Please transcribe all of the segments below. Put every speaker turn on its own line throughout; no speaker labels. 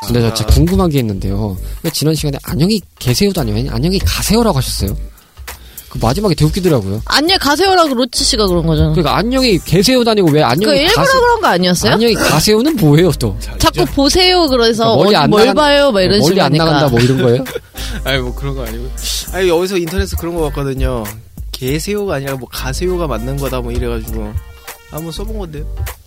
근데 저 진짜 궁금한 게 있는데요. 왜 지난 시간에 안녕히 계세요도 아니면 안녕히 가세요라고 하셨어요? 그 마지막에 되게 웃기더라고요.
안녕히 가세요라고 로치 씨가 그런 거잖아.
그러니까 안녕히 계세요도 아니고 왜
그
안녕히
일부러
가세요?
그런 거 아니었어요?
안녕히 가세요는 뭐예요 또?
자꾸 보세요 그래서
멀리
어디
안
뭘
나간-
봐요 막 이런
멀리
식으로
안
하니까.
나간다 뭐 이런 거예요?
아니 뭐 그런 거 아니고. 아니 여기서 인터넷에서 그런 거 봤거든요. 개새우가 아니라 뭐 가새우가 맞는 거다 뭐 이래가지고 한번 써본 건데요.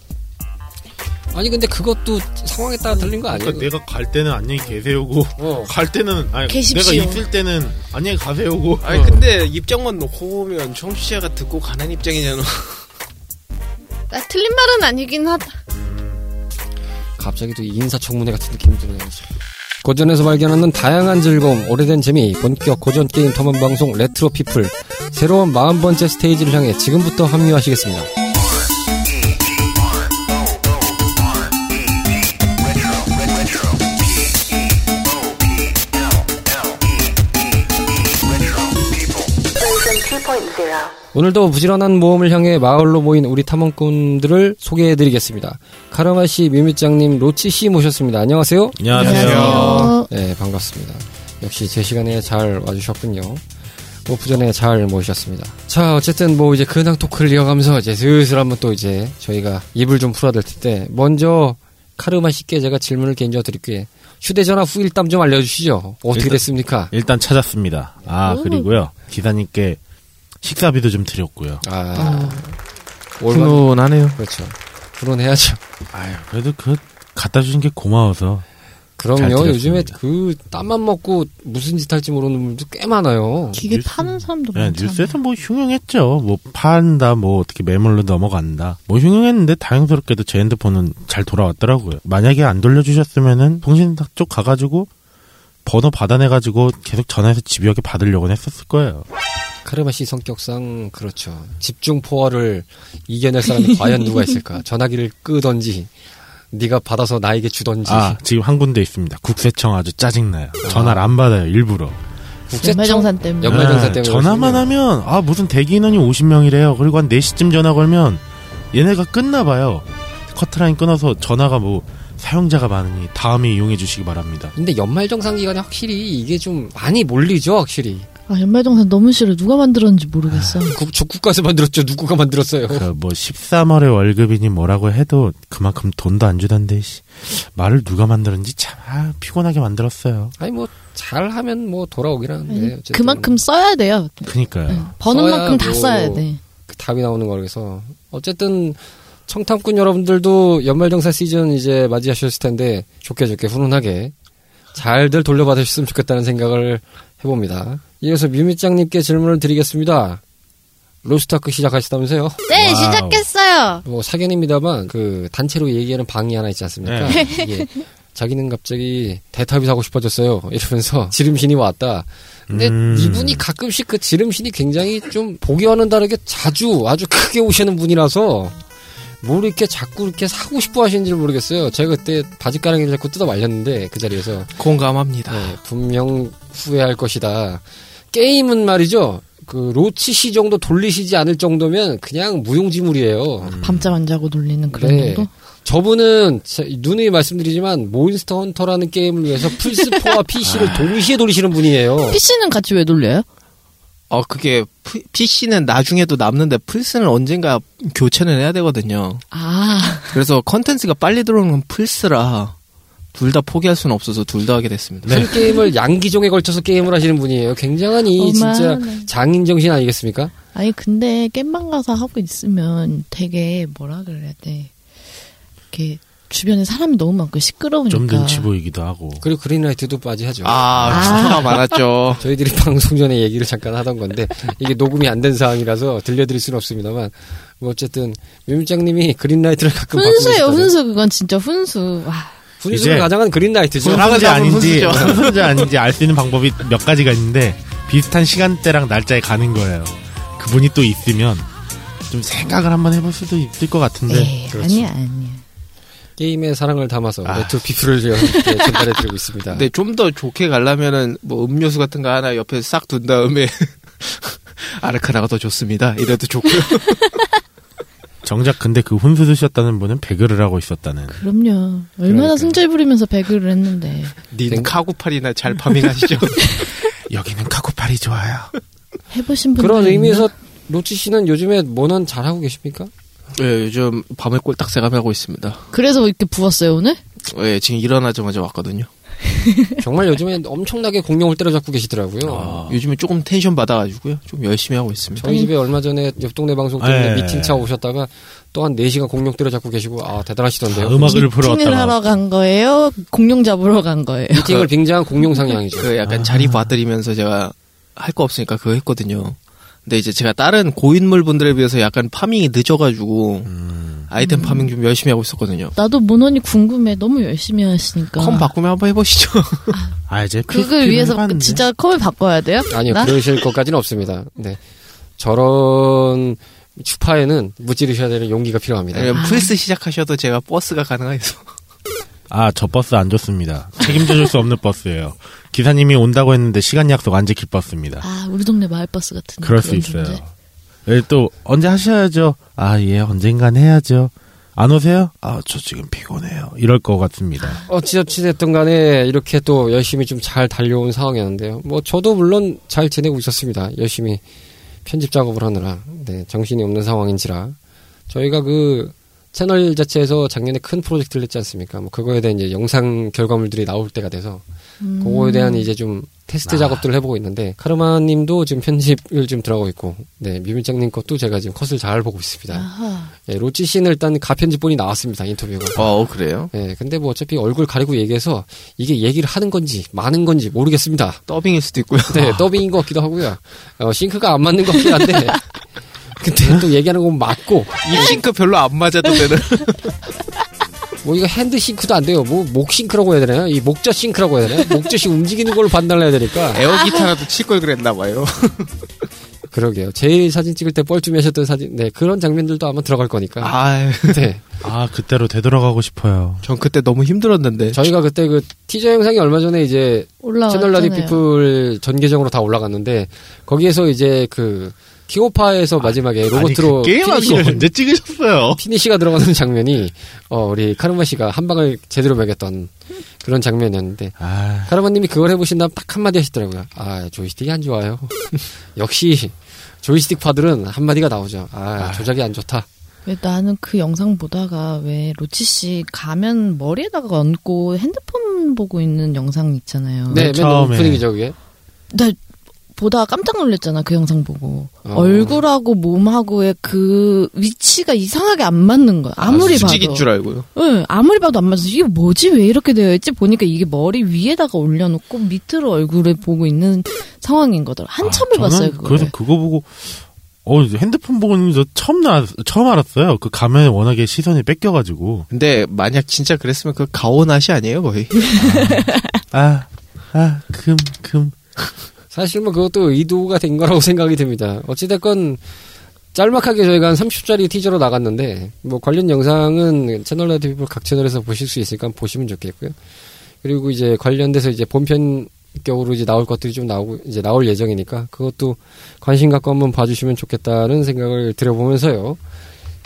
아니 근데 그것도 상황에 따라 들린 거 아니에요?
그러니까 내가 갈 때는 안녕히 계세요고
어.
갈 때는 아니
계십시오.
내가 있을 때는 안녕히 가세요고
아니 근데 입장만 놓고 보면 청취자가 듣고 가는 입장이잖아.
아, 틀린 말은 아니긴 하다.
갑자기 또 인사청문회 같은 느낌이 드네요. 고전에서 발견하는 다양한 즐거움, 오래된 재미, 본격 고전 게임 탐험 방송 레트로 피플 새로운 40번째 스테이지를 향해 지금부터 합류하시겠습니다. 오늘도 부지런한 모험을 향해 마을로 모인 우리 탐험꾼들을 소개해드리겠습니다. 카르마 씨, 미미짱님, 로치 씨 모셨습니다. 안녕하세요.
어,
네, 반갑습니다. 역시 제 시간에 잘 와주셨군요. 오프 전에 잘 모셨습니다. 자, 어쨌든 뭐 이제 근황 토크를 이어가면서 이제 슬슬 한번 또 이제 저희가 입을 좀 풀어야 될 텐데, 먼저 카르마 씨께 제가 질문을 던져드릴게. 휴대전화 후일담 좀 알려주시죠. 어떻게
일단-
됐습니까?
일단 찾았습니다. 아
오.
그리고요 기사님께 식사비도 좀 드렸고요.
아, 올바른,
훈훈하네요.
그렇죠. 훈훈해야죠.
아유 그래도 그 갖다 주신 게 고마워서 잘
그럼요.
드렸습니다.
요즘에 그 땀만 먹고 무슨 짓 할지 모르는 분들 꽤 많아요.
기계
뉴스-
파는 사람도
네,
어, 많잖아.
뉴스에서 뭐 흉흉했죠. 뭐 판다, 뭐 어떻게 매물로 넘어간다. 뭐 흉흉했는데 다행스럽게도 제 핸드폰은 잘 돌아왔더라고요. 만약에 안 돌려주셨으면은 통신사 쪽 가가지고 번호 받아내가지고 계속 전화해서 집요하게 받으려고는 했었을 거예요.
카르마 씨 성격상 그렇죠. 집중 포화를 이겨낼 사람이 과연 누가 있을까? 전화기를 끄던지 네가 받아서 나에게 주던지.
아 지금 한 군데 있습니다. 국세청 아주 짜증나요. 전화를 안 받아요 일부러.
아, 연말정산 때문에.
연말정산
네,
때문에
전화만
그러시군요.
하면 아 무슨 대기 인원이 50명이래요. 그리고 한 4시쯤 전화 걸면 얘네가 끊나 봐요. 커트라인 끊어서 전화가 뭐 사용자가 많으니 다음에 이용해 주시기 바랍니다.
근데 연말 정산 기간에 확실히 이게 좀 많이 몰리죠, 확실히.
아 연말정산 너무 싫어. 누가 만들었는지 모르겠어.
국, 국가에서 만들었죠. 누구가 만들었어요?
그 뭐 13월에 월급이니 뭐라고 해도 그만큼 돈도 안 주던데 씨. 말을 누가 만들었는지 참 아, 피곤하게 만들었어요.
아니 뭐 잘하면 뭐 돌아오긴 하는데
아니,
어쨌든
그만큼 써야 돼요.
그니까요.
버는
써야
만큼 다
뭐-
써야 돼.
그 답이 나오는 거라서 어쨌든 청탐꾼 여러분들도 연말정산 시즌 이제 맞이하셨을 텐데 좋게 좋게 훈훈하게 잘들 돌려받으셨으면 좋겠다는 생각을 해봅니다. 이어서 뮤미짱님께 질문을 드리겠습니다. 로스타크 시작하시다면서요?
네
와우.
시작했어요.
뭐 사견입니다만 그 단체로 얘기하는 방이 하나 있지 않습니까? 이게 자기는 갑자기 대타협이 사고 싶어졌어요. 이러면서 지름신이 왔다. 근데
음.
이분이 가끔씩 그 지름신이 굉장히 좀 보기와는 다르게 자주 아주 크게 오시는 분이라서 뭘 이렇게 자꾸 이렇게 사고 싶어 하시는지 모르겠어요. 제가 그때 바짓가랑이를 자꾸 뜯어 말렸는데 그 자리에서
공감합니다.
네, 분명 후회할 것이다. 게임은 말이죠. 그 로치 씨 정도 돌리시지 않을 정도면 그냥 무용지물이에요.
밤잠 안 자고 놀리는 그런
네.
정도.
저분은 자- 누누이 말씀드리지만 몬스터 헌터라는 게임을 위해서 플스4와
아.
PC를 동시에 돌리시는 분이에요.
PC는 같이 왜 놀려요?
어 그게 PC는 나중에도 남는데 플스는 언젠가 교체는 해야 되거든요.
아
그래서 컨텐츠가 빨리 들어오는 건 플스라 둘 다 포기할 수는 없어서 둘 다 하게 됐습니다.
네.
한 게임을 양기종에 걸쳐서 게임을 하시는 분이에요. 굉장히 진짜
어마어마해. 네.
장인 정신 아니겠습니까?
아니 근데 깻방 가서 하고 있으면 되게 뭐라 그래야 돼. 이렇게 주변에 사람이 너무 많고 시끄러우니까.
좀 눈치 보이기도 하고.
그리고 그린라이트도 빠지하죠.
아, 스토가 많았죠.
저희들이 방송 전에 얘기를 잠깐 하던 건데 이게 녹음이 안 된 사항이라서 들려드릴 수는 없습니다만 뭐 어쨌든 묘미장님이 그린라이트를 가끔 받고
훈수예요
계시다는-
훈수 그건 진짜 훈수. 와.
훈수를
이제-
가장한 그린라이트죠.
손자인지 아닌지
훈수죠.
손자 아닌지 알 수 있는 방법이 몇 가지가 있는데 비슷한 시간대랑 날짜에 가는 거예요. 그분이 또 있으면 좀 생각을 한번 해볼 수도 있을 것 같은데
에이,
그렇죠.
네, 아니야 아니야.
게임의 사랑을 담아서
아.
레트로 피플을 이렇게 전달해드리고 있습니다.
네.
근데 좀 더 좋게 가려면은 뭐 음료수 같은 거 하나 옆에 싹 둔 다음에 아르카나가 더 좋습니다. 이래도 좋고요.
정작 근데 그 훈수 드셨다는 분은 배그를 하고 있었다는.
그럼요. 얼마나
그러니까요.
승질 부리면서 배그를 했는데.
닌
생-
카구팔이나 잘 파밍하시죠.
여기는 카코팔이 좋아요.
해보신
네.
분들.
그런
있나?
의미에서 로치 씨는 요즘에 모넌 잘하고 계십니까?
예, 요즘 밤에 꼴딱새감이 하고 있습니다.
그래서 이렇게 부었어요, 오늘?
예, 지금 일어나자마자 왔거든요.
정말 요즘에 엄청나게 공룡을 때려잡고 계시더라고요.
요즘에 조금 텐션 받아가지고요. 좀 열심히 하고 있습니다.
저희 집에 얼마 전에 옆 동네 방송 때문에
예.
미팅차 오셨다가 또 한 4시간 공룡 때려잡고 계시고 아 대단하시던데요.
음악을
미팅을
풀어왔다가.
하러 간 거예요? 공룡 잡으러 간 거예요?
미팅을 빙자한 공룡 상향이죠.
그 약간 자리 봐드리면서 제가 할 거 없으니까 그거 했거든요. 근데 이제 제가 다른 고인물 분들에 비해서 약간 파밍이 늦어가지고 아이템 파밍 좀 열심히 하고 있었거든요.
나도 모논이 궁금해. 너무 열심히 하시니까.
아.
컴 바꾸면 한번 해보시죠.
아 이제
그걸 위해서 진짜 컴을 바꿔야 돼요?
아니요
나?
그러실 것까지는 없습니다. 네 저런 추파에는 무찌르셔야 되는 용기가 필요합니다.
아니면 플스 네. 시작하셔도 제가 버스가 가능해서.
아저 버스 안 좋습니다. 책임져줄 수 없는 버스예요. 기사님이 온다고 했는데 시간 약속 안 지킬 버스입니다.
아, 우리 동네 마을버스 같은.
뭐 그럴 수
그런
있어요.
존재.
예, 또 언제 하셔야죠. 아 예 언젠간 해야죠. 안 오세요? 아 저 지금 피곤해요. 이럴 것 같습니다.
어찌어찌됐든 간에 이렇게 또 열심히 좀 잘 달려온 상황이었는데요. 뭐 저도 물론 잘 지내고 있었습니다. 열심히 편집 작업을 하느라 네, 정신이 없는 상황인지라 저희가 그 채널 자체에서 작년에 큰 프로젝트를 했지 않습니까? 뭐 그거에 대한 이제 영상 결과물들이 나올 때가 돼서
음.
그거에 대한 이제 좀 테스트
아.
작업들을 해보고 있는데 카르마님도 지금 편집을 지금 들어가고 있고 네 미밀장님 것도 제가 지금 컷을 잘 보고 있습니다.
아하.
예, 로치 씨는 일단 가편집본이 나왔습니다 인터뷰가.
어, 그래요?
예, 근데 뭐 어차피 얼굴 가리고 얘기해서 이게 얘기를 하는 건지 많은 건지 모르겠습니다.
더빙일 수도 있고요.
네, 더빙인 것 같기도 하고요. 어, 싱크가 안 맞는 것 같긴 한데. 근데 또 얘기하는 건 맞고
이 싱크 별로 안 맞아도 되는.
뭐 이거 핸드 싱크도 안 돼요. 뭐 목 싱크라고 해야 되나요? 이 목젖 싱크라고 해야 되나요? 목젖이 움직이는 걸로 판단을 해야 되니까.
에어 기타라도 칠 걸 그랬나 봐요.
그러게요. 제일 사진 찍을 때 뻘쭘히 하셨던 사진. 네, 그런 장면들도 아마 들어갈 거니까.
아,
네.
아 그때로 되돌아가고 싶어요.
전 그때 너무 힘들었는데.
저희가 그때 그 티저 영상이 얼마 전에 이제
어,
채널 라디
올라왔잖아요.
피플 전계정으로 다 올라갔는데 거기에서 이제 그 킹오파에서 마지막에 로봇으로
아, 아니, 그 게임하기를
피니시,
언제 찍으셨어요?
피니시가 들어가는 장면이 어 우리 카르마 씨가 한 방을 제대로 매겼던 그런 장면이었는데
아
카르마님이 그걸 해보신 다음 딱 한마디 하시더라고요. 아 조이스틱이 안 좋아요. 역시 조이스틱 파들은 한마디가 나오죠. 아 조작이 안 좋다.
왜 나는 그 영상 보다가 왜 로치 씨 가면 머리에다가 얹고 핸드폰 보고 있는 영상 있잖아요.
네, 맨
처음에.
오프닝이죠 그게.
나 보다가 깜짝 놀랐잖아 그 영상 보고
어.
얼굴하고 몸하고의 그 위치가 이상하게 안 맞는 거야. 아무리 봐도.
수직인 줄 알고요.
응, 아무리 봐도 안 맞아서 이게 뭐지 왜 이렇게 되어 있지 보니까 이게 머리 위에다가 올려놓고 밑으로 얼굴을 보고 있는 상황인 거더라. 한참을
아, 저는
봤어요 그거를.
그래서 그거 보고 어 이제 핸드폰 보고 있는데 처음 나 처음 알았어요. 그 가면에 워낙에 시선이 뺏겨가지고
근데 만약 진짜 그랬으면 그 가오나시 아니에요, 거의?
아, 아아금금
사실 뭐 그것도 의도가 된 거라고 생각이 듭니다. 어찌됐건 짤막하게 저희가 한 30짜리 티저로 나갔는데 뭐 관련 영상은 채널 라디오 각 채널에서 보실 수 있으니까 보시면 좋겠고요. 그리고 이제 관련돼서 이제 본편 격으로 이제 나올 것들이 좀 나오고 이제 나올 예정이니까 그것도 관심 갖고 한번 봐주시면 좋겠다는 생각을 들어보면서요.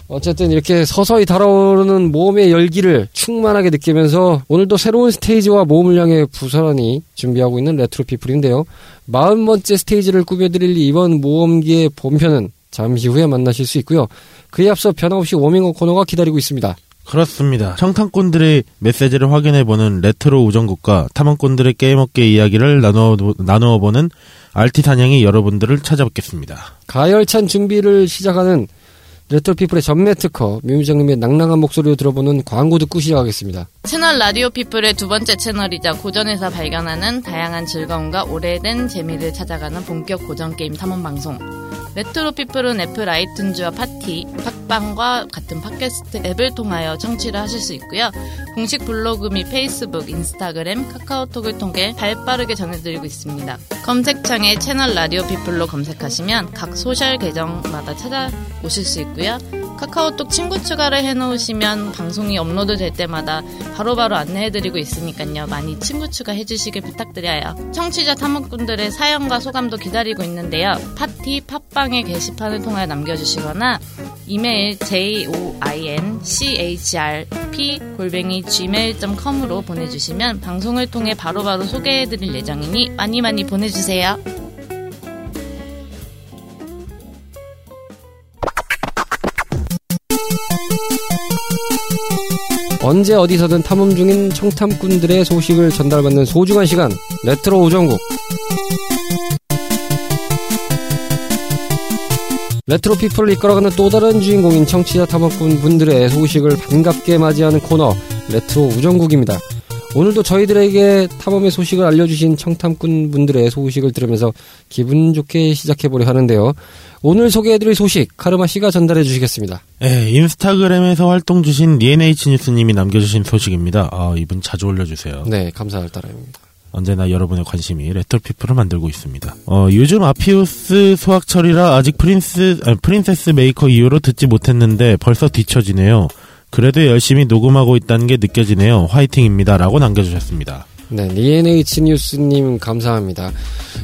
어쨌든 이렇게 서서히 달아오르는 모험의 열기를 충만하게 느끼면서 오늘도 새로운 스테이지와 모험을 향해 부설하니 준비하고 있는 레트로 피플인데요. 40번째 스테이지를 꾸며드릴 이번 모험기의 본편은 잠시 후에 만나실 수 있고요. 그에 앞서 변함없이 워밍업 코너가 기다리고 있습니다.
그렇습니다. 청탐꾼들의 메시지를 확인해보는 레트로 우정국과 탐험꾼들의 게임업계 이야기를 나누어 나누어 보는 RT 사냥이 여러분들을 찾아뵙겠습니다.
가열찬 준비를 시작하는 레트로피플의 전매 특허 묘미장님의 낭랑한 목소리로 들어보는 광고 듣고 시작하겠습니다.
채널 라디오 피플의 두 번째 채널이자 고전에서 발견하는 다양한 즐거움과 오래된 재미를 찾아가는 본격 고전 게임 탐험 방송. 레트로 피플은 애플 아이튠즈와 파티, 팟빵과 같은 팟캐스트 앱을 통하여 청취를 하실 수 있고요. 공식 블로그 및 페이스북, 인스타그램, 카카오톡을 통해 발빠르게 전해드리고 있습니다. 검색창에 채널 라디오 피플로 검색하시면 각 소셜 계정마다 찾아오실 수 있고요. 카카오톡 친구 추가를 해놓으시면 방송이 업로드 될 때마다 바로바로 안내해드리고 있으니까요. 많이 친구 추가해주시길 부탁드려요. 청취자 탐험꾼들의 사연과 소감도 기다리고 있는데요. 파티 팟빵의 게시판을 통해 남겨주시거나 이메일 joinchrp@gmail.com으로 보내주시면 방송을 통해 바로바로 소개해드릴 예정이니 많이 많이 보내주세요.
언제 어디서든 탐험 중인 청탐꾼들의 소식을 전달받는 소중한 시간 레트로 오정국 레트로 피플을 이끌어가는 또 다른 주인공인 청취자 탐험꾼 분들의 소식을 반갑게 맞이하는 코너 레트로 우정국입니다. 오늘도 저희들에게 탐험의 소식을 알려주신 청탐꾼 분들의 소식을 들으면서 기분 좋게 시작해보려 하는데요. 오늘 소개해드릴 소식 카르마 씨가 전달해 주시겠습니다.
예, 인스타그램에서 활동 주신 DNH 뉴스님이 남겨주신 소식입니다. 아, 이분 자주 올려주세요.
네, 감사할 따름입니다.
언제나 여러분의 관심이 레터피플을 만들고 있습니다. 어, 요즘 아피우스 소확철이라 아직 프린스, 아니, 프린세스 메이커 이후로 듣지 못했는데 벌써 뒤처지네요. 그래도 열심히 녹음하고 있다는 게 느껴지네요. 화이팅입니다. 라고 남겨주셨습니다.
네, NH 뉴스님 감사합니다.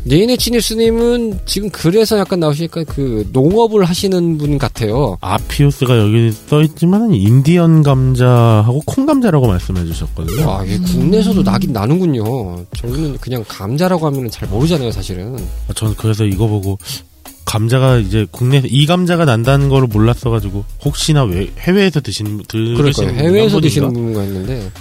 NH 뉴스님은 지금 글에서 약간 나오시니까 그 농업을 하시는 분 같아요.
아피우스가 여기 써있지만 인디언 감자하고 콩 감자라고 말씀해 주셨거든요.
아, 이게
음.
국내에서도 나긴 나는군요. 저희는 그냥 감자라고 하면 잘 모르잖아요, 사실은.
아, 저는 그래서 이거 보고 감자가 이제 국내에서 이 감자가 난다는 걸 몰랐어가지고 혹시나 왜 해외에서 드시는 들
그러니까
드시는 분이
해외에서
그렇죠.
드시는
한 분인가?
분과 했는데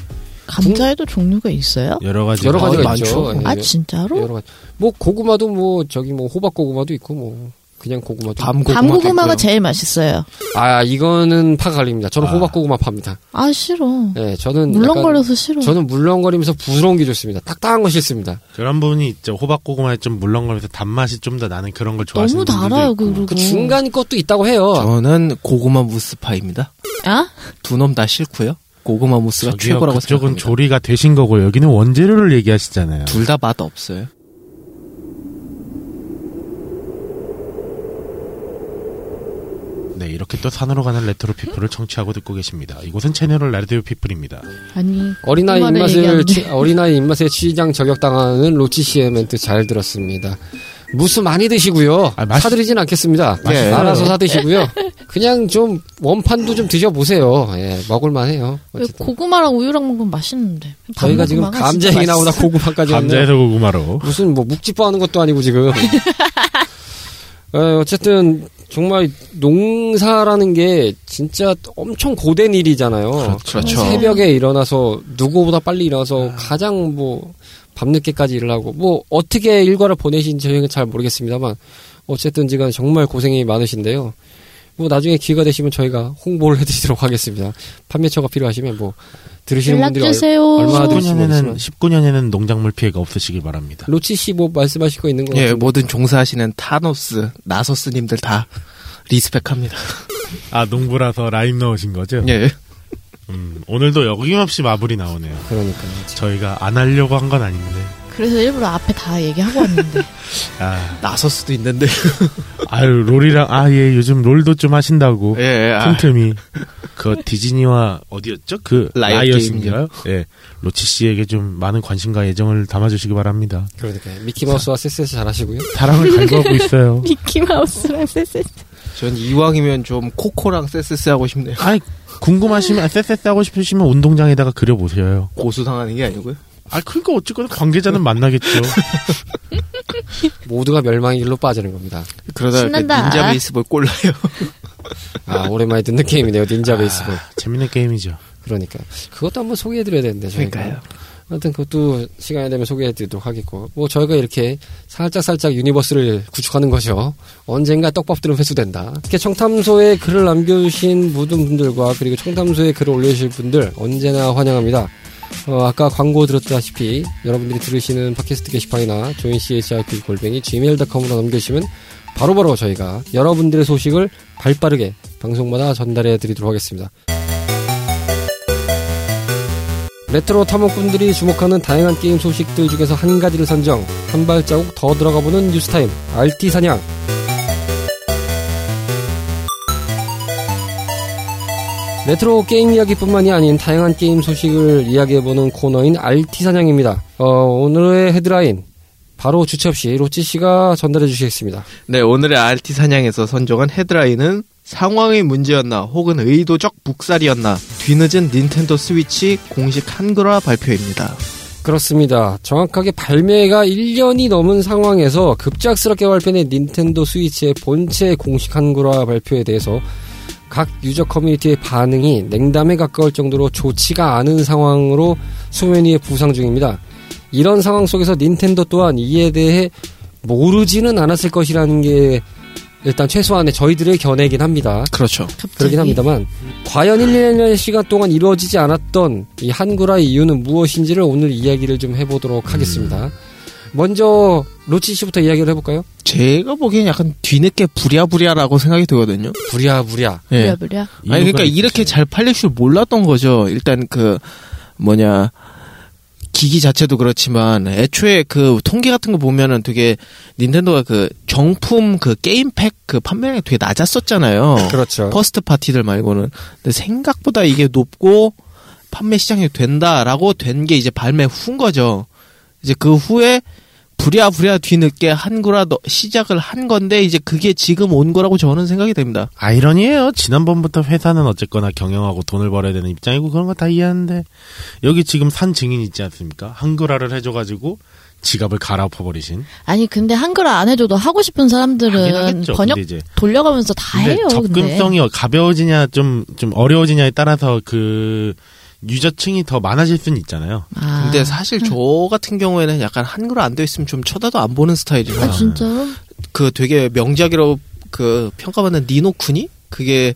감자에도 종류가 있어요?
여러 가지
여러 가지가
많죠.
있죠.
네.
아
예,
진짜로?
여러 가지. 뭐 고구마도 뭐 저기 뭐 호박 고구마도 있고 뭐 그냥 고구마도. 있고.
밤고구마
밤고구마가 제일 맛있어요.
아, 이거는 파 갈립니다. 저는
아.
호박 고구마 파입니다.
아 싫어.
예, 저는 약간
물렁거려서 싫어.
저는 물렁거리면서 부드러운 게 좋습니다. 딱딱한 거 싫습니다.
그런 분이 있죠. 호박고구마에 좀 물렁거려서 단맛이 좀 더 나는 그런 걸 좋아하시는
너무
분들도
달아요
있고.
그리고.
그 중간 것도 있다고 해요.
저는 고구마 무스파입니다.
아?
두 놈 다 싫고요. 고구마 무스가
저기요,
최고라고
그쪽은
생각합니다.
조리가 되신 거고 여기는 원재료를 얘기하시잖아요.
둘 다 맛 없어요.
네, 이렇게 또 산으로 가는 레트로 피플을 청취하고 듣고 계십니다. 이곳은 채널 라디오 피플입니다.
아니
어린아이
그만을
입맛을
얘기하는데.
치- 어린아이 입맛에 취장 저격당하는 로치 씨의 멘트 잘 들었습니다. 무스 많이 드시고요.
아, 맛있-
사드리진 않겠습니다. 네.
맛있어요.
알아서 사드시고요. 그냥 좀 원판도 좀 드셔보세요. 예, 먹을만해요.
왜
어쨌든
고구마랑 우유랑 먹으면 맛있는데.
저희가 지금
밤고구마가 진짜
감자 얘기
맛있어.
나오다 고구마까지 왔네요.
감자에서 고구마로.
무슨 뭐 묵찌빠하는 것도 아니고 지금. 어, 어쨌든 정말 농사라는 게 진짜 엄청 고된 일이잖아요.
그렇죠. 네.
새벽에 일어나서 누구보다 빨리 일어나서 가장 뭐 밤늦게까지 일을 하고 뭐 어떻게 일과를 보내신 저희는 잘 모르겠습니다만 어쨌든 지금 정말 고생이 많으신데요. 뭐 나중에 기회가 되시면 저희가 홍보를 해드리도록 하겠습니다. 판매처가 필요하시면 뭐 들으시는
연락
분들이 얼-
주세요. 음.
얼마나 드시-
19년에는 19년에는 농작물 피해가 없으시길 바랍니다.
로치 씨 뭐 말씀하실 거 있는 거
예,
같아요.
모든 종사하시는 타노스, 나소스님들 다 리스펙합니다.
아 농부라서 라임 넣으신 거죠?
예.
음, 오늘도 여김없이 마블이 나오네요.
그러니까
저희가 안 하려고 한 건 아닌데.
그래서 일부러 앞에 다 얘기하고 왔는데.
아,
나소스도 있는데.
아유 롤이랑 아 예 요즘 롤도 좀 하신다고.
예, 예. 아,
틈틈이 그 디즈니와 어디였죠? 그
라이엇
라이엇인가요? 예, 로치 씨에게 좀 많은 관심과 애정을 담아주시기 바랍니다.
그러니까 미키마우스와 셋셋 잘하시고요.
사랑을 간구하고 있어요.
미키마우스랑 쎄쎄.
전 이왕이면 좀 코코랑 세스스 하고 싶네요.
아니 궁금하시면 쎄쎄 하고 싶으시면 운동장에다가 그려보세요.
고수 당하는 게 아니고요.
아 그러니까 어쨌거나 관계자는 만나겠죠.
모두가 멸망의 길로 빠지는 겁니다.
그러다 가
신난다.
닌자 베이스볼 꼴라요.
아 오랜만에 듣는 게임이네요.
아.
닌자 베이스볼.
재밌는 게임이죠.
그러니까 그것도 한번 소개해드려야 되는데 저희가. 아무튼 그것도 시간이 되면 소개해드리도록 하겠고 뭐 저희가 이렇게 살짝살짝 유니버스를 구축하는 거죠 언젠가 떡밥들은 회수된다 이렇게 청탐소에 글을 남겨주신 모든 분들과 그리고 청탐소에 글을 올려주실 분들 언제나 환영합니다 어, 아까 광고 들었다시피 여러분들이 들으시는 팟캐스트 게시판이나 joinchirp 골뱅이 gmail.com으로 남겨주시면 바로바로 저희가 여러분들의 소식을 발빠르게 방송마다 전달해 드리도록 하겠습니다 레트로 탐험꾼들이 주목하는 다양한 게임 소식들 중에서 한 가지를 선정 한 발자국 더 들어가보는 뉴스타임 RT 사냥 레트로 게임 이야기뿐만이 아닌 다양한 게임 소식을 이야기해보는 코너인 RT 사냥입니다. 어, 오늘의 헤드라인 바로 주체 없이 로찌 씨가 전달해 주시겠습니다.
네, 오늘의 RT 사냥에서 선정한 헤드라인은 상황의 문제였나 혹은 의도적 묵살이었나 뒤늦은 닌텐도 스위치 공식 한글화 발표입니다.
그렇습니다. 정확하게 발매가 1년이 넘은 상황에서 급작스럽게 발표된 닌텐도 스위치의 본체 공식 한글화 발표에 대해서 각 유저 커뮤니티의 반응이 냉담에 가까울 정도로 좋지가 않은 상황으로 수면 위에 부상 중입니다. 이런 상황 속에서 닌텐도 또한 이에 대해 모르지는 않았을 것이라는 게 일단 최소한의 저희들의 견해이긴 합니다.
그렇죠.
그러긴 합니다만 과연 1년의 시간 동안 이루어지지 않았던 이 한글화의 이유는 무엇인지를 오늘 이야기를 좀 해보도록 하겠습니다. 먼저 로치 씨부터 이야기를 해볼까요?
제가 보기엔 약간 뒤늦게 부랴부랴라고 생각이 되거든요.
부랴부랴.
예.
네.
부랴 부랴.
아니 그러니까 이렇게 잘 팔릴 줄 몰랐던 거죠. 일단 그 뭐냐 기기 자체도 그렇지만 애초에 그 통계 같은 거 보면은 되게 닌텐도가 그 정품 그 게임팩 그 판매량이 되게 낮았었잖아요.
그렇죠.
퍼스트 파티들 말고는 근데 생각보다 이게 높고 판매 시장이 된다라고 된 게 이제 발매 후인 거죠. 이제 그 후에 부랴부랴 뒤늦게 한글화 너- 시작을 한 건데 이제 그게 지금 온 거라고 저는 생각이 됩니다.
아이러니에요. 지난번부터 회사는 어쨌거나 경영하고 돈을 벌어야 되는 입장이고 그런 거 다 이해하는데 여기 지금 산 증인 있지 않습니까? 한글화를 해줘가지고 지갑을 갈아엎어버리신.
아니 근데 한글화 안 해줘도 하고 싶은
당연하겠죠.
사람들은
근데
번역
이제
돌려가면서 다
근데
해요.
접근성이 가벼워지냐 좀 좀 어려워지냐에 따라서 그 유저층이 더 많아질 수는 있잖아요.
근데. 아.
근데 사실 저 같은 경우에는 약간 한글화 안 돼 있으면 좀 쳐다도 안 보는 스타일이라
아 진짜로?
그 되게 명작이라고 그 평가받는 니노 쿠니 그게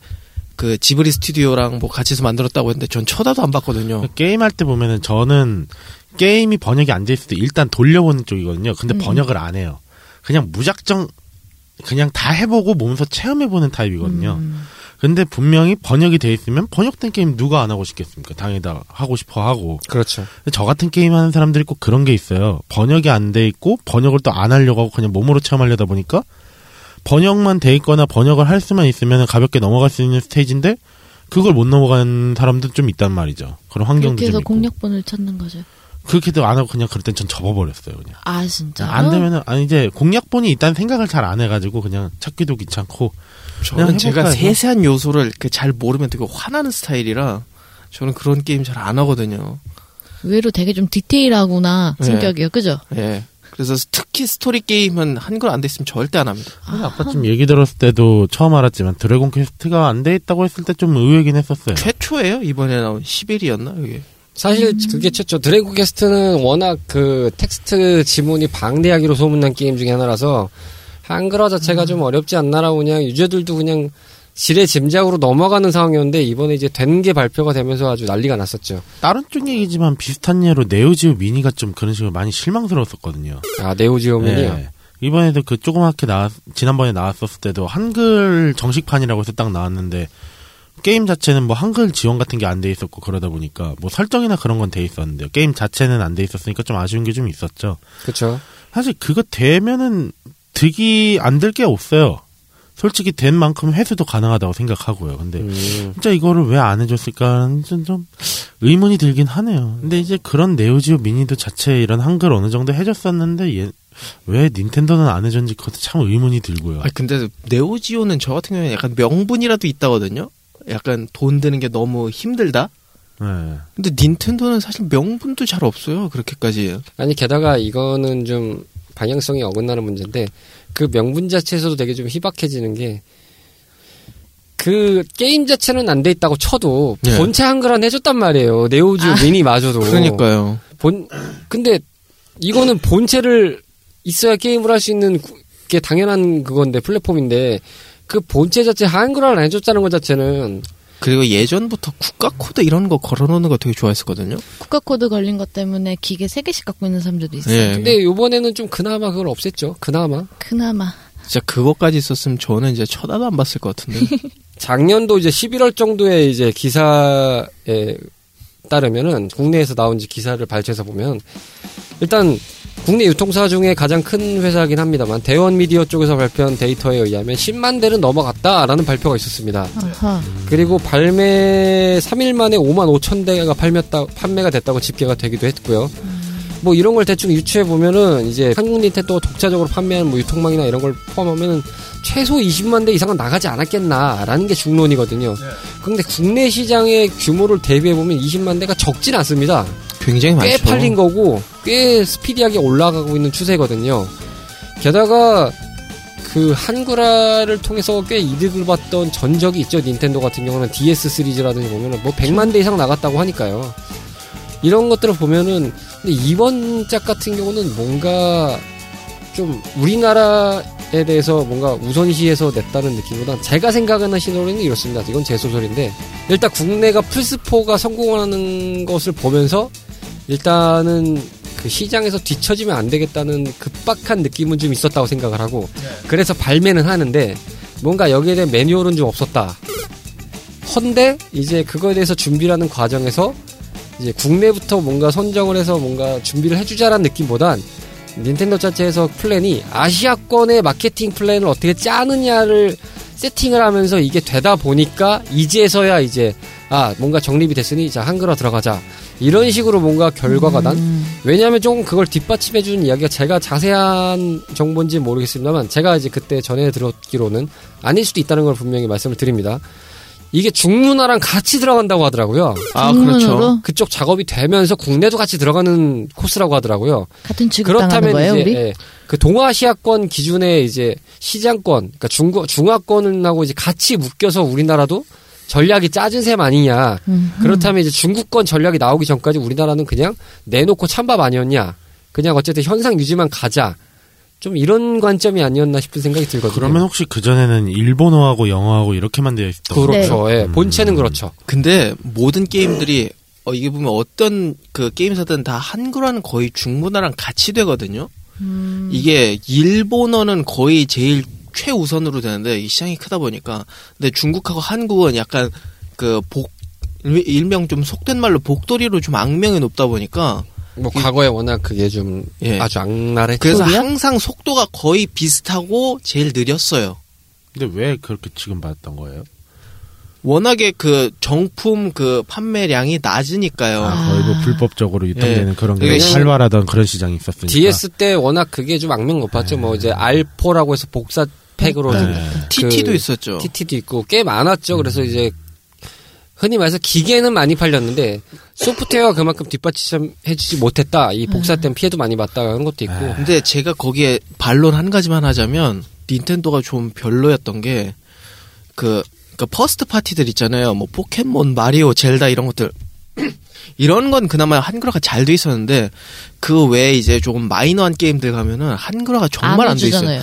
그 지브리 스튜디오랑 뭐 같이 해서 만들었다고 했는데 전 쳐다도 안 봤거든요.
게임 할 때 보면은 저는 게임이 번역이 안 돼 있을 때 일단 돌려보는 쪽이거든요. 근데
음.
번역을 안 해요. 그냥 무작정 그냥 다 해보고 몸소 체험해보는 타입이거든요.
음.
근데 분명히 번역이 돼 있으면 번역된 게임 누가 안 하고 싶겠습니까? 당연히 다 하고 싶어 하고.
그렇죠.
근데 저 같은 게임 하는 사람들이 꼭 그런 게 있어요. 번역이 안 돼 있고 번역을 또 안 하려고 하고 그냥 몸으로 체험하려다 보니까 번역만 돼 있거나 번역을 할 수만 있으면 가볍게 넘어갈 수 있는 스테이지인데 그걸 못 넘어가는 사람도 좀 있단 말이죠. 그런 환경도
그렇게
좀
해서
있고.
공략본을 찾는 거죠.
그렇게도 안 하고 그냥 그럴 땐 전 접어버렸어요. 그냥.
아 진짜?
네,
안 되면은 아니 이제 공략본이 있다는 생각을 잘 안 해가지고 그냥 찾기도 귀찮고
저는
그냥
제가
해볼까요?
세세한 요소를 이렇게 잘 모르면 되게 화나는 스타일이라 저는 그런 게임 잘 안 하거든요.
의외로 되게 좀 디테일하구나
네.
성격이요, 그죠?
예. 그래서 특히 스토리 게임은 한글 안 됐으면 절대 안 합니다.
아까 좀 얘기 들었을 때도 처음 알았지만 드래곤 퀘스트가 안 돼 있다고 했을 때 좀 의외긴 했었어요.
최초예요 이번에 나온 10일이었나 그게.
사실 그게 최초 드래곤 퀘스트는 워낙 그 텍스트 지문이 방대하기로 소문난 게임 중에 하나라서 한글화 자체가 좀 어렵지 않나라고 그냥 유저들도 그냥 지레 짐작으로 넘어가는 상황이었는데 이번에 이제 된 게 발표가 되면서 아주 난리가 났었죠.
다른 쪽 얘기지만 비슷한 예로 네오지오 미니가 좀 그런 식으로 많이 실망스러웠었거든요.
아 네오지오민이요.
예. 이번에도 그 조그맣게 나왔, 지난번에 나왔었을 때도 한글 정식판이라고 해서 딱 나왔는데 게임 자체는 뭐 한글 지원 같은 게 안 돼 있었고 그러다 보니까 뭐 설정이나 그런 건 돼 있었는데요. 게임 자체는 안 돼 있었으니까 좀 아쉬운 게 좀 있었죠.
그렇죠.
사실 그거 되면은 득이 안 될 게 없어요. 솔직히 된 만큼 회수도 가능하다고 생각하고요. 근데
음.
진짜 이거를 왜 안 해줬을까 하는 좀, 좀 의문이 들긴 하네요. 근데 이제 그런 네오지오 미니도 자체 이런 한글 어느 정도 해줬었는데 얘, 왜 닌텐도는 안 해줬는지 그것도 참 의문이 들고요.
아 근데 네오지오는 저 같은 경우에는 약간 명분이라도 있다거든요. 약간 돈 드는 게 너무 힘들다.
예.
근데 닌텐도는 사실 명분도 잘 없어요. 그렇게까지.
아니 게다가 이거는 좀 방향성이 어긋나는 문제인데 그 명분 자체에서도 되게 좀 희박해지는 게 그 게임 자체는 안 돼 있다고 쳐도
예. 아,
본체 한글화 해줬단 말이에요. 네오지오 미니마저도.
그러니까요.
본 근데 이거는 본체를 있어야 게임을 할 수 있는 구- 게 당연한 그건데 플랫폼인데 그 본체 자체 한글화를 안 해줬다는 것 자체는
그리고 예전부터 국가 코드 이런 거 걸어놓는 거 되게 좋아했었거든요.
국가 코드 걸린 것 때문에 기계 세 개씩 갖고 있는 사람들도 있어요.
예.
근데 요번에는 좀 그나마 그걸 없앴죠 그나마
그나마
진짜 그것까지 있었으면 저는 이제 쳐다도 안 봤을 것 같은데.
작년도 이제 11월 정도에 이제 기사에 따르면은 국내에서 나온 지 기사를 발췌해서 보면 일단 국내 유통사 중에 가장 큰 회사긴 합니다만 대원 미디어 쪽에서 발표한 데이터에 의하면 10만 대를 넘어갔다라는 발표가 있었습니다.
아하.
네.
그리고 발매 3일 만에 5만 5천 대가 팔렸다, 판매가 됐다고 집계가 되기도 했고요. 뭐 이런 걸 대충 유추해 보면은 이제 한국 닌텐도 독자적으로 판매하는 뭐 유통망이나 이런 걸 포함하면은 최소 20만 대 이상은 나가지 않았겠나라는 게 중론이거든요. 그런데 국내 시장의 규모를 대비해 보면 20만 대가 적진 않습니다.
굉장히
꽤
많죠.
팔린 거고 꽤 스피디하게 올라가고 있는 추세거든요. 게다가 그 한글화를 통해서 꽤 이득을 봤던 전적이 있죠. 닌텐도 같은 경우는 DS 시리즈라든지 보면은 뭐 100만 대 이상 나갔다고 하니까요. 이런 것들을 보면은 근데 이번 작 같은 경우는 뭔가 좀 우리나라에 대해서 뭔가 우선시해서 냈다는 느낌보다 제가 생각하는 시나리오는 이렇습니다. 이건 제 소설인데 일단 국내가 플스4가 성공하는 것을 보면서 일단은 그 시장에서 뒤처지면 안 되겠다는 급박한 느낌은 좀 있었다고 생각을 하고 그래서 발매는 하는데 뭔가 여기에 대한 매뉴얼은 좀 없었다. 헌데 이제 그거에 대해서 준비하는 과정에서 이제 국내부터 뭔가 선정을 해서 뭔가 준비를 해주자라는 느낌보단 닌텐도 자체에서 플랜이 아시아권의 마케팅 플랜을 어떻게 짜느냐를 세팅을 하면서 이게 되다 보니까 이제서야 이제 아 뭔가 정립이 됐으니 자 한글화 들어가자 이런 식으로 뭔가 결과가 난
음.
왜냐하면 조금 그걸 뒷받침해 주는 이야기가 제가 자세한 정보인지 모르겠습니다만 제가 이제 그때 전해 들었기로는 아닐 수도 있다는 걸 분명히 말씀을 드립니다. 이게 중문화랑 같이 들어간다고 하더라고요.
아 그렇죠.
중문으로
그쪽 작업이 되면서 국내도 같이 들어가는 코스라고 하더라고요.
같은 취급 당하는 거예요,
이제
우리?
예, 그 동아시아권 기준의 이제 시장권, 그러니까 중거 중화권하고 이제 같이 묶여서 우리나라도 전략이 짜진 셈 아니냐.
음.
그렇다면 이제 중국권 전략이 나오기 전까지 우리나라는 그냥 내놓고 찬밥 아니었냐. 그냥 어쨌든 현상 유지만 가자. 좀 이런 관점이 아니었나 싶은 생각이 들거든요.
그러면 혹시 그 전에는 일본어하고 영어하고 이렇게만 되어 있었던 거예요?
그렇죠.
음.
예, 본체는 그렇죠.
근데 모든 게임들이 어, 이게 보면 어떤 그 게임사들은 다 한글화는 거의 중문화랑 같이 되거든요.
음.
이게 일본어는 거의 제일 최우선으로 되는데 이 시장이 크다 보니까 근데 중국하고 한국은 약간 그 복 일명 좀 속된 말로 복돌이로 좀 악명이 높다 보니까
뭐 과거에 워낙 그게 좀
예.
아주 악랄했죠.
그래서
소리야?
항상 속도가 거의 비슷하고 제일 느렸어요.
근데 왜 그렇게 취급받았던 거예요?
워낙에 그 정품 그 판매량이 낮으니까요.
아, 거의 뭐 불법적으로 유통되는
예.
그런 게
그게 시-
활발하던 그런 시장이 있었으니까.
DS 때 워낙 그게 좀 악명 높았죠. 뭐 이제 알포라고 해서 복사 팩으로 좀
네.
TT도
그
있었죠. 음.
TT도 있고 꽤 많았죠. 그래서 이제 흔히 말해서 기계는 많이 팔렸는데 소프트웨어가 그만큼 뒷받침해주지 못했다.
음.
이 복사 때문에 피해도 많이 봤다는 것도 있고.
근데 제가 거기에 반론 한 가지만 하자면 닌텐도가 좀 별로였던 게 그, 그 퍼스트 파티들 있잖아요. 뭐 포켓몬, 마리오, 젤다 이런 것들. 이런 건 그나마 한글화가 잘 돼 있었는데 그 외에 이제 조금 마이너한 게임들 가면은 한글화가 정말 안 돼 있어요.
해주잖아요.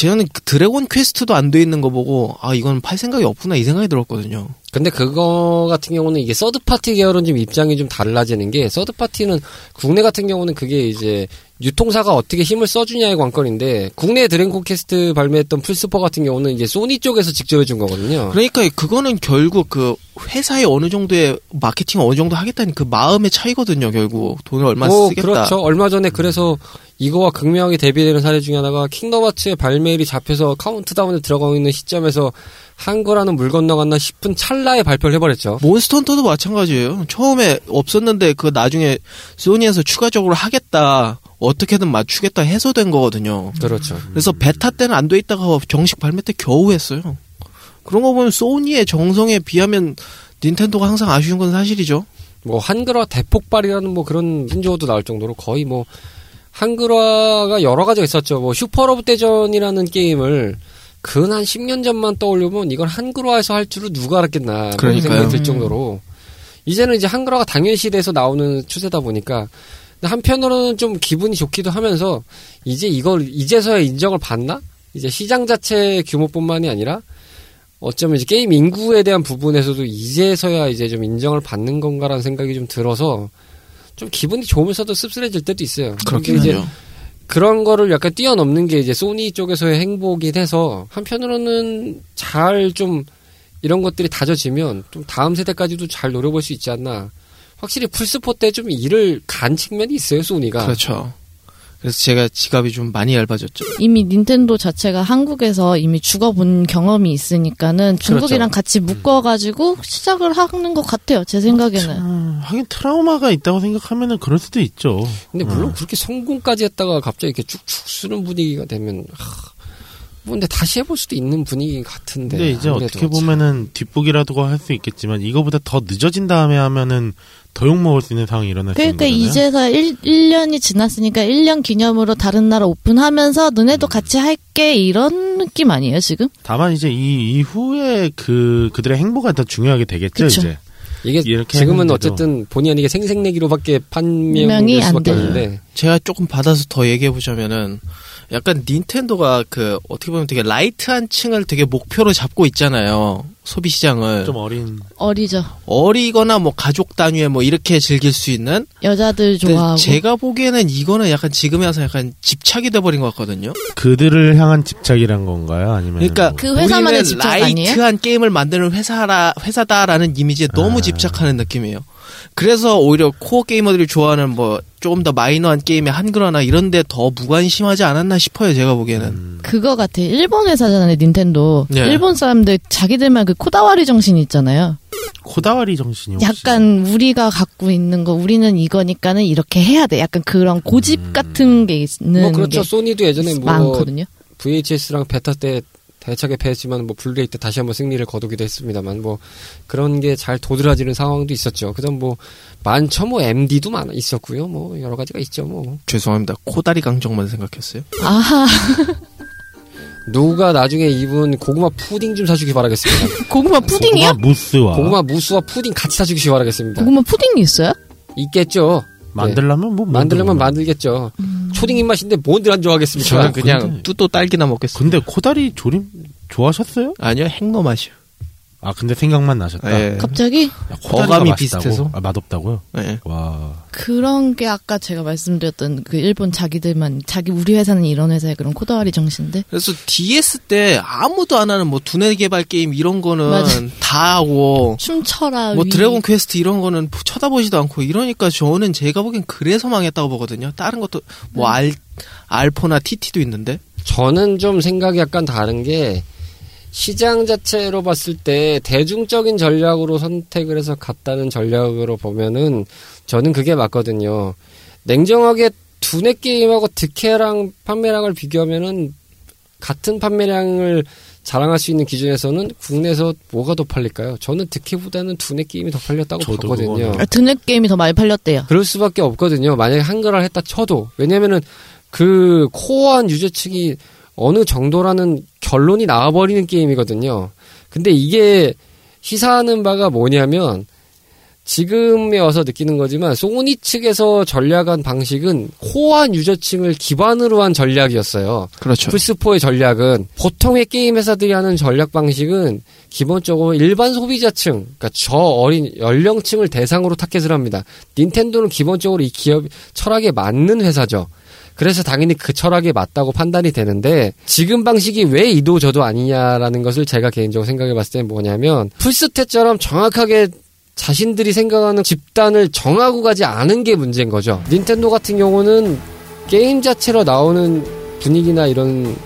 저는 그 드래곤 퀘스트도 안 돼 있는 거 보고 아 이건 팔 생각이 없구나 이 생각이 들었거든요.
근데 그거 같은 경우는 이게 서드 파티 계열은 좀 입장이 좀 달라지는 게 서드 파티는 국내 같은 경우는 그게 이제 유통사가 어떻게 힘을 써주냐의 관건인데 국내 드랭코 캐스트 발매했던 플스포 같은 경우는 이제 소니 쪽에서 직접 해준 거거든요.
그러니까 그거는 결국 그 회사의 어느 정도의 마케팅 어느 정도 하겠다는 그 마음의 차이거든요. 결국 돈을 얼마
오,
쓰겠다.
그렇죠. 얼마 전에 그래서 이거와 극명하게 대비되는 사례 중에 하나가 킹덤 하츠의 발매일이 잡혀서 카운트다운에 들어가고 있는 시점에서 한 거라는 물 건너갔나 싶은 찰나에 발표를 해버렸죠.
몬스터헌터도 마찬가지예요. 처음에 없었는데 그 나중에 소니에서 추가적으로 하겠다 어떻게든 맞추겠다 해소된 거거든요.
그렇죠.
그래서 베타 때는 안 돼 있다가 정식 발매 때 겨우 했어요. 그런 거 보면 소니의 정성에 비하면 닌텐도가 항상 아쉬운 건 사실이죠.
뭐 한글화 대폭발이라는 뭐 그런 신조어도 나올 정도로 거의 뭐 한글화가 여러 가지가 있었죠. 뭐 슈퍼로브 대전이라는 게임을 근 한 10년 전만 떠올리면 이걸 한글화해서 할 줄을 누가 알았겠나 그런 생각이
그러니까요. 음.
들 정도로 이제는 이제 한글화가 당연시돼서 나오는 추세다 보니까 근데 한편으로는 좀 기분이 좋기도 하면서 이제 이걸 이제서야 인정을 받나? 이제 시장 자체 규모뿐만이 아니라 어쩌면 이제 게임 인구에 대한 부분에서도 이제서야 이제 좀 인정을 받는 건가라는 생각이 좀 들어서 좀 기분이 좋으면서도 씁쓸해질 때도 있어요.
그렇긴
근데 이제
하죠.
그런 거를 약간 뛰어넘는 게 이제 소니 쪽에서의 행보긴 해서 한편으로는 잘 좀 이런 것들이 다져지면 좀 다음 세대까지도 잘 노려볼 수
아.
있지 않나. 확실히 풀스포 때 좀 일을 간 측면이 있어요 소니가.
그렇죠. 그래서 제가 지갑이 좀 많이 얇아졌죠.
이미 닌텐도 자체가 한국에서 이미 죽어본 경험이
그렇죠.
있으니까는 중국이랑
음.
같이 묶어가지고 시작을 하는 것 같아요. 제
그렇죠.
생각에는.
음, 하긴 트라우마가 있다고 생각하면은 그럴 수도 있죠.
근데
음.
물론 그렇게 성공까지 했다가 갑자기 이렇게 쭉쭉 쓰는 분위기가 되면 하, 뭐 근데 다시 해볼 수도 있는 분위기 같은데.
네,
근데 이제
아무래도
어떻게
그렇죠.
보면은 뒷북이라도 할 수 있겠지만 이거보다 더 늦어진 다음에 하면은 더 욕 먹을 수 있는 상황이 일어날 수 있는
그렇죠.
그러니까
거잖아요.
이제서 1, 년이 지났으니까 1년 기념으로 다른 나라 오픈하면서 너네도
음.
같이 할게 이런 느낌 아니에요 지금?
다만 이제 이 이후에 그 그들의 행보가 더 중요하게 되겠죠
그쵸.
이제.
이게
이렇게
지금은
했는데도.
어쨌든 본의 아니게 생생내기로밖에
명이
판명될
안
수밖에
돼요.
없는데
제가 조금 받아서 더 얘기해 보자면은 약간 닌텐도가 그 어떻게 보면 되게 라이트한 층을 되게 목표로 잡고 있잖아요. 소비 시장을
좀 어린
어리죠.
어리거나 뭐 가족 단위에 뭐 이렇게 즐길 수 있는
여자들
근데
좋아하고.
제가 보기에는 이거는 약간 지금에 와서 약간 집착이 돼 버린 것 같거든요.
그들을 향한 집착이란 건가요? 아니면
그러니까
뭐
그 회사만의
우리는
집착 아니에요?
라이트한 게임을 만드는 회사라 회사다라는 이미지에 너무
아.
집착하는 느낌이에요. 그래서 오히려 코어 게이머들이 좋아하는 뭐 조금 더 마이너한 게임의 한글화나 이런데 더 무관심하지 않았나 싶어요. 제가 보기에는.
음.
그거 같아. 일본 회사잖아요, 닌텐도.
네.
일본 사람들 자기들만 그 코다와리 정신이 있잖아요.
고다와리 정신이 혹시
약간 우리가 갖고 있는 거, 우리는 이거니까는 이렇게 해야 돼. 약간 그런 고집
음.
같은 게 있는
뭐 그렇죠.
게
소니도 예전에 뭐
많거든요.
VHS랑 베타 때 대차게 패했지만 뭐 블루레이 때 다시 한번 승리를 거두기도 했습니다만 뭐 그런 게 잘 도드라지는 상황도 있었죠. 그다음 뭐 많죠. 뭐 MD도 많아 있었고요. 뭐 여러 가지가 있죠. 뭐
죄송합니다. 코다리 강정만 생각했어요.
아하,
누가 나중에 이분 고구마 푸딩 좀 사주기 바라겠습니다.
뭐
고구마
고구마
푸딩이요?
무스와
고구마 무스와 푸딩 같이 사주기 바라겠습니다.
고구마 푸딩이 있어요?
있겠죠.
네.
만들려면 뭐
만들려면
만들면-
만들겠죠.
음.
초딩 입맛인데 뭔들 안 좋아하겠습니까?
저는 그냥
근데-
뚜또 딸기나 먹겠어요.
근데 코다리 조림 좋아하셨어요?
아니요, 핵노 맛이요.
아 근데 생각만 나셨다.
예.
갑자기
야, 코다리가
어감이
맛있다고?
비슷해서?
아, 맛없다고요?
예.
와
그런 게 아까 제가 말씀드렸던 그 일본 자기들만 자기 우리 회사는 이런 회사의 그런 코다와리 정신인데
그래서 DS 때 아무도 안 하는 뭐 두뇌 개발 게임 이런 거는
맞아.
다 하고
춤춰라
뭐
아, 위.
드래곤 퀘스트 이런 거는 부- 쳐다보지도 않고 이러니까 저는 제가 보기엔 그래서 망했다고 보거든요. 다른 것도 뭐
네.
알, 알포나 TT도 있는데
저는 좀 생각이 약간 다른 게 시장 자체로 봤을 때 대중적인 전략으로 선택을 해서 갔다는 전략으로 보면은 저는 그게 맞거든요. 냉정하게 두뇌 게임하고 득해랑 판매량을 비교하면은 같은 판매량을 자랑할 수 있는 기준에서는 국내에서 뭐가 더 팔릴까요? 저는 득해보다는 두뇌 게임이 더 팔렸다고
저도
봤거든요.
그거는
아, 드네 게임이 더 많이 팔렸대요.
그럴 수밖에 없거든요. 만약에 한글화를 했다 쳐도. 왜냐면은 그 코어한 유저 측이 어느 정도라는 결론이 나와버리는 게임이거든요. 근데 이게 시사하는 바가 뭐냐면 지금에 와서 느끼는 거지만 소니 측에서 전략한 방식은 코어한 유저층을 기반으로 한 전략이었어요.
그렇죠.
플스4의 전략은 보통의 게임 회사들이 하는 전략 방식은 기본적으로 일반 소비자층, 그러니까 저 어린 연령층을 대상으로 타겟을 합니다. 닌텐도는 기본적으로 이 기업 철학에 맞는 회사죠. 그래서 당연히 그 철학에 맞다고 판단이 되는데 지금 방식이 왜 이도 저도 아니냐라는 것을 제가 개인적으로 생각해 봤을 때 뭐냐면 플스테처럼 정확하게 자신들이 생각하는 집단을 정하고 가지 않은 게 문제인 거죠. 닌텐도 같은 경우는 게임 자체로 나오는 분위기나 이런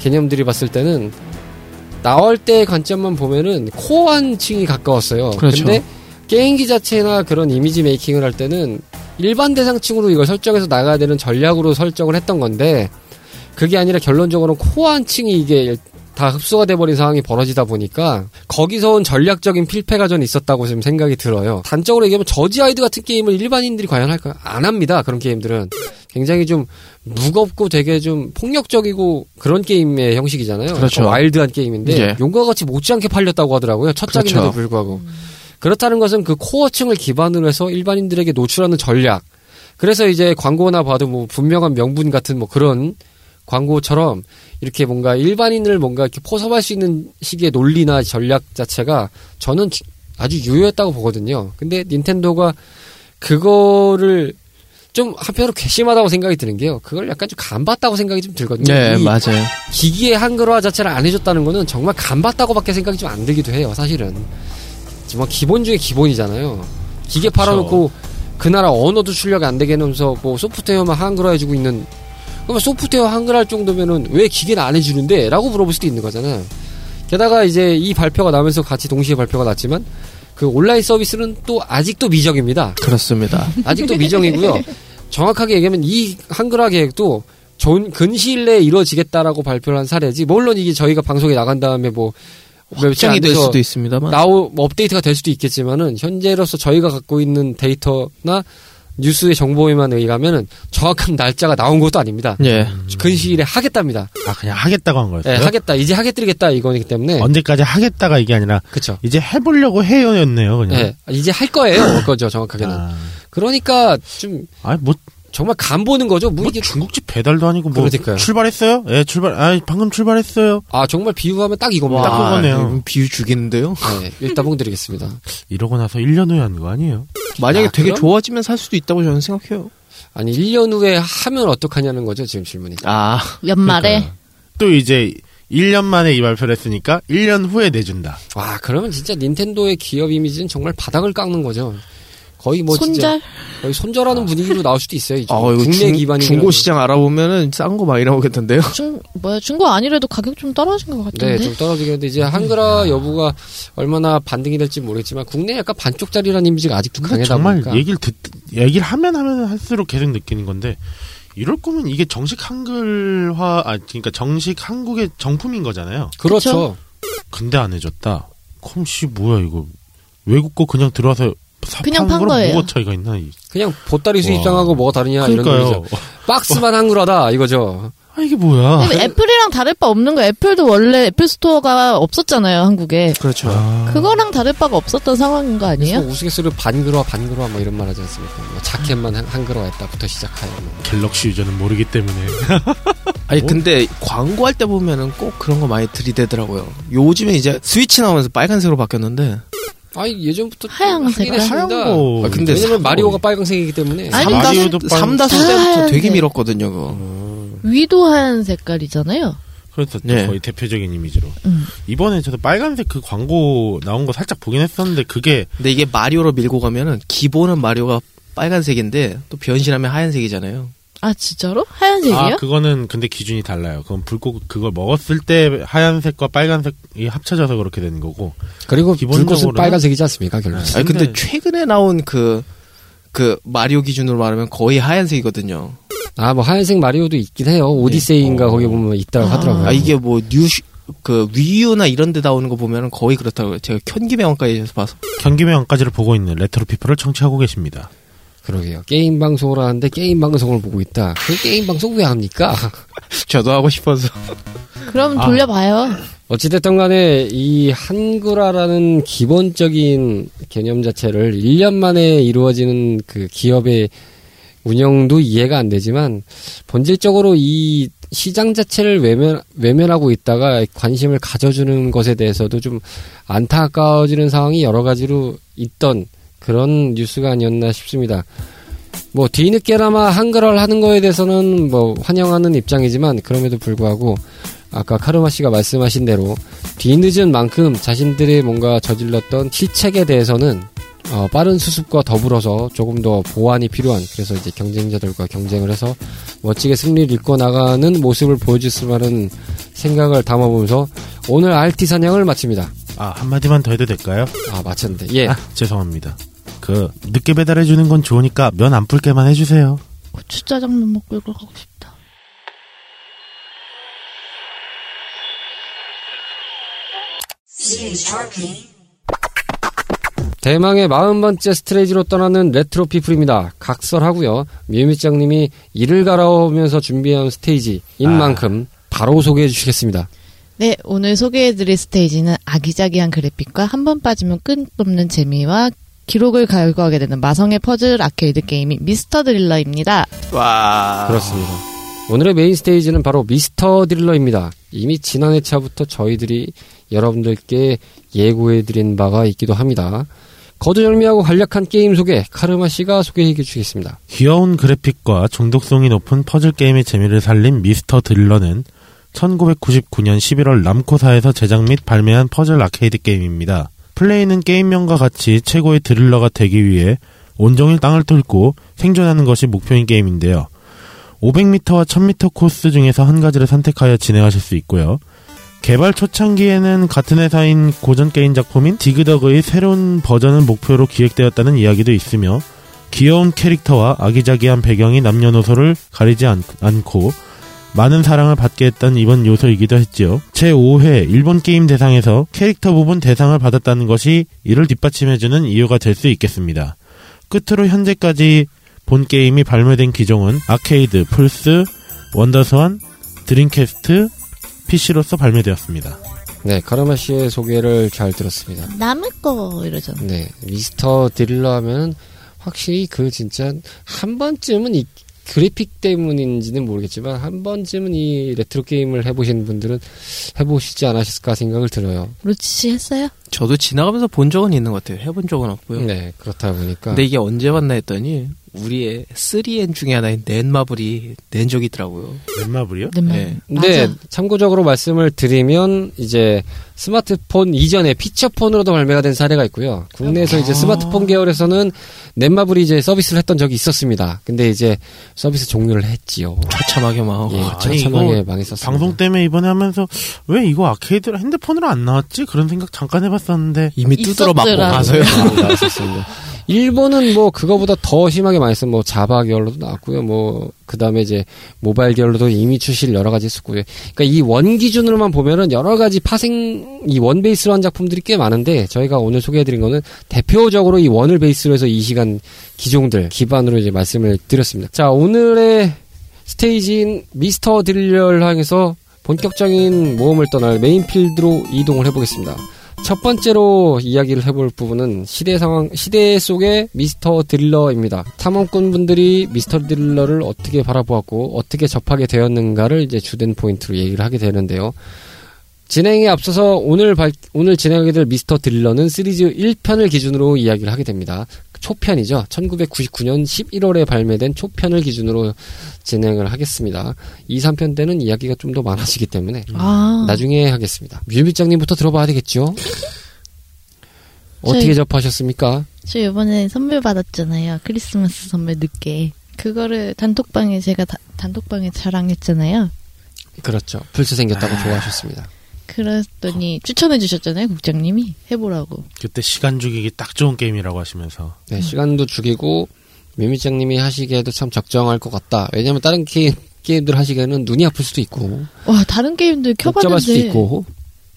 개념들이 봤을 때는 나올 때의 관점만 보면은 코어한 층이 가까웠어요.
그렇죠.
근데 게임기 자체나 그런 이미지 메이킹을 할 때는 일반 대상층으로 이걸 설정해서 나가야 되는 전략으로 설정을 했던 건데 그게 아니라 결론적으로는 코어한 층이 이게 다 흡수가 돼버린 상황이 벌어지다 보니까 거기서 온 전략적인 필패가 전 있었다고 지금 생각이 들어요. 단적으로 얘기하면 저지 아이드 같은 게임을 일반인들이 과연 할까? 안 합니다. 그런 게임들은 굉장히 좀 무겁고 되게 좀 폭력적이고 그런 게임의 형식이잖아요.
그렇죠.
약간 와일드한 게임인데
예.
용과 같이 못지않게 팔렸다고 하더라고요. 첫
그렇죠.
작인데도 불구하고 그렇다는 것은 그 코어층을 기반으로 해서 일반인들에게 노출하는 전략. 그래서 이제 광고나 봐도 뭐 분명한 명분 같은 뭐 그런 광고처럼 이렇게 뭔가 일반인을 뭔가 이렇게 포섭할 수 있는 식의 논리나 전략 자체가 저는 주- 아주 유효했다고 보거든요. 근데 닌텐도가 그거를 좀 한편으로 괘씸하다고 생각이 드는 게요. 그걸 약간 좀 간봤다고 생각이 좀 들거든요.
네
이
맞아요.
기기의 한글화 자체를 안 해줬다는 거는 정말 간봤다고밖에 생각이 좀 안 들기도 해요. 사실은 정말 기본 중에 기본이잖아요. 기계 팔아놓고 그 나라 언어도 출력 안 되게 해놓으면서 뭐 소프트웨어만 한글화해주고 있는 그러면 소프트웨어 한글 할 정도면은 왜 기계는 안 해주는데? 라고 물어볼 수도 있는 거잖아요. 게다가 이제 이 발표가 나면서 같이 동시에 발표가 났지만 그 온라인 서비스는 또 아직도 미정입니다.
그렇습니다.
아직도 미정이고요. 정확하게 얘기하면 이 한글화 계획도 전 근시일 내에 이루어지겠다라고 발표를 한 사례지. 뭐 물론 이게 저희가 방송에 나간 다음에 뭐 며칠
확정이
안
될
돼서
수도 있습니다만
나오 뭐 업데이트가 될 수도 있겠지만은 현재로서 저희가 갖고 있는 데이터나 뉴스의 정보에만 의하면은 정확한 날짜가 나온 것도 아닙니다.
예.
근시일에 하겠답니다.
아 그냥 하겠다고 한
예,
거였어요.
하겠다. 이제 하겠드리겠다 이거기 때문에
아,
언제까지 하겠다가 이게 아니라
그렇죠.
이제 해보려고 해요였네요. 그냥.
예, 이제 할 거예요. 올 거죠 정확하게는.
아.
그러니까 좀
아, 뭐,
정말 간 보는 거죠. 뭐
뭐
이게
중국집 배달도 아니고 뭐
그러니까요.
출발했어요? 예, 출발. 아, 방금 출발했어요.
아 정말 비유하면 딱
딱
이겁니다.
그거네요.
아, 이건 비유 죽이는데요.
네, 일다봉 드리겠습니다.
이러고 나서 1년 후에 한 거 아니에요?
만약에
아,
되게
그럼?
좋아지면 살 수도 있다고 저는 생각해요.
아니 1년 후에 하면 어떡하냐는 거죠 지금 질문이.
아,
연말에
그러니까요. 또 이제 1년 만에 이 발표를 했으니까 1년 후에 내준다.
와 그러면 진짜 닌텐도의 기업 이미지는 정말 바닥을 깎는 거죠. 거의 뭐 진짜
손절
거의 손절하는 분위기로 나올 수도 있어요. 이제
아 이거
국내
중,
기반이
중고 시장 알아보면은 싼 거 많이 나오겠던데요.
중 뭐야 중고 아니래도 가격 좀 떨어진 것
네,
같은데.
좀 떨어지긴 했는데 이제
음.
한글화 여부가 얼마나 반등이 될지 모르겠지만 국내 약간 반쪽짜리라는 이미지가 아직도
근데
강하다
정말
보니까
얘기를 듣 얘기를 하면 하면 할수록 계속 느끼는 건데 이럴 거면 이게 정식 한글화 아 그러니까 정식 한국의 정품인 거잖아요.
그렇죠.
근데 안 해줬다. 그럼 씨 뭐야 이거 외국 거 그냥 들어와서 사
그냥
파는
판
거랑
거예요.
뭐가 차이가 있나? 이-
그냥 보따리 수입장하고
와.
뭐가 다르냐 아, 이런
그러니까요.
거죠. 박스만 한글화다 이거죠.
아 이게 뭐야?
근데 애플이랑 다를 바 없는 거 애플도 원래 애플 스토어가 없었잖아요 한국에
그렇죠.
아.
그거랑 다를 바가 없었던 상황인 거
그래서
아니에요?
우스갯소리로 반글화 반글화 뭐 이런 말 하지 않습니까? 뭐 자켓만 한- 한글화했다부터 시작하여 뭐.
갤럭시 유저는 모르기 때문에
아니
뭐?
근데 광고할 때 보면은 꼭 그런 거 많이 들이대더라고요. 요즘에 이제 스위치 나오면서 빨간색으로 바뀌었는데
아니 예전부터
하얀
좀 하긴
색깔.
했습니다.
하얀 거.
아, 근데
왜냐면
사-
마리오가 빨강색이기 때문에
아니,
삼다수-
마리오도 빨-
삼다수
다
때부터
하얀데.
되게 밀었거든요. 그거.
뭐.
위도 하얀 색깔이잖아요.
그래서
네.
그렇죠. 거의 대표적인 이미지로
음.
이번에 저도 빨간색 그 광고 나온 거 살짝 보긴 했었는데 그게
근데 이게 마리오로 밀고 가면은 기본은 마리오가 빨간색인데 또 변신하면 하얀색이잖아요.
아 진짜로 하얀색이요?
아 그거는 근데 기준이 달라요. 그건 불꽃 그걸 먹었을 때 하얀색과 빨간색이 합쳐져서 그렇게 되는 거고
그리고 불꽃은
기본적으로는-
빨간색이지 않습니까 결국
네.
아니 근데
근데-
최근에 나온 그 그 마리오 기준으로 말하면 거의 하얀색이거든요.
아 뭐 하얀색 마리오도 있긴 해요 오디세이인가
어.
거기 보면 있다고
아.
하더라고요
아 이게 뭐 뉴 그 위유나 이런 데 나오는 거 보면은 거의 그렇다고요. 제가 현기명까지 봐서
경기명까지를 보고 있는 레트로 피플을 청취하고 계십니다.
그러게요 게임 방송을 하는데 게임 방송을 보고 있다 그 게임 방송 왜 합니까
저도 하고 싶어서
그럼
아.
돌려봐요.
어찌됐든 간에 이 한글화라는 기본적인 개념 자체를 1년 만에 이루어지는 그 기업의 운영도 이해가 안 되지만 본질적으로 이 시장 자체를 외면, 외면하고 있다가 관심을 가져주는 것에 대해서도 좀 안타까워지는 상황이 여러 가지로 있던 그런 뉴스가 아니었나 싶습니다. 뭐 뒤늦게나마 한글화를 하는 거에 대해서는 뭐 환영하는 입장이지만 그럼에도 불구하고 아까 카르마 씨가 말씀하신 대로 뒤늦은 만큼 자신들의 뭔가 저질렀던 실책에 대해서는 어, 빠른 수습과 더불어서 조금 더 보완이 필요한 그래서 이제 경쟁자들과 경쟁을 해서 멋지게 승리를 이끌고 나가는 모습을 보여줄 수만은 생각을 담아보면서 오늘 RT 사냥을 마칩니다.
아 한마디만 더 해도 될까요?
아 마쳤는데 예.
아, 죄송합니다. 그 늦게 배달해 주는 건 좋으니까 면 안 풀게만 해주세요.
고추짜장면 먹고 이걸 가고 싶다.
대망의 40번째 스트레이지로 떠나는 레트로 피플입니다. 각설하고요. 미유미짱님이 이를 갈아오면서 준비한 스테이지인 만큼 바로 소개해 주시겠습니다.
네, 오늘 소개해드릴 스테이지는 아기자기한 그래픽과 한 번 빠지면 끝없는 재미와 기록을 갈구하게 되는 마성의 퍼즐 아케이드 게임인 미스터 드릴러입니다.
와
그렇습니다. 오늘의 메인 스테이지는 바로 미스터 드릴러입니다. 이미 지난 회차부터 저희들이 여러분들께 예고해드린 바가 있기도 합니다. 거두절미하고 간략한 게임 소개, 카르마 씨가 소개해 주시겠습니다.
귀여운 그래픽과 중독성이 높은 퍼즐 게임의 재미를 살린 미스터 드릴러는 1999년 11월 남코사에서 제작 및 발매한 퍼즐 아케이드 게임입니다. 플레이는 게임명과 같이 최고의 드릴러가 되기 위해 온종일 땅을 뚫고 생존하는 것이 목표인 게임인데요. 500m와 1000m 코스 중에서 한 가지를 선택하여 진행하실 수 있고요. 개발 초창기에는 같은 회사인 고전 게임 작품인 디그덕의 새로운 버전을 목표로 기획되었다는 이야기도 있으며 귀여운 캐릭터와 아기자기한 배경이 남녀노소를 가리지 않, 않고 많은 사랑을 받게 했던 이번 요소이기도 했지요. 제5회 일본 게임 대상에서 캐릭터 부분 대상을 받았다는 것이 이를 뒷받침해주는 이유가 될 수 있겠습니다. 끝으로 현재까지 본 게임이 발매된 기종은 아케이드, 플스, 원더스완, 드림캐스트, PC로서 발매되었습니다.
네, 카르마 씨의 소개를 잘 들었습니다.
남의 거 이러잖아.
네, 미스터 드릴러 하면 확실히 그 진짜 한 번쯤은 이 그래픽 때문인지는 모르겠지만 한 번쯤은 이 레트로 게임을 해보신 분들은 해보시지 않으셨을까 생각을 들어요.
루치 했어요?
저도 지나가면서 본 적은 있는 것 같아요. 해본 적은 없고요.
네, 그렇다 보니까
근데 이게 언제 봤나 했더니 우리의 3N 중에 하나인 넷마블이 낸 적이 있더라고요.
넷마블이요?
네.
네.
근데 참고적으로 말씀을 드리면 이제 스마트폰 이전에 피처폰으로도 발매가 된 사례가 있고요. 국내에서
아.
이제 스마트폰 계열에서는 넷마블이 이제 서비스를 했던 적이 있었습니다. 근데 이제 서비스 종료를 했지요.
처참하게 막
예,
아, 아니,
처참하게
이거
망했었습니다.
방송 때문에 이번에 하면서 왜 이거 아케이드로 핸드폰으로 안 나왔지? 그런 생각 잠깐 해봤었는데
이미 두드러 맞고
있었더라.
가서요.
아, 나왔었습니다. 일본은 뭐 그거보다 더 심하게 많이 쓴뭐 자바 계열로도 나왔고요. 뭐 그다음에 이제 모바일 계열로도 이미 출시를 여러 가지 했었고요. 그러니까 이 원 기준으로만 보면은 여러 가지 파생 이 원 베이스로 한 작품들이 꽤 많은데 저희가 오늘 소개해 드린 거는 대표적으로 이 원을 베이스로 해서 이 시간 기종들 기반으로 이제 말씀을 드렸습니다. 자, 오늘의 스테이지인 미스터 드릴러를 향해서 본격적인 모험을 떠날 메인필드로 이동을 해보겠습니다. 첫 번째로 이야기를 해볼 부분은 시대 상황, 시대 속의 미스터 드릴러입니다. 탐험꾼 분들이 미스터 드릴러를 어떻게 바라보았고, 어떻게 접하게 되었는가를 이제 주된 포인트로 얘기를 하게 되는데요. 진행에 앞서서 오늘 발, 오늘 진행하게 될 미스터 드릴러는 시리즈 1편을 기준으로 이야기를 하게 됩니다. 초편이죠. 1999년 11월에 발매된 초편을 기준으로 진행을 하겠습니다. 2, 3편 때는 이야기가 좀 더 많아지기 때문에
아,
나중에 하겠습니다. 뮤비장님부터 들어봐야 되겠죠? 어떻게
저희-
접하셨습니까?
저 이번에 선물 받았잖아요. 크리스마스 선물 늦게. 그거를 단톡방에 제가 다- 단톡방에 자랑했잖아요.
그렇죠. 불스 생겼다고 좋아하셨습니다.
그랬더니 추천해 주셨잖아요, 국장님이 해보라고.
그때 시간 죽이기 딱 좋은 게임이라고 하시면서
네, 시간도 죽이고 뮤비장님이 하시기에도 참 적정할 것 같다. 왜냐면 다른 게임, 게임들 하시기에는 눈이 아플 수도 있고
와 다른 게임들
복잡할 수도
켜봤는데
있고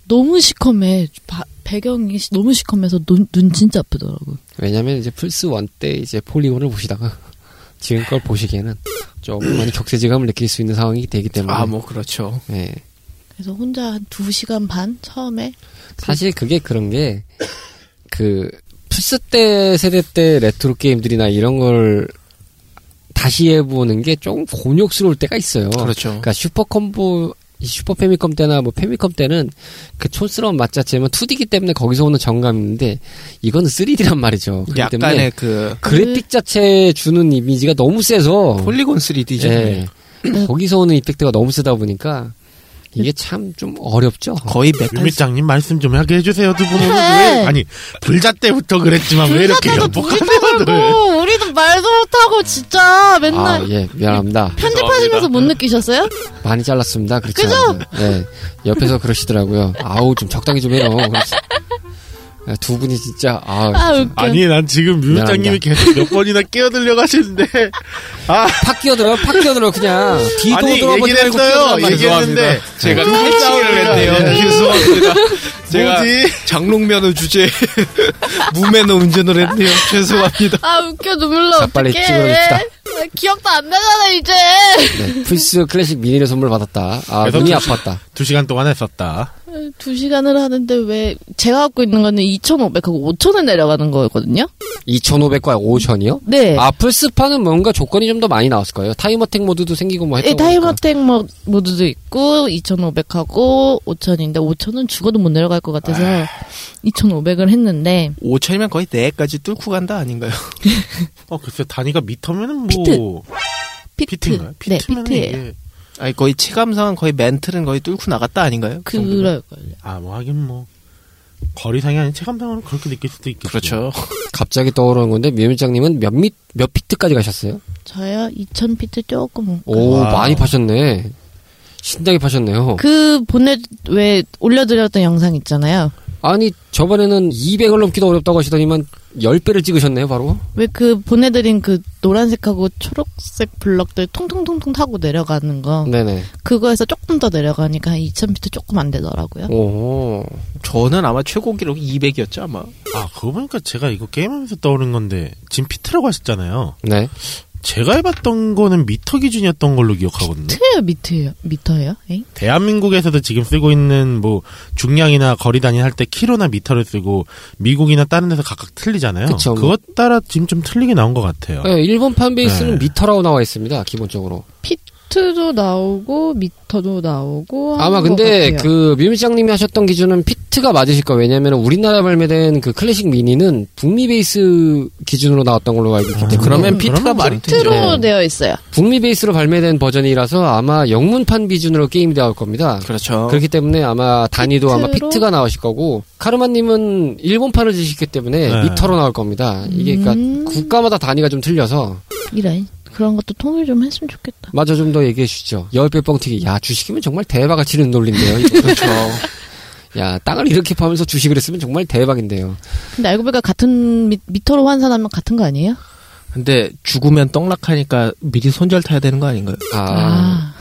너무 시커매. 바- 배경이 시- 너무 시커매서 눈, 눈 진짜 아프더라고.
왜냐면 이제 플스 1 때 이제 폴리곤을 보시다가 지금 걸 보시기에는 조금 많이 격세지감을 느낄 수 있는 상황이 되기 때문에
아, 뭐 그렇죠.
예.
그래서 혼자 한 두 시간 반 처음에
사실 그게 그런 게, 그, 플스 때 세대 때 레트로 게임들이나 이런 걸 다시 해보는 게 조금 곤욕스러울 때가 있어요.
그렇죠.
그러니까 슈퍼 콤보, 이 슈퍼 페미컴 때나 뭐 페미컴 때는 그 촌스러운 맛자체면 2D기 때문에 거기서 오는 정감인데, 이건 3D란 말이죠. 그렇기 때문에
약간의 그
그래픽 자체에 주는 이미지가 너무 세서.
폴리곤 3D죠.
예. 거기서 오는 이펙트가 너무 세다 보니까, 이게 참 좀 어렵죠.
거의 메탈
유미장님 말씀 좀 하게 해주세요 두 분은
해!
왜 아니 불자 때부터 그랬지만 아, 왜 이렇게 연복하네요 늘
고 우리도 말도 못하고 진짜 맨날
아, 예, 미안합니다.
편집하시면서 못 느끼셨어요?
많이 잘랐습니다. 그렇죠?
그죠?
네. 옆에서 그러시더라고요. 아우, 좀 적당히 좀 해요. 그래서. 야, 두 분이 진짜, 아,
아 웃겨.
아니 난 지금 유미장님이
미안합니다.
계속 몇 번이나 끼어들려고 하시는데 아
팍 끼어들어, 팍 끼어들어, 그냥. 뒤도
아니
돌아보지
얘기를
말고 끼어들어.
했어요
말이죠.
얘기했는데
제가
또
칼치기를
싸우네요.
했네요. 죄송합니다. 아, 제가
뭐지?
장롱면허 주제 무매너 운전을 했네요. 죄송합니다.
아 웃겨 눈물 나
자, 빨리
어떡해.
찌그러집시다.
나 기억도 안 나잖아 이제.
네, 플스 클래식 미니를 선물 받았다. 아,
그래서
눈이
좀-
아팠다.
두 시간 동안 했었다
두 시간을 하는데 왜 제가 갖고 있는 거는 2,500하고 5,000에 내려가는 거거든요.
2,500과 5,000이요?
네.
아, 플스판은 뭔가 조건이 좀 더 많이 나왔을 거예요. 타임어택 모드도 생기고 뭐
예,
했던 거니까.
타임어택 뭐 모드도 있고 2,500하고 5,000인데 5,000은 죽어도 못 내려갈 것 같아서 2,500을 했는데
5천이면 거의 4까지 뚫고 간다 아닌가요?
어 글쎄 단위가 미터면은 뭐
피트. 피트.
피트인가요?
네,
피트면은
피트예요.
이게
아니 거의 체감상은 거의 멘트는 거의 뚫고 나갔다 아닌가요? 그 정도면?
그럴걸요.
아뭐 하긴 뭐 거리상이 아닌 체감상으로 그렇게 느낄 수도 있겠죠
그렇죠.
갑자기 떠오르는 건데, 미 회장님은 몇 미, 몇 피트까지 가셨어요?
저요 2000피트 조금 넘-
오,
와우.
많이 파셨네. 신나게 파셨네요.
그 보내 왜 올려드렸던 영상 있잖아요.
아니, 저번에는 200을 넘기도 어렵다고 하시더니만 10배를 찍으셨네요, 바로.
왜 그 보내드린 그 노란색하고 초록색 블럭들 통통통통 타고 내려가는 거
네네.
그거에서 조금 더 내려가니까 2000피트 조금 안 되더라고요.
어.
오.
저는 아마 최고 기록 200이었죠 아마.
아, 그거 보니까 제가 이거 게임하면서 떠오른 건데, 지금 피트라고 하셨잖아요.
네.
제가 해봤던 거는 미터 기준이었던 걸로 기억하거든요.
트예요 미터예요 미터예요? 에잉?
대한민국에서도 지금 쓰고 있는 뭐 중량이나 거리 단위 할 때 키로나 미터를 쓰고 미국이나 다른 데서 각각 틀리잖아요.
그쵸.
것 따라 지금 좀 틀리게 나온 것 같아요.
네, 일본판 베이스는
네.
미터라고 나와 있습니다, 기본적으로.
피트도 나오고 미터도 나오고 하는
아마
어, 것
근데
같아요.
그 미미짱님이 하셨던 기준은 피트가 맞으실 거예요. 왜냐면 우리나라 발매된 그 클래식 미니는 북미 베이스 기준으로 나왔던 걸로 알고 있기 때문에.
그러면
아, 그러면
피트가
그러면
말이 되죠.
트로
네.
되어 있어요.
북미 베이스로 발매된 버전이라서 아마 영문판 기준으로 게임이 나올 겁니다.
어.
그렇죠.
그렇기 때문에 아마 단위도 아마
피트로?
피트가 나오실 거고 카르마님은 일본판을 지시기 때문에
네.
미터로 나올 겁니다. 이게
음.
그러니까 국가마다 단위가 좀 틀려서
이런 그런 것도 통일 좀 했으면 좋겠다.
맞아 좀 더 얘기해 주시죠. 열배 뻥튀기. 야 주식이면 정말 대박을 치는 논리인데요. 그렇죠. 야 땅을 이렇게 파면서 주식을 했으면 정말 대박인데요.
근데 알고 보니까 같은 미, 미터로 환산하면 같은 거 아니에요?
근데 죽으면 떡락하니까 미리 손절 타야 되는 거 아닌가요?
아,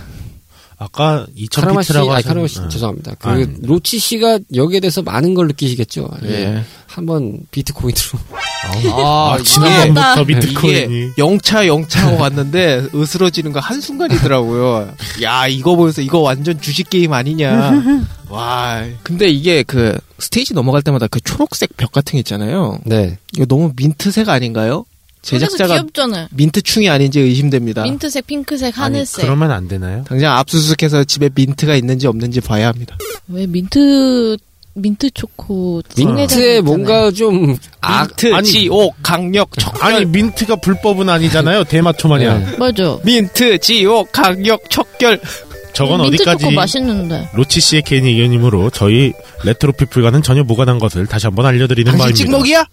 아까 2000
카르마 씨,
피트라고
아니
하셨
카르마 씨
네.
죄송합니다. 그
아니.
로치 씨가 여기에 대해서 많은 걸 느끼시겠죠. 예. 한번 비트코인으로.
아,
이게-
지난번부터
네. 이게
예.
비트코인이
영차 영차하고 갔는데 으스러지는 거 한순간이더라고요. 야, 이거 보면서 이거 완전 주식 게임 아니냐. 와. 근데 이게 그 스테이지 넘어갈 때마다 그 초록색 벽 같은 게 있잖아요.
네.
이거 너무 민트색 아닌가요?
그래서
제작자가
귀엽잖아요.
민트충이 아닌지 의심됩니다.
민트색, 핑크색,
아니,
하늘색.
그러면 안 되나요?
당장 압수수색해서 집에 민트가 있는지 없는지 봐야 합니다.
왜 민트 민트 초코
네. 민트에
성애자들 있잖아요.
뭔가 좀 악.
민트,
아니.
지옥, 강력,
그러니까
척결.
아니 민트가 불법은 아니잖아요. 대마초 마냥.
네.
맞아.
민트, 지옥, 강력, 척결.
저건
민트
어디까지
초코 맛있는데.
로치 씨의 개인 의견이므로 저희 레트로 피플과는 전혀 무관한 것을 다시 한번 알려드리는
당신
바입니다.
찍먹이야?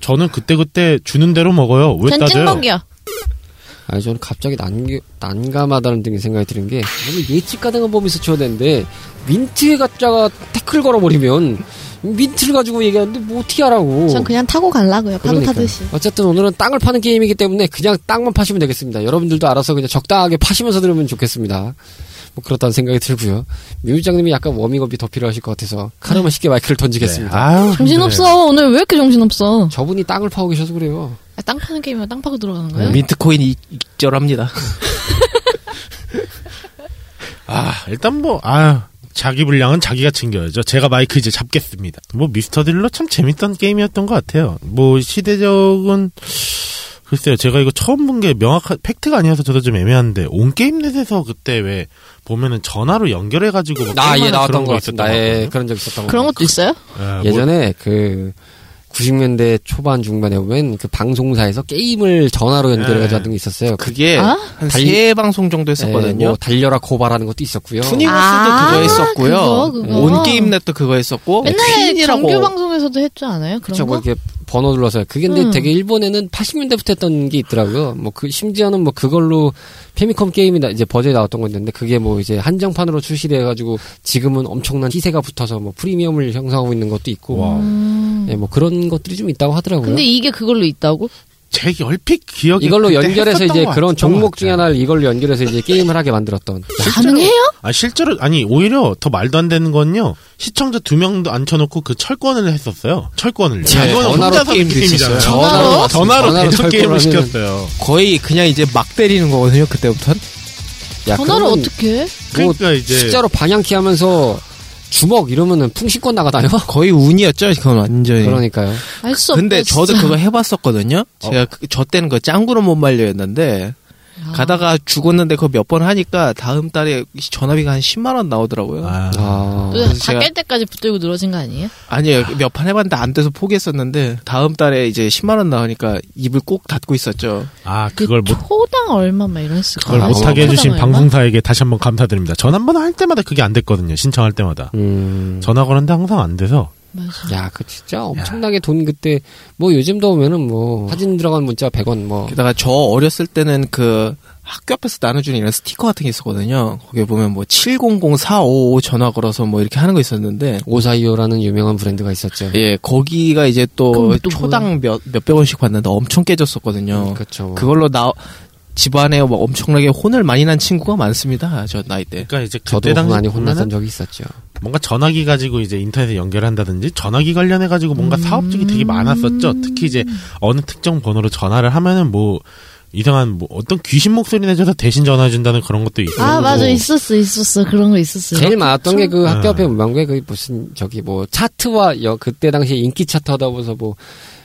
저는 그때그때 주는 대로 먹어요. 왜
전
따져요?
찍먹이야.
아니 저는 갑자기 난 난감하다는 등의 생각이 드는 게 너무 예측 가능한 범위 스쳐야 되는데 민트에 갖다가 태클 걸어버리면 민트를 가지고 얘기하는데 뭐 어떻게 하라고.
전 그냥 타고 갈라고요. 파도
그러니까요.
타듯이.
어쨌든 오늘은 땅을 파는 게임이기 때문에 그냥 땅만 파시면 되겠습니다. 여러분들도 알아서 그냥 적당하게 파시면서 들으면 좋겠습니다. 뭐 그렇다는 생각이 들고요. 뮤지장님이 약간 워밍업이 더 필요하실 것 같아서 카르마 쉽게 마이크를
네.
던지겠습니다.
아유, 힘드네요.
정신없어. 오늘 왜 이렇게 정신없어?
저분이 땅을 파고 계셔서 그래요.
아, 땅 파는 게임이면 땅 파고 들어가는 거예요?
네.
민트코인 이- 익절합니다.
아 일단 뭐 아유. 자기 분량은 자기가 챙겨야죠. 제가 마이크 이제 잡겠습니다. 뭐 미스터 딜러 참 재밌던 게임이었던 것 같아요. 뭐 시대적은 글쎄요. 제가 이거 처음 본 게 명확한 팩트가 아니어서 저도 좀 애매한데 온 게임넷에서 그때 왜 보면은 전화로 연결해 가지고 뭐
나 예 나왔던 것 같습니다. 예, 그런 적 있었던 것
그런
같아요.
것도 있어요?
뭐
뭐-
예전에 그 90년대 초반 중반에 보면 그 방송사에서 게임을 전화로 연결해가지고
네.
하던 게 있었어요.
그게
아?
한 세 방송 정도
예,
했었거든요.
뭐 달려라 고바라는 것도 있었고요.
투니버스도
아,
그거 했었고요.
그거, 그거.
온 게임넷도 그거 했었고.
맨날
퀸이라고.
정규 방송에서도 했지 않아요? 그런
그렇죠. 뭐
거?
이렇게 번호 눌러서 그게 근데
음.
되게 일본에는 80년대부터 했던 게 있더라고요. 뭐 그 심지어는 뭐 그걸로 페미컴 게임이 나- 이제 버전이 나왔던 건데 그게 뭐 이제 한정판으로 출시돼 가지고 지금은 엄청난 시세가 붙어서 뭐 프리미엄을 형성하고 있는 것도 있고
음.
예, 뭐 그런 것들이 좀 있다고 하더라고요.
근데 이게 그걸로 있다고?
제 얼핏 기억이
이걸로
그때
연결해서
했었던
이제
것 네.
그런
같죠.
종목 중에 하나를 이걸로 연결해서 이제 게임을 하게 만들었던
가능해요?
아 실제로 아니 오히려 더 말도 안 되는 건요 시청자 두 명도 앉혀놓고 그 철권을 했었어요 철권을
예, 전화로
네, 게임도
전화로?
있었어요.
전화로 전화로
전화로
대처
철권을
게임을
하면은-
시켰어요
거의 그냥 이제 막 때리는 거거든요. 그때부터.
야,
전화로
아, 그러면
어떻게? 해?
뭐
그러니까 이제
숫자로 방향키 하면서 주먹 이러면은 풍신권 나가나요?
거의 운이었죠. 그건
네.
완전히.
어? 그러니까요.
알 수 없어.
근데 저도
진짜.
그거 해봤었거든요.
어.
제가 그- 저 때는 그 짱구로 못 말려였는데
아.
가다가 죽었는데 그거 몇 번 하니까 다음 달에 전화비가 한 10만 원 나오더라고요.
아,
아.
왜
그래서
다
제가-
깰 때까지 붙들고 늘어진 거 아니에요?
아니요 몇 판 해봤는데 안 돼서 포기했었는데 다음 달에 이제 10만 원 나오니까 입을 꼭 닫고 있었죠.
아, 그걸 못
초당 얼마 막 이런 식.
그걸
아,
못하게
초당
해주신
얼마?
방송사에게 다시 한번 감사드립니다 전 한 번 할 때마다 그게 안 됐거든요 신청할 때마다
음.
전화 걸었는데 항상 안 돼서
맞아.
야, 그 진짜 엄청나게 돈 그때 뭐 요즘 도오면은뭐 사진 들어간 문자 100원 뭐
게다가 저 어렸을 때는 그 학교 앞에서 나눠주는 이런 스티커 같은 게 있었거든요. 거기에 보면 뭐 700455 전화 걸어서 뭐 이렇게 하는 거 있었는데
5425라는 유명한 브랜드가 있었죠.
예, 거기가 이제 또
그럼 또
초당 몇, 몇백 원씩 받는데 엄청 깨졌었거든요.
그렇죠.
그걸로 나, 집안에 막 엄청나게 혼을 많이 난 친구가 많습니다. 저 나이 때.
그러니까 이제 그때
저도
당시
많이
보면은
혼났던 적이 있었죠.
뭔가 전화기 가지고 이제 인터넷에 연결한다든지 전화기 관련해 가지고 뭔가
음.
사업적이 되게 많았었죠. 특히 이제 어느 특정 번호로 전화를 하면은 뭐 이상한 뭐 어떤 귀신 목소리 내줘서 대신 전화해 준다는 그런 것도 있고.
아 맞아 있었어 있었어 그런 거 있었어.
제일 많았던 게 그 학교
아.
앞에 문방구에 그 무슨 저기 뭐 차트와 여 그때 당시에 인기 차트 하다 보서 뭐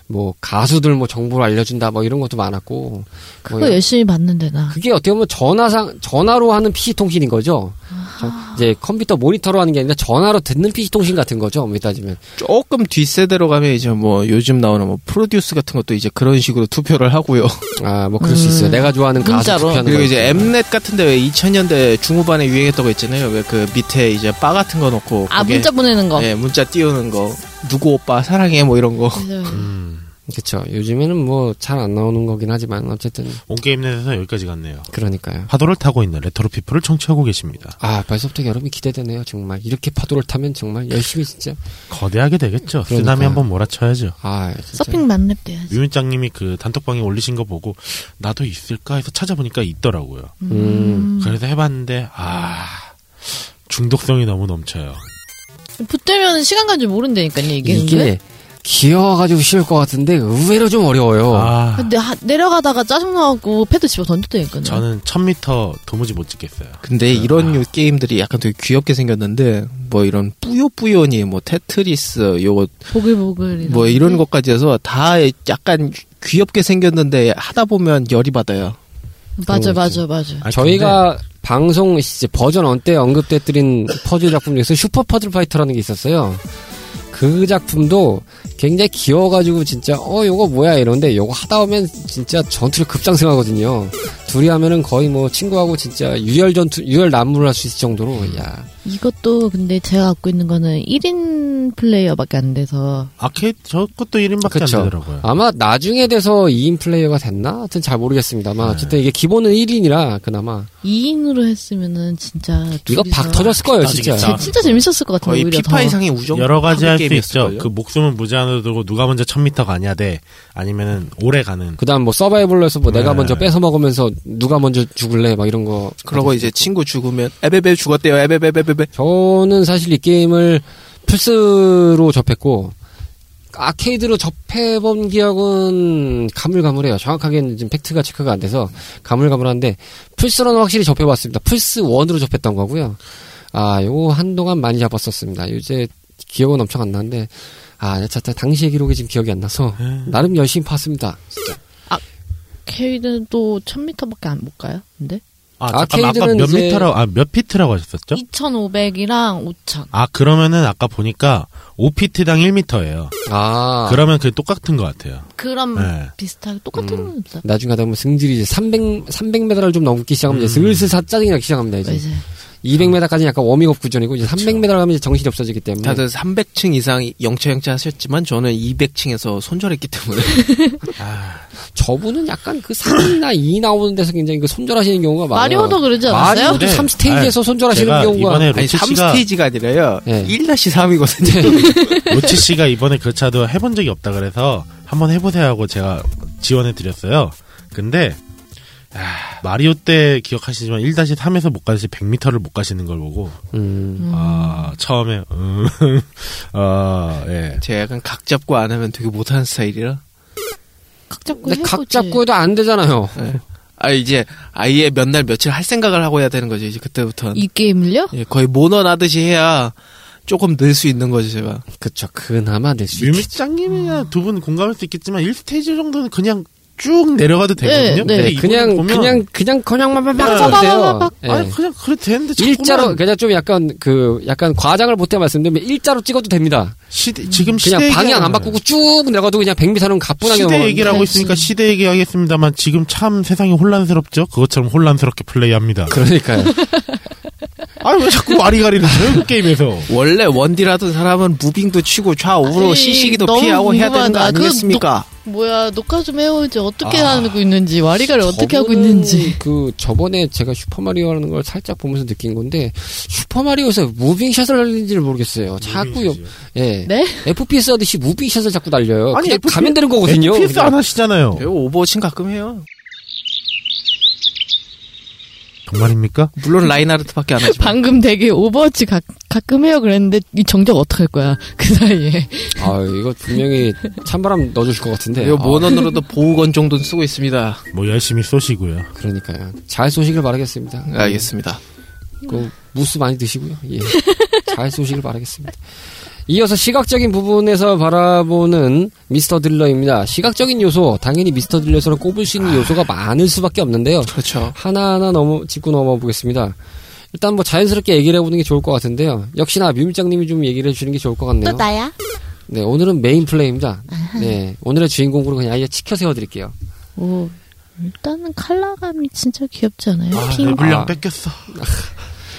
뭐 가수들 뭐 정보를 알려준다 뭐 이런 것도 많았고
그거
뭐
열심히 봤는데 나.
그게 어떻게 보면 전화상 전화로 하는 PC 통신인 거죠. 저- 이제 컴퓨터 모니터로 하는 게 아니라 전화로 듣는 PC 통신 같은 거죠. 어미 따지면
조금 뒷세대로 가면 이제 뭐 요즘 나오는 뭐 프로듀스 같은 것도 이제 그런 식으로 투표를 하고요.
아 뭐 그럴 수
음.
있어요. 내가 좋아하는 가수
문자로.
투표하는
그리고
거
이제
있잖아요.
엠넷 같은데 왜 2000년대 중후반에 유행했던 거 있잖아요. 왜 그 밑에 이제 바 같은 거 놓고
아
거기에
문자 보내는 거.
예, 문자 띄우는 거. 누구 오빠 사랑해 뭐 이런 거.
맞아요.
음,
그쵸. 요즘에는 뭐 잘 안 나오는 거긴 하지만 어쨌든
온게임넷에서 여기까지 갔네요.
그러니까요.
파도를 타고 있는 레트로 피플을 청취하고 계십니다.
아 벌써부터 여름이 기대되네요. 정말 이렇게 파도를 타면 정말 열심히 진짜
거대하게 되겠죠.
그러니까요.
쓰나미 한번 몰아쳐야죠.
아 진짜.
서핑 만렙 돼야지.
유윤장님이 그 단톡방에 올리신 거 보고 나도 있을까 해서 찾아보니까 있더라고요.
음.
그래서 해봤는데 아 중독성이 너무 넘쳐요.
붙들면 시간 간줄 모른다니까요 이게.
이게 귀여워가지고 쉬울 것 같은데 의외로 좀 어려워요.
아
근데 하- 내려가다가 짜증나고 패드 집어 던졌다니까요.
저는 1000m 도무지 못 찍겠어요. 아,
근데 이런 요 게임들이 약간 되게 귀엽게 생겼는데 뭐 이런 뿌요뿌요니 뭐 테트리스 요거
보글보글.
뭐 이런 것까지 해서 다 약간 귀엽게 생겼는데 하다 보면 열이 받아요.
맞아
그런 거 있죠.
맞아 맞아.
아니,
저희가 방송 이제 버전 1 때 언급돼드린 퍼즐 작품 중에서 슈퍼 퍼즐 파이터라는 게 있었어요. 그 작품도 굉장히 귀여워가지고 진짜 어 요거 뭐야 이런데 요거 하다 보면 진짜 전투를 급상승하거든요. 둘이 하면은 거의 뭐 친구하고 진짜 유혈 전투 유혈 난무를 할 수 있을 정도로 야
이것도 근데 제가 갖고 있는 거는 1인 플레이어밖에 안 돼서
근데 아케이드 저 것도 1인밖에
그쵸.
안 되더라고요.
아마 나중에 돼서 2인 플레이어가 됐나 하여튼 잘 모르겠습니다만 어쨌든 이게 기본은 1인이라 그나마
2인으로 했으면은 진짜
이거
둘이서
박 터졌을 거예요 진짜.
따지겠다.
진짜 재밌었을 것 같아요.
거의
오히려
피파
더.
이상의 우정
여러 가지 할 수 있죠.
게임이었을걸요?
그 목숨은 무제한으로 두고 누가 먼저 1000m 가냐 돼. 아니면은 오래 가는.
그다음 뭐 서바이벌로 해서 뭐 내가
네.
먼저 뺏어 먹으면서 누가 먼저 죽을래 막 이런 거
그러고 이제 친구 죽으면 에베베 죽었대요. 에베베베베베.
저는 사실 이 게임을 플스로 접했고 아케이드로 접해본 기억은 가물가물해요. 정확하게는 지금 팩트가 체크가 안 돼서 가물가물한데 플스로는 확실히 접해봤습니다. 플스 1으로 접했던 거고요. 아, 요거 한동안 많이 잡았었습니다. 요새 기억은 엄청 안 나는데 아, 내 차, 차, 당시의 기록이 지금 기억이 안 나서
아,
나름 열심히 팠습니다.
케이드는 또 1000m밖에 안 못 가요. 근데
아, 잠깐 아까
아케이드는
몇
이제-
미터라고 아 몇 피트라고 하셨었죠?
2500이랑 5000.
아 그러면은 아까 보니까 5피트당 1미터예요.
아,
그러면 그게 똑같은 것 같아요.
그럼
네.
비슷하게
음.
똑같은 건 없어.
나중에 하다 보면 승질이 이제 300, 300m를 좀 넘기 시작하면 이제
음.
슬슬 사짜증이 나기 시작합니다, 이제.
맞아요.
200m까지는 약간 워밍업 구전이고 이제 300m 가면 이제 정신이 없어지기
네.
때문에
다들 300층 이상 영차영차 하셨지만 저는 200층에서 손절했기 때문에
저분은 약간 그 3이나 2 나오는 데서 굉장히 그 손절하시는 경우가 많아요.
마리오도 그러지 않았어요?
마리오도 3 스테이지에서 손절하시는
제가
경우가
이번에
아니
로치
3
씨가 네.
스테이지가 아니라요.
예.
1-3이거든요.
로치 씨가 이번에 그 차도 해본 적이 없다 그래서 한번 해보세요 하고 제가 지원해 드렸어요. 근데 아, 마리오 때 기억하시지만 1-3에서 못 가시 100m를 못 가시는 걸 보고
음,
아 처음에 음, 아 예.
제가 약간 각 잡고 안 하면 되게 못하는 스타일이라.
각 잡고
근데
해보지.
각 잡고 해도 안 되잖아요.
아 이제 아예 몇 날 며칠 할 생각을 하고 해야 되는 거죠. 이제 그때부터는
이 게임을요?
예, 거의 모넌 하듯이 해야 조금 늘 수 있는 거죠. 제가
그쵸. 그나마 될 수 있지.
뮤미짱님이나 두 분 공감할 수 있겠지만 1스테이지 정도는 그냥 쭉 내려가도 되거든요.
네,
근데
네.
네,
이번에
그냥
보면
그냥 그냥 그냥만 막
네.
써도 돼요.
막-
예.
아니 그냥 그래도 되는데
일자로
자꾸만
그냥 좀 약간 그 약간 과장을 못해 말씀드리면 일자로 찍어도 됩니다.
시대, 지금 시대
그냥 방향
얘기하는
안 바꾸고 쭉 내려가도 그냥 100m는 가뿐하게
시대
넘어가는 네.
얘기를 하고 있으니까 시대 얘기하겠습니다만 지금 참 세상이 혼란스럽죠. 그것처럼 혼란스럽게 플레이합니다.
그러니까요.
아니 왜 자꾸 와리가리를 쳐요 그 게임에서
원래 원딜하던 사람은 무빙도 치고 좌우로
아니,
시시기도
너무
피하고 해야 되는 거
궁금하다. 그
아니겠습니까?
뭐야 녹화 좀 해오지 어떻게
아,
하고 있는지 와리가를 어떻게 하고
저번에
있는지
그 저번에 제가 슈퍼마리오 하는 걸 살짝 보면서 느낀 건데 슈퍼마리오에서 무빙샷을 날리는지를 모르겠어요. 자꾸 옆, 예.
네?
FPS 하듯이 무빙샷을 자꾸 날려요.
아니,
그냥
FPS
가면 되는 거거든요.
FPS
그냥.
안 하시잖아요
배우 오버워치는 가끔 해요.
정말입니까?
물론 라인하르트밖에 안 하지만.
방금 되게 오버워치 가, 끔 해요 그랬는데 이 정작 어떡할 거야 그 사이에
아, 이거 분명히 찬바람 넣어주실 것 같은데.
요
아,
네, 모넌으로도 보호건 정도는 쓰고 있습니다.
뭐 열심히 쏘시고요
그러니까요. 잘 쏘시길 바라겠습니다.
네, 알겠습니다.
그 무스 많이 드시고요. 예. 잘 쏘시길 바라겠습니다. 이어서 시각적인 부분에서 바라보는 미스터 딜러입니다. 시각적인 요소, 당연히 미스터 딜러에서는 꼽을 수 있는 요소가 많을 수밖에 없는데요.
그렇죠.
하나하나 넘어, 짚고 넘어가 보겠습니다. 일단 뭐 자연스럽게 얘기를 해보는 게 좋을 것 같은데요. 역시나 뮤밀장님이 좀 얘기를 해주시는 게 좋을 것 같네요.
나야?
네, 오늘은 메인 플레이입니다. 네, 오늘의 주인공으로 그냥 아예 치켜 세워드릴게요.
오 일단은 컬러감이 진짜 귀엽지 않아요?
아,
핑
내
아.
분량 뺏겼어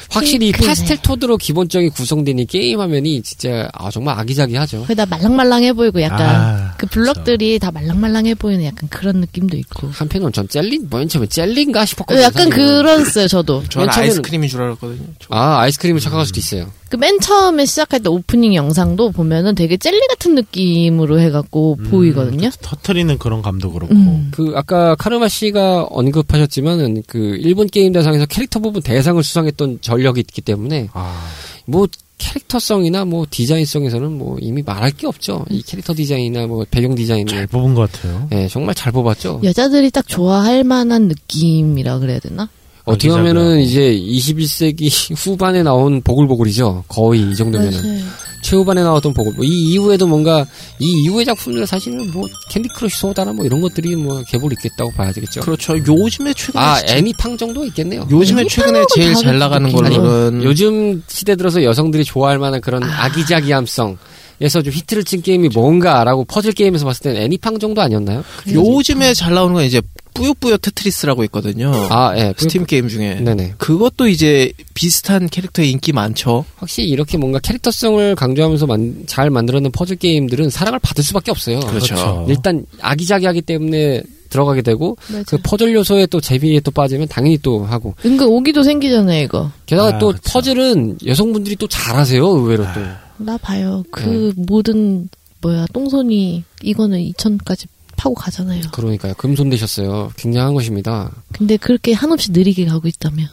확실히 이
그, 핑크네.
파스텔 토드로 기본적인 구성된 이 게임 화면이 진짜 아, 정말 아기자기하죠.
거의 다 말랑말랑해 보이고 약간
아,
그 블럭들이 다 말랑말랑해 보이는 약간 그런 느낌도 있고
한편으로 전 젤리, 맨 처음에 뭐 젤리인가 싶었거든요.
어, 네, 약간
그 사실은.
그랬어요 저도
저는
맨 처음에는-
아이스크림인 줄 알았거든요.
아, 아이스크림을 착각할 수도 있어요.
그 맨 처음에 시작할 때 오프닝 영상도 보면은 되게 젤리 같은 느낌으로 해갖고 보이거든요.
터트리는 음, 그런 감도 그렇고
음.
그, 아까 카르마 씨가 언급하셨지만은 그 일본 게임 대상에서 캐릭터 부분 대상을 수상했던 전력이 있기 때문에
아,
뭐 캐릭터성이나 뭐 디자인성에서는 뭐 이미 말할 게 없죠. 이 캐릭터 디자인이나 뭐 배경 디자인.
잘 뽑은 것 같아요
예, 정말 잘 뽑았죠.
여자들이 딱 좋아할 만한 느낌이라 그래야 되나?
어떻게
아기자기하고.
보면은 이제 21세기 후반에 나온 보글보글이죠. 거의 이 정도면은.
네,
최후반에 나왔던 보글보글. 이 이후에도 뭔가, 이 이후의 작품들은 사실은 뭐 캔디 크러쉬 소다나 뭐 이런 것들이 뭐 개볼 있겠다고 봐야 되겠죠.
그렇죠. 요즘에 최근에
아,
진짜-
애니팡 정도 있겠네요.
요즘에 최근에 제일
다른
잘 나가는
느낌이죠.
걸로는
요즘 시대 들어서 여성들이 좋아할 만한 그런 아... 기자기함성에서좀 히트를 친 게임이 뭔가라고 퍼즐 게임에서 봤을 땐 애니팡 정도 아니었나요?
예, 요즘에 잘 나오는 건 이제 뿌요뿌요 테트리스라고 있거든요.
아, 예. 그-
스팀 게임 중에.
네네.
그것도 이제 비슷한 캐릭터의 인기 많죠.
확실히 이렇게 뭔가 캐릭터성을 강조하면서 만- 잘 만들어낸 퍼즐 게임들은 사랑을 받을 수밖에 없어요.
그렇죠.
일단 아기자기하기 때문에 들어가게 되고
맞아요.
그 퍼즐 요소에 또 재미에 또 빠지면 당연히 또 하고
은근 오기도 생기잖아요 이거.
게다가
아,
또
그쵸.
퍼즐은 여성분들이 또 잘하세요 의외로 또
나 봐요. 그 모든 뭐야 똥손이 이거는 2천까지 파고 가잖아요.
그러니까요 금손 되셨어요 굉장한 것입니다
근데 그렇게 한없이 느리게 가고 있다며.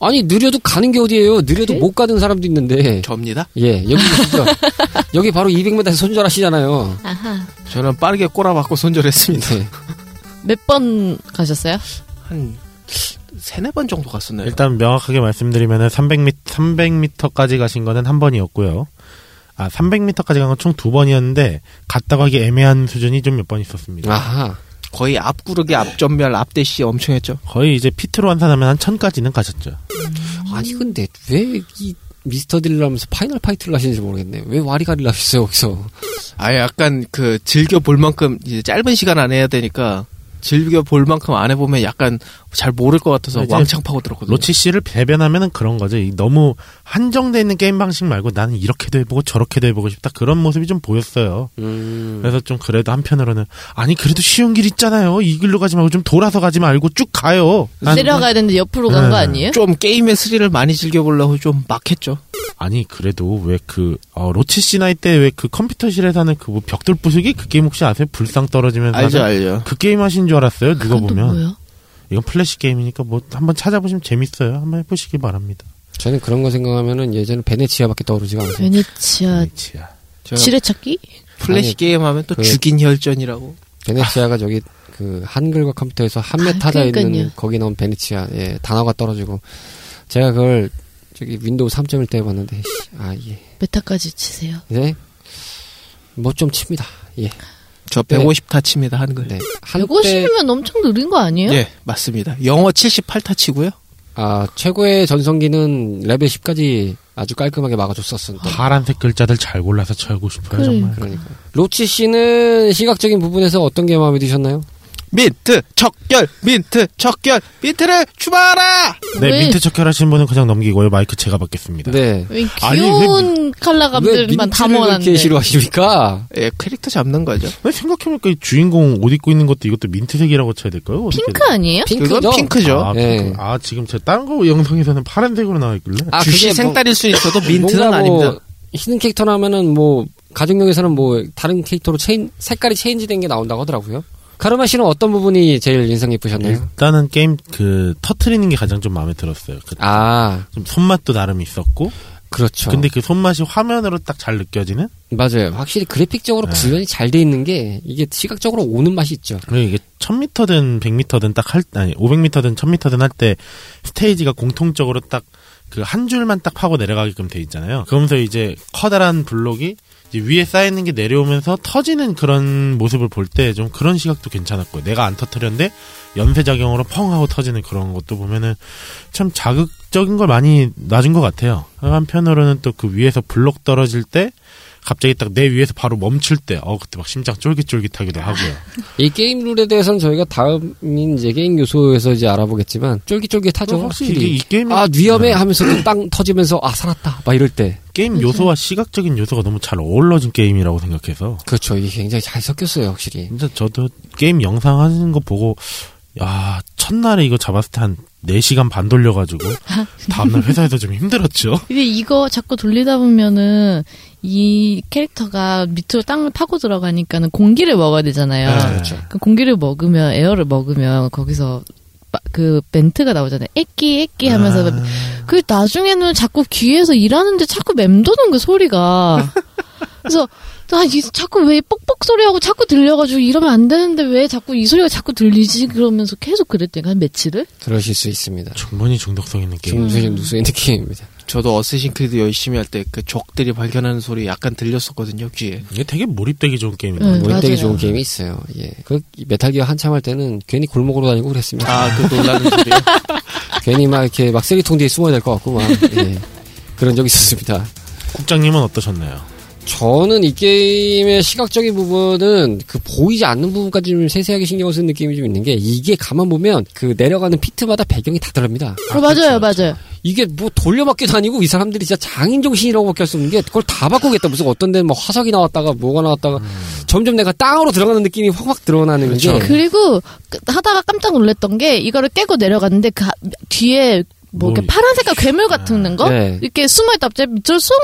아니 느려도 가는 게 어디예요 느려도
그래?
못 가는 사람도 있는데
접니다.
예 여기 보시죠 여기 바로 200m 손절하시잖아요
아하.
저는 빠르게 꼬라박고 손절했습니다.
네.
몇 번 가셨어요?
한 세네 번 정도 갔었나요?
일단 명확하게 말씀드리면 300m 300m까지 가신 거는 한 번이었고요. 아 300m까지 간 건 총 두 번이었는데 갔다고 하기 애매한 수준이 좀 몇 번 있었습니다.
아하
거의 앞구르기 앞전멸 앞대시 엄청 했죠.
거의 이제 피트로 환산하면 한 1000까지는 가셨죠.
아니 근데 왜 이 미스터 딜러 하면서 파이널 파이트를 하시는지 모르겠네 왜 와리가리를 하셨어요 거기서
아 약간 그 즐겨 볼 만큼 이제 짧은 시간 안에 해야 되니까 즐겨 볼 만큼 안 해보면 약간 잘 모를 것 같아서
이제
왕창 파고 들었거든요.
로치 씨를 배변하면은 그런 거죠. 이 너무 한정돼 있는 게임 방식 말고 나는 이렇게도 해보고 저렇게도 해보고 싶다 그런 모습이 좀 보였어요.
음.
그래서 좀 그래도 한편으로는 아니 그래도 쉬운 길 있잖아요. 이 길로 가지 말고 좀 돌아서 가지 말고 쭉 가요. 난-
내려가야 되는데 옆으로 간 거
네.
아니에요?
좀 게임의 스릴을 많이 즐겨보려고 좀 막했죠.
아니 그래도 왜 그 어, 로치 씨 나이 때 왜 그 컴퓨터실에서 하는 그뭐 벽돌 부수기 그 게임 혹시 아세요? 불상 떨어지면서
알죠,
하는
알죠.
그 게임 하신 줄 알았어요. 누가
그건 또
보면
뭐예요?
이건 플래시 게임이니까 뭐 한번 찾아보시면 재밌어요. 한번 해보시기 바랍니다.
저는 그런 거 생각하면은 예전에 베네치아밖에 떠오르지가 않아요
베네치아
지야.
제가
지뢰찾기?
플래시
아니,
게임 하면 또
그-
죽인 혈전이라고.
베네치아가 저기 그 한글과 컴퓨터에서 한메
아,
타자 있는
그러니까요.
거기 나온 베네치아 예 단어가 떨어지고 제가 그걸 저기 윈도우 3.1 때 봤는데 아예
메타까지 치세요.
네? 뭐 좀 칩니다 예
저 네. 150타 칩니다, 한글.
네. 한때
150이면 엄청 느린 거
네.
아니에요?
예, 맞습니다. 영어 78타 치고요.
아 최고의 전성기는 레벨 10까지 아주 깔끔하게 막아줬었습니다
파란색 글자들 잘 골라서 쳐고 싶어요
그래.
정말.
그러니까 로치 씨는 시각적인 부분에서 어떤 게 마음에 드셨나요?
민트 척결 민트 척결 민트를 주마라
네,
왜?
민트 척결 하신 분은 그냥 넘기고요. 마이크 제가 받겠습니다.
네.
왜
아니,
귀여운
왜
컬러감들만 다
민트를
모아놨는데
그렇게 싫어하십니까?
예 캐릭터 잡는 거죠
근데 생각해보니까 이 주인공 옷 입고 있는 것도 이것도 민트색이라고 쳐야 될까요? 어떻게
네? 핑크 아니에요?
그건
핑크죠?
핑크죠
아,
예.
핑크. 아, 지금 제 다른 거 영상에서는 파란색으로 나와 있길래.
아,
주시
그게 뭐-
생딸일 수 있어도 민트는
뭔가 뭐
아닙니다
히든 캐릭터라면은 뭐 가정용에서는 뭐 다른 캐릭터로 체인 색깔이 체인지된 게 나온다고 하더라고요. 카르마 씨는 어떤 부분이 제일 인상 깊으셨나요?
일단은 게임 그 터트리는 게 가장 좀 마음에 들었어요. 그
아
좀 손맛도 나름 있었고.
그렇죠.
근데 그 손맛이 화면으로 딱 잘 느껴지는?
맞아요. 확실히 그래픽적으로
네.
구현이 잘 돼 있는 게 이게 시각적으로 오는 맛이 있죠.
그리고 이게 1000m든 100m든 딱 할, 아니, 500m든 1000m든 할 때 스테이지가 공통적으로 딱 그 한 줄만 딱 파고 내려가게끔 돼 있잖아요. 그러면서 이제 커다란 블록이 이제 위에 쌓이는 게 내려오면서 터지는 그런 모습을 볼 때 좀 그런 시각도 괜찮았고 내가 안 터뜨렸는데 연쇄작용으로 펑 하고 터지는 그런 것도 보면은 참 자극적인 걸 많이 놔준 것 같아요. 한편으로는 또 그 위에서 블록 떨어질 때 갑자기 딱 내 위에서 바로 멈출 때, 어, 그때 막 심장 쫄깃쫄깃하기도 하고요.
이 게임 룰에 대해서는 저희가 다음인 이제 게임 요소에서 이제 알아보겠지만 쫄깃쫄깃하죠.
그럼 확실히
확실히.
이게 이 게임이-
아 위험해
네.
하면서도 땅 터지면서 아 살았다 막 이럴 때
게임 요소와 시각적인 요소가 너무 잘 어우러진 게임이라고 생각해서
그렇죠. 이게 굉장히 잘 섞였어요 확실히.
진짜 저도 게임 영상 하는 거 보고 야 첫날에 이거 잡았을 때 한 4시간 반 돌려가지고 다음날 회사에서 좀 힘들었죠
근데 이거 자꾸 돌리다 보면은 이 캐릭터가 밑으로 땅을 파고 들어가니까는 공기를 먹어야 되잖아요.
네.
그 공기를 먹으면 에어를 먹으면 거기서 마- 그 멘트가 나오잖아요. 애끼 애끼 하면서 그 나중에는 자꾸 귀에서 일하는데 자꾸 맴도는 그 소리가 그래서 나 이- 자꾸 왜 뻑뻑 소리하고 자꾸 들려가지고 이러면 안 되는데 왜 자꾸 이 소리가 자꾸 들리지 그러면서 계속 그랬대요. 한 며칠을 어,
그러실 수 있습니다.
충분히 중독성 있는 게임
김수진 누수의 느낌입니다.
저도 어쌔신 크리드 열심히 할 때 그 적들이 발견하는 소리 약간 들렸었거든요 귀에
이게 되게 몰입되기 좋은 뭐 게임이에요
네,
모임 되기
맞아요.
좋은 게임이 있어요. 예. 그 메탈 기어 한참 할 때는 괜히 골목으로 다니고 그랬습니다.
아그 놀라는 소리
괜히 막 이렇게 막 쓰레기통 뒤에 숨어야 될 것 같고 막 예. 그런 적이 있었습니다.
국장님은 어떠셨나요?
저는 이 게임의 시각적인 부분은 그 보이지 않는 부분까지 좀 세세하게 신경 쓰는 느낌이 좀 있는 게 이게 가만 보면 그 내려가는 피트마다 배경이 다 다릅니다.
어, 맞아요 맞아요
이게 뭐 돌려받기도 아니고 이 사람들이 진짜 장인 정신이라고밖에 할 수 없는 게 그걸 다 바꾸겠다. 무슨 어떤 데는 뭐 화석이 나왔다가 뭐가 나왔다가
음.
점점 내가 땅으로 들어가는 느낌이 확확 드러나는
그렇죠.
게
네, 그리고 그- 하다가 깜짝 놀랐던 게 이거를 깨고 내려갔는데 그 하- 뒤에 뭐 이렇게
뭐,
파란 색깔 괴물 같은 거
네.
이렇게 숨어있다 갑자기 밑으로 쏙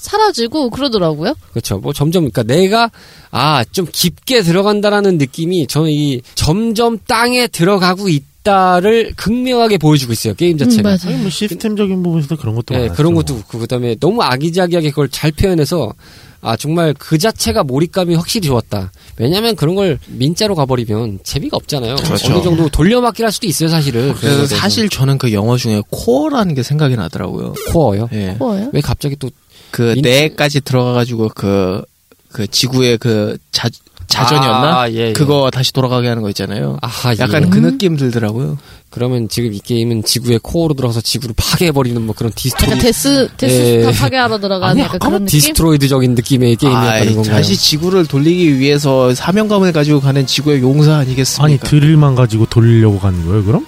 사라지고 그러더라고요.
그렇죠. 뭐 점점 그러니까 내가 아 좀 깊게 들어간다라는 느낌이 저는 이 점점 땅에 들어가고 있다를 극명하게 보여주고 있어요. 게임 그 자체가.
음,
아니
맞아요.
뭐 시스템적인 부분에서 그런 것도
예,
많았죠
그런 것도 그렇고 그다음에 너무 아기자기하게 그걸 잘 표현해서 아 정말 그 자체가 몰입감이 확실히 좋았다. 왜냐하면 그런 걸 민자로 가버리면 재미가 없잖아요.
그렇죠.
어느 정도 돌려막기를 할 수도 있어요, 사실은.
그래서 사실 저는 그 영어 중에 코어라는 게 생각이 나더라고요
코어요.
예.
뭐예요?
왜 갑자기 또
그
인-
뇌까지 들어가가지고 그, 그 지구의 그 자, 자전이었나?
아, 예, 예.
그거 다시 돌아가게 하는 거 있잖아요.
아,
약간
예.
그 느낌 들더라고요.
그러면 지금 이 게임은 지구의 코어로 들어가서 지구를 파괴해버리는 뭐 그런
약간
디스토리
데스
예.
데스스타 파괴하러 들어가는 약간 그런 느낌.
디스트로이드적인 느낌의 게임이었다는
아이,
건가요?
다시 지구를 돌리기 위해서 사명감을 가지고 가는 지구의 용사 아니겠습니까?
아니 드릴만 가지고 돌리려고 가는 거예요 그럼?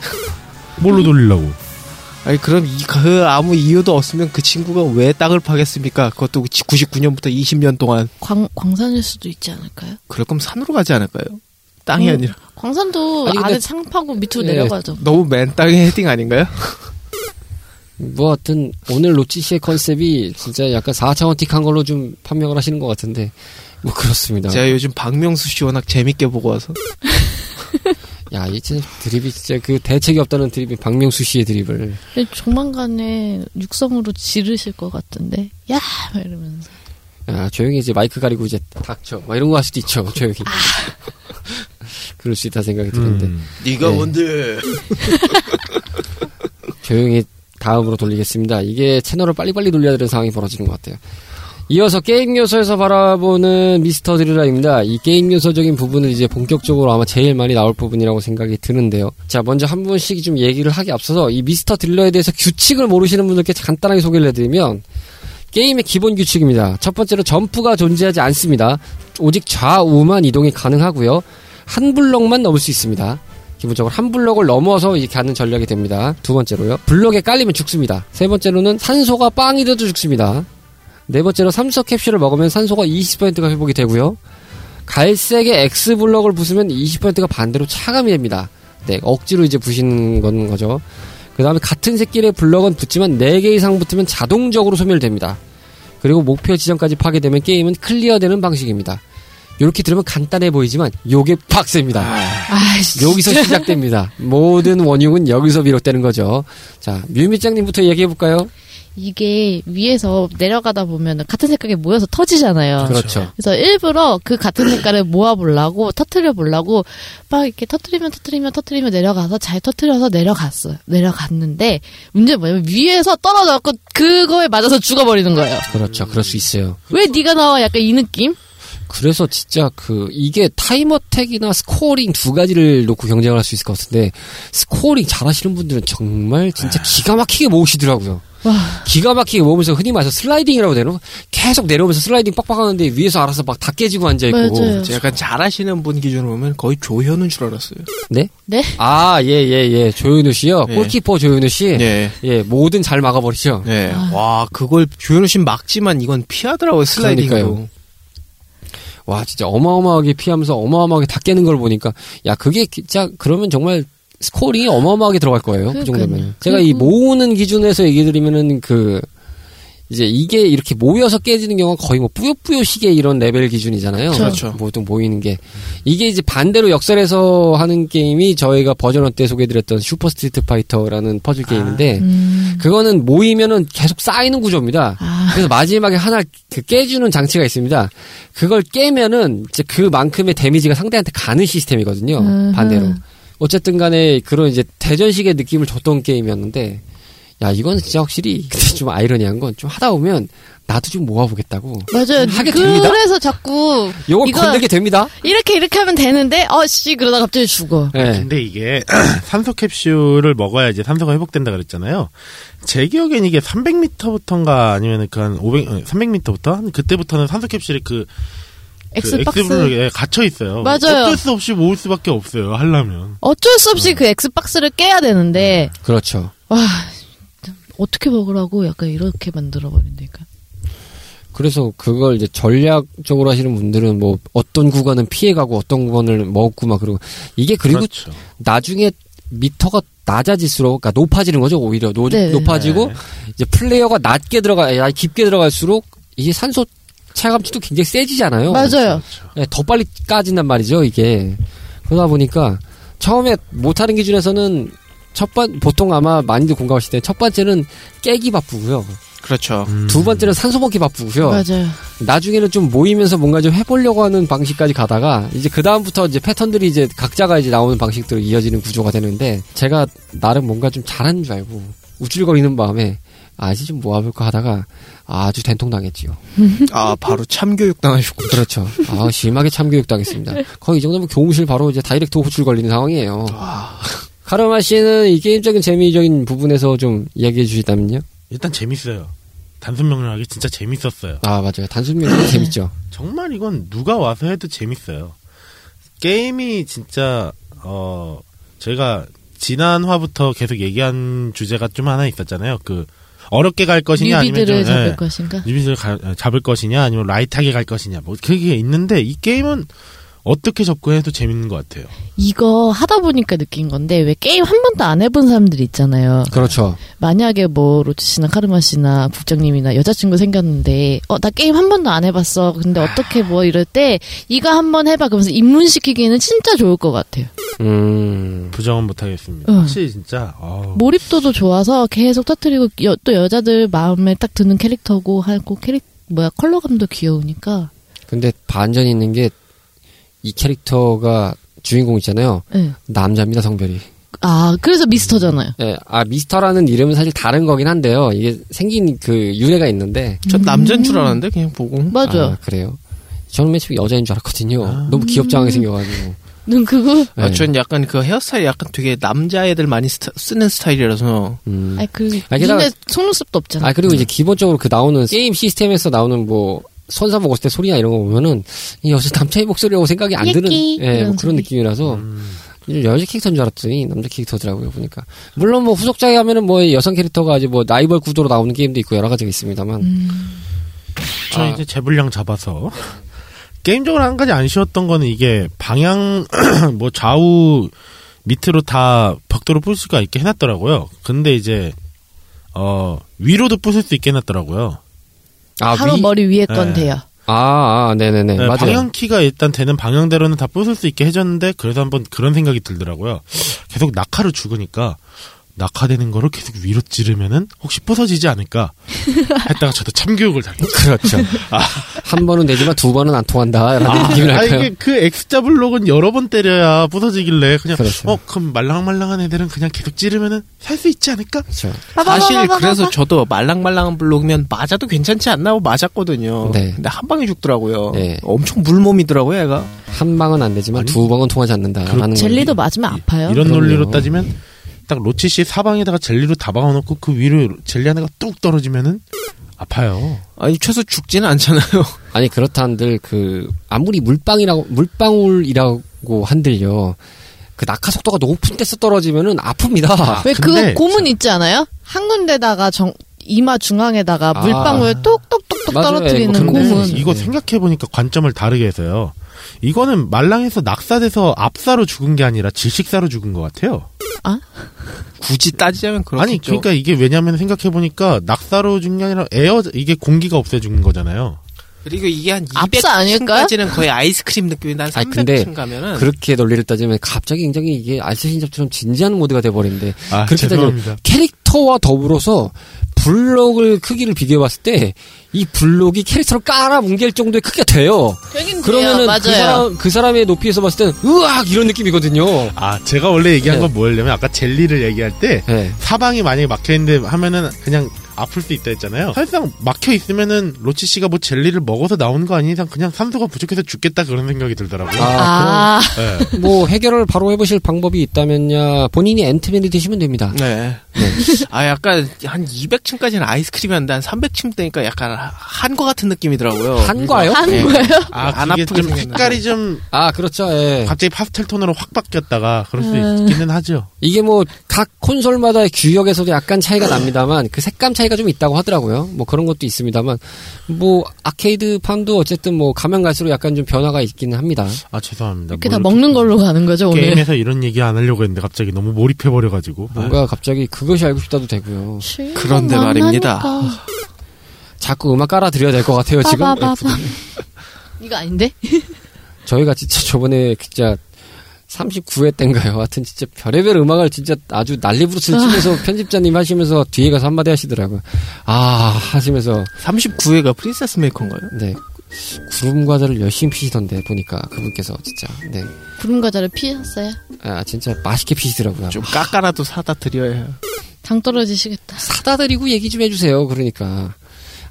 뭘로 돌리려고?
아니, 그럼 이, 그 아무 이유도 없으면 그 친구가 왜 땅을 파겠습니까? 그것도 99년부터 20년 동안.
광, 광산일 수도 있지 않을까요?
그럴 거면 산으로 가지 않을까요? 땅이
음.
아니라.
광산도
아니, 근데-
아래 창 파고 밑으로
예.
내려가죠.
너무 맨 땅의 헤딩 아닌가요?
뭐 하여튼 오늘 로치 씨의 컨셉이 진짜 약간 4차원틱한 걸로 좀 판명을 하시는 것 같은데 뭐 그렇습니다.
제가 요즘 박명수 씨 워낙 재밌게 보고 와서.
야, 이 진짜 드립이 진짜 그 대책이 없다는 드립이 박명수 씨의 드립을
근데 조만간에 육성으로 지르실 것 같은데 야! 막 이러면서
아, 조용히 이제 마이크 가리고 이제 닥쳐 막 이런 거 할 수도 있죠. 조용히.
아.
그럴 수 있다 생각이 드는데
음.
네가
네.
뭔데?
조용히 다음으로 돌리겠습니다. 이게 채널을 빨리빨리 돌려야 되는 상황이 벌어지는 것 같아요. 이어서 게임 요소에서 바라보는 미스터 드리라입니다. 이 게임 요소적인 부분은 이제 본격적으로 아마 제일 많이 나올 부분이라고 생각이 드는데요. 자, 먼저 한 분씩 좀 얘기를 하기 앞서서 이 미스터 드릴러에 대해서 규칙을 모르시는 분들께 간단하게 소개를 해드리면 게임의 기본 규칙입니다. 첫 번째로 점프가 존재하지 않습니다. 오직 좌우만 이동이 가능하고요. 한 블럭만 넘을 수 있습니다. 기본적으로 한 블럭을 넘어서 이제 가는 전략이 됩니다. 두 번째로요. 블럭에 깔리면 죽습니다. 세 번째로는 산소가 빵이 돼도 죽습니다. 네 번째로 삼석 캡슐을 먹으면 산소가 20%가 회복이 되고요. 갈색의 X 블럭을 부수면 20%가 반대로 차감이 됩니다. 네, 억지로 이제 부시는 건 거죠. 그 다음에 같은 색끼리의 블럭은 붙지만 4개 이상 붙으면 자동적으로 소멸됩니다. 그리고 목표 지점까지 파괴되면 게임은 클리어되는 방식입니다. 이렇게 들으면 간단해 보이지만 요게 빡셉니다.
아이씨.
여기서 시작됩니다. 모든 원흉은 여기서 비롯되는 거죠. 자, 뮤미짱님부터 얘기해 볼까요?
이게 위에서 내려가다 보면 같은 색깔이 모여서 터지잖아요.
그렇죠.
그래서 일부러 그 같은 색깔을 모아보려고 터트려 보려고 막 이렇게 터트리면 터트리면 터트리면 내려가서 잘 터트려서 내려갔어 요 내려갔는데 문제는 뭐냐면 위에서 떨어져갖고 그거에 맞아서 죽어버리는 거예요.
그렇죠. 그럴 수 있어요.
왜 네가 나와? 약간 이 느낌?
그래서 진짜 그 이게 타이머택이나 스코어링 두 가지를 놓고 경쟁을 할 수 있을 것 같은데 스코어링 잘하시는 분들은 정말 진짜 기가 막히게 모으시더라고요.
아. 와.
기가 막히게 모으면서 흔히 말해서 슬라이딩이라고 되는 계속 내려오면서 슬라이딩 빡빡하는데 위에서 알아서 막 다 깨지고 앉아 있고
맞아요.
제가 약간 잘하시는 분 기준으로 보면 거의 조현우인 줄 알았어요.
아, 예, 예, 예. 조윤우 씨요.
예.
골키퍼 조윤우 씨.
예.
예, 뭐든 잘 막아버리죠.
예. 와, 그걸 조현우 씨는 막지만 이건 피하더라고요, 슬라이딩으로.
그러니까요. 와 진짜 어마어마하게 피하면서 어마어마하게 다 깨는 걸 보니까 야 그게 진짜 그러면 정말 스코어링이 어마어마하게 들어갈 거예요 그
그러니까요.
정도면 제가 이 모으는 기준에서 얘기 드리면은 그 이제 이게 이렇게 모여서 깨지는 경우가 거의 뭐 뿌요뿌요식의 이런 레벨 기준이잖아요
그렇죠.
보통 모이는 게 이게 이제 반대로 역설해서 하는 게임이 저희가 버전원 때 소개드렸던 슈퍼 스트리트 파이터라는 퍼즐 게임인데
음.
그거는 모이면은 계속 쌓이는 구조입니다
아,
그래서 마지막에 하나 그 깨주는 장치가 있습니다. 그걸 깨면은 이제 그만큼의 데미지가 상대한테 가는 시스템이거든요.
음흠.
반대로. 어쨌든 간에 그런 이제 대전식의 느낌을 줬던 게임이었는데 야, 이건 진짜 확실히 근데 좀 아이러니한 건 좀 하다 보면 나도 좀 모아보겠다고.
맞아요.
음, 하게 됩니다.
그래서 자꾸
요걸
이거-
건들게 됩니다.
이렇게 이렇게 하면 되는데 어씨 그러다 갑자기 죽어.
예.
근데 이게 산소 캡슐을 먹어야 이제 산소가 회복된다 그랬잖아요. 제 기억엔 이게 300m부터인가 아니면 그한 500, 300m부터 한 그때부터는 산소 캡슐이 그
엑스박스
엑스블럭에 갇혀 있어요.
맞아요.
어쩔 수 없이 모을 수밖에 없어요. 하려면.
어쩔 수 없이 그 엑스박스를 깨야 되는데
네.
그렇죠.
와 어떻게 먹으라고 약간 이렇게 만들어 버린다니까.
그래서 그걸 이제 전략적으로 하시는 분들은 뭐 어떤 구간은 피해가고 어떤 구간을 먹고 막 그러고 이게 그리고
그렇죠.
나중에 미터가 낮아질수록 그러니까 높아지는 거죠 오히려 노,
네.
높아지고
네.
이제 플레이어가 낮게 들어가 아니, 깊게 들어갈수록 이게 산소 차감치도 굉장히
어,
세지잖아요.
맞아요.
예, 더 빨리 까진단 말이죠 이게 그러다 보니까 처음에 못하는 기준에서는 첫번 보통 아마 많이들 공감하실 때 첫 번째는 깨기 바쁘고요.
그렇죠.
음.
두 번째는 산소 먹기 바쁘고요.
그렇죠.
맞아요.
나중에는 좀 모이면서 뭔가 좀 해보려고 하는 방식까지 가다가 이제 그 다음부터 이제 패턴들이 이제 각자가 이제 나오는 방식대로 이어지는 구조가 되는데 제가 나름 뭔가 좀 잘하는 줄 알고 우쭐거리는 마음에 아 이제 좀 모아볼까 하다가 아주 된통 당했지요.
아, 바로 참교육 당하셨고.
그렇죠. 아 심하게 참교육 당했습니다. 거의 이 정도면 교무실 바로 이제 다이렉트 호출 걸리는 상황이에요. 카르마 씨는 이 게임적인 재미적인 부분에서 좀 이야기해 주시다면요.
일단 재밌어요. 단순 명료하게 진짜 재밌었어요.
아 맞아요. 단순히 재밌죠.
정말 이건 누가 와서 해도 재밌어요. 게임이 진짜 어 제가 지난 화부터 계속 얘기한 주제가 좀 하나 있었잖아요. 그 어렵게 갈 것이냐 아니면 좀
뉴비들을 잡을
예,
것인가?
뉴비들을 가- 아, 잡을 것이냐 아니면 라이트하게 갈 것이냐 뭐 그게 있는데 이 게임은 어떻게 접근해도 재밌는 것 같아요.
이거 하다 보니까 느낀 건데 왜 게임 한 번도 안 해본 사람들 있잖아요.
그렇죠.
만약에 뭐 로치 씨나 카르마 씨나 국장님이나 여자친구 생겼는데 어 나 게임 한 번도 안 해봤어. 근데 어떻게 뭐 이럴 때 이거 한 번 해봐. 그러면서 입문시키기에는 진짜 좋을 것 같아요.
음.
부정은 못하겠습니다.
응.
확실히 진짜 어우,
몰입도도 좋아서 계속 터트리고 여- 또 여자들 마음에 딱 드는 캐릭터고 하고 캐릭 뭐야 컬러감도 귀여우니까.
근데 반전이 있는 게 이 캐릭터가 주인공 있잖아요.
예.
남자입니다 성별이.
아 그래서 미스터잖아요.
예, 아 미스터라는 이름은 사실 다른 거긴 한데요. 이게 생긴 그 유래가 있는데.
전 남자인 줄 알았는데, 그냥 보고.
맞아요. 아.
아, 그래요? 저는 맨 처음에 여자인 줄 알았거든요. 너무 귀엽장하게 생겨가지고.
눈 음, 그거.
아,
예.
전 약간 그 헤어스타일이 약간 되게 남자애들 많이 스타- 쓰는 스타일이라서.
음.
아그
아, 게다가-
눈에 속눈썹도 없잖아.
아 그리고 이제 기본적으로 그 나오는 게임 시스템에서 나오는 뭐 선사 먹었을 때 소리나 이런 거 보면은 이 여자 남자의 목소리라고 생각이 안 드는
예끼
예, 뭐
이런
그런
소리.
느낌이라서
음.
이 여자 캐릭터인 줄 알았더니 남자 캐릭터더라고요 보니까 물론 뭐 후속작에 하면은 뭐 여성 캐릭터가 이제 뭐 라이벌 구도로 나오는 게임도 있고 여러 가지가 있습니다만
음.
저
아.
이제 재분량 잡아서 게임적으로 한 가지 안 쉬웠던 거는 이게 방향 뭐 좌우 밑으로 다 벽돌을 부술 수가 있게 해놨더라고요. 근데 이제 어 위로도 부술 수 있게 해놨더라고요.
아,
바로
위-
머리 위에 건
네.
돼요.
아, 아, 네네네.
네,
맞아요.
방향 키가 일단 되는 방향대로는 다 부술 수 있게 해줬는데 그래서 한번 그런 생각이 들더라고요. 계속 낙하를 죽으니까 낙하되는 거를 계속 위로 찌르면은 혹시 부서지지 않을까 했다가 저도 참교육을 당했어요.
그렇죠. 한 번은 되지만 두 번은 안 통한다. 라는
아,
느낌이랄까요.
이게 그 X자 블록은 여러 번 때려야 부서지길래 그냥
그렇죠.
어 그럼 말랑말랑한 애들은 그냥 계속 찌르면은 살 수 있지 않을까?
그렇죠.
사실 그래서 저도 말랑말랑한 블록이면 맞아도 괜찮지 않나 하고 맞았거든요.
네.
근데 한 방에 죽더라고요.
네.
엄청 물몸이더라고요, 얘가.
한 방은 안 되지만
아니, 그렇죠.
두 방은 통하지 않는다라는
젤리도 맞으면 아파요.
이런
그럼요.
논리로 따지면 딱 로치 씨 사방에다가 젤리로 다 박아놓고 그 위로 젤리 하나가 뚝 떨어지면은 아파요.
아니, 최소 죽지는 않잖아요.
아니 그렇다 한들 그 아무리 물방이라고 물방울이라고 한들요. 그 낙하 속도가 높은 데서 떨어지면은 아픕니다.
왜
근데
그 고문 있지 않아요? 한 군데다가 정- 이마 중앙에다가
아.
물방울 똑똑똑똑
맞아요.
떨어뜨리는
뭐 그런
고문.
거
이거
네.
생각해보니까 관점을 다르게 해서요. 이거는 말랑해서 낙사돼서 압사로 죽은 게 아니라 질식사로 죽은 것 같아요.
굳이 따지자면 그렇겠죠.
아니 그러니까 이게 왜냐면 생각해보니까 낙사로 죽는 게 아니라 에어 이게 공기가 없어 죽는 거잖아요.
그리고 이게 한
압사 아닐까요?
200층까지는 거의 아이스크림 느낌인데 한
아니,
300층
근데
가면은
그렇게 논리를 따지면 갑자기 굉장히 이게 알쓸신잡처럼 진지한 모드가 돼버리는데
아
그렇게 되면
죄송합니다.
캐릭터와 더불어서 블록을 크기를 비교해봤을 때 이 블록이 캐릭터를 깔아 뭉갤 정도의 크기가 돼요.
되긴
그러면은
예, 맞아요.
그, 사람, 그 사람의 높이에서 봤을 때는 으악 이런 느낌이거든요.
아, 제가 원래 얘기한
네.
건 뭐였냐면 아까 젤리를 얘기할 때
네.
사방이 만약에 막혀 있는데 하면은 그냥 아플 수 있다 했잖아요. 사실상 막혀 있으면은 로치 씨가 뭐 젤리를 먹어서 나온 거 아닌 이상 그냥 산소가 부족해서 죽겠다 그런 생각이 들더라고요.
아,
아,
네.
그럼 뭐 해결을 바로 해보실 방법이 있다면야 본인이 앤트맨이 되시면 됩니다.
네. 아 약간 한 200층까지는 아이스크림이 한데 한 300층 되니까 약간 한과 같은 느낌이더라고요.
한과요?
음. 한 거예요?
아,
안
그게
아프게
좀
생겼나?
색깔이 좀
아 그렇죠. 예.
갑자기 파스텔 톤으로 확 바뀌었다가 그럴 수
음.
있기는 하죠.
이게 뭐 각 콘솔마다의 규격에서도 약간
음.
차이가 납니다만 그 색감 차이가 좀 있다고 하더라고요. 뭐 그런 것도 있습니다만 뭐 아케이드 판도 어쨌든 뭐 가면 갈수록 약간 좀 변화가 있기는 합니다.
아, 죄송합니다.
이렇게 다
뭘
먹는 걸로 가는 거죠 오늘.
게임에서 이런 얘기 안 하려고 했는데 갑자기 너무 몰입해 버려 가지고.
뭔가 갑자기 그것이 알고 싶다도 되고요.
그런데 말입니다.
자꾸 음악 깔아드려야 될 것 같아요 지금.
빠바바바. 이거 아닌데?
저희가 진짜 저번에 진짜 39회 때인가요? 하여튼 진짜 별의별 음악을 진짜 아주 난리부르스 치면서 편집자님 하시면서 뒤에 가서 한마디 하시더라고요. 아, 하시면서,
39회가 프린세스 메이커인가요?
네. 구름 과자를 열심히 피시던데, 보니까 그분께서 진짜, 네.
구름 과자를 피셨어요?
아, 진짜 맛있게 피시더라고요.
좀 깎아라도 사다 드려야 해요.
당 떨어지시겠다.
사다 드리고 얘기 좀 해주세요. 그러니까.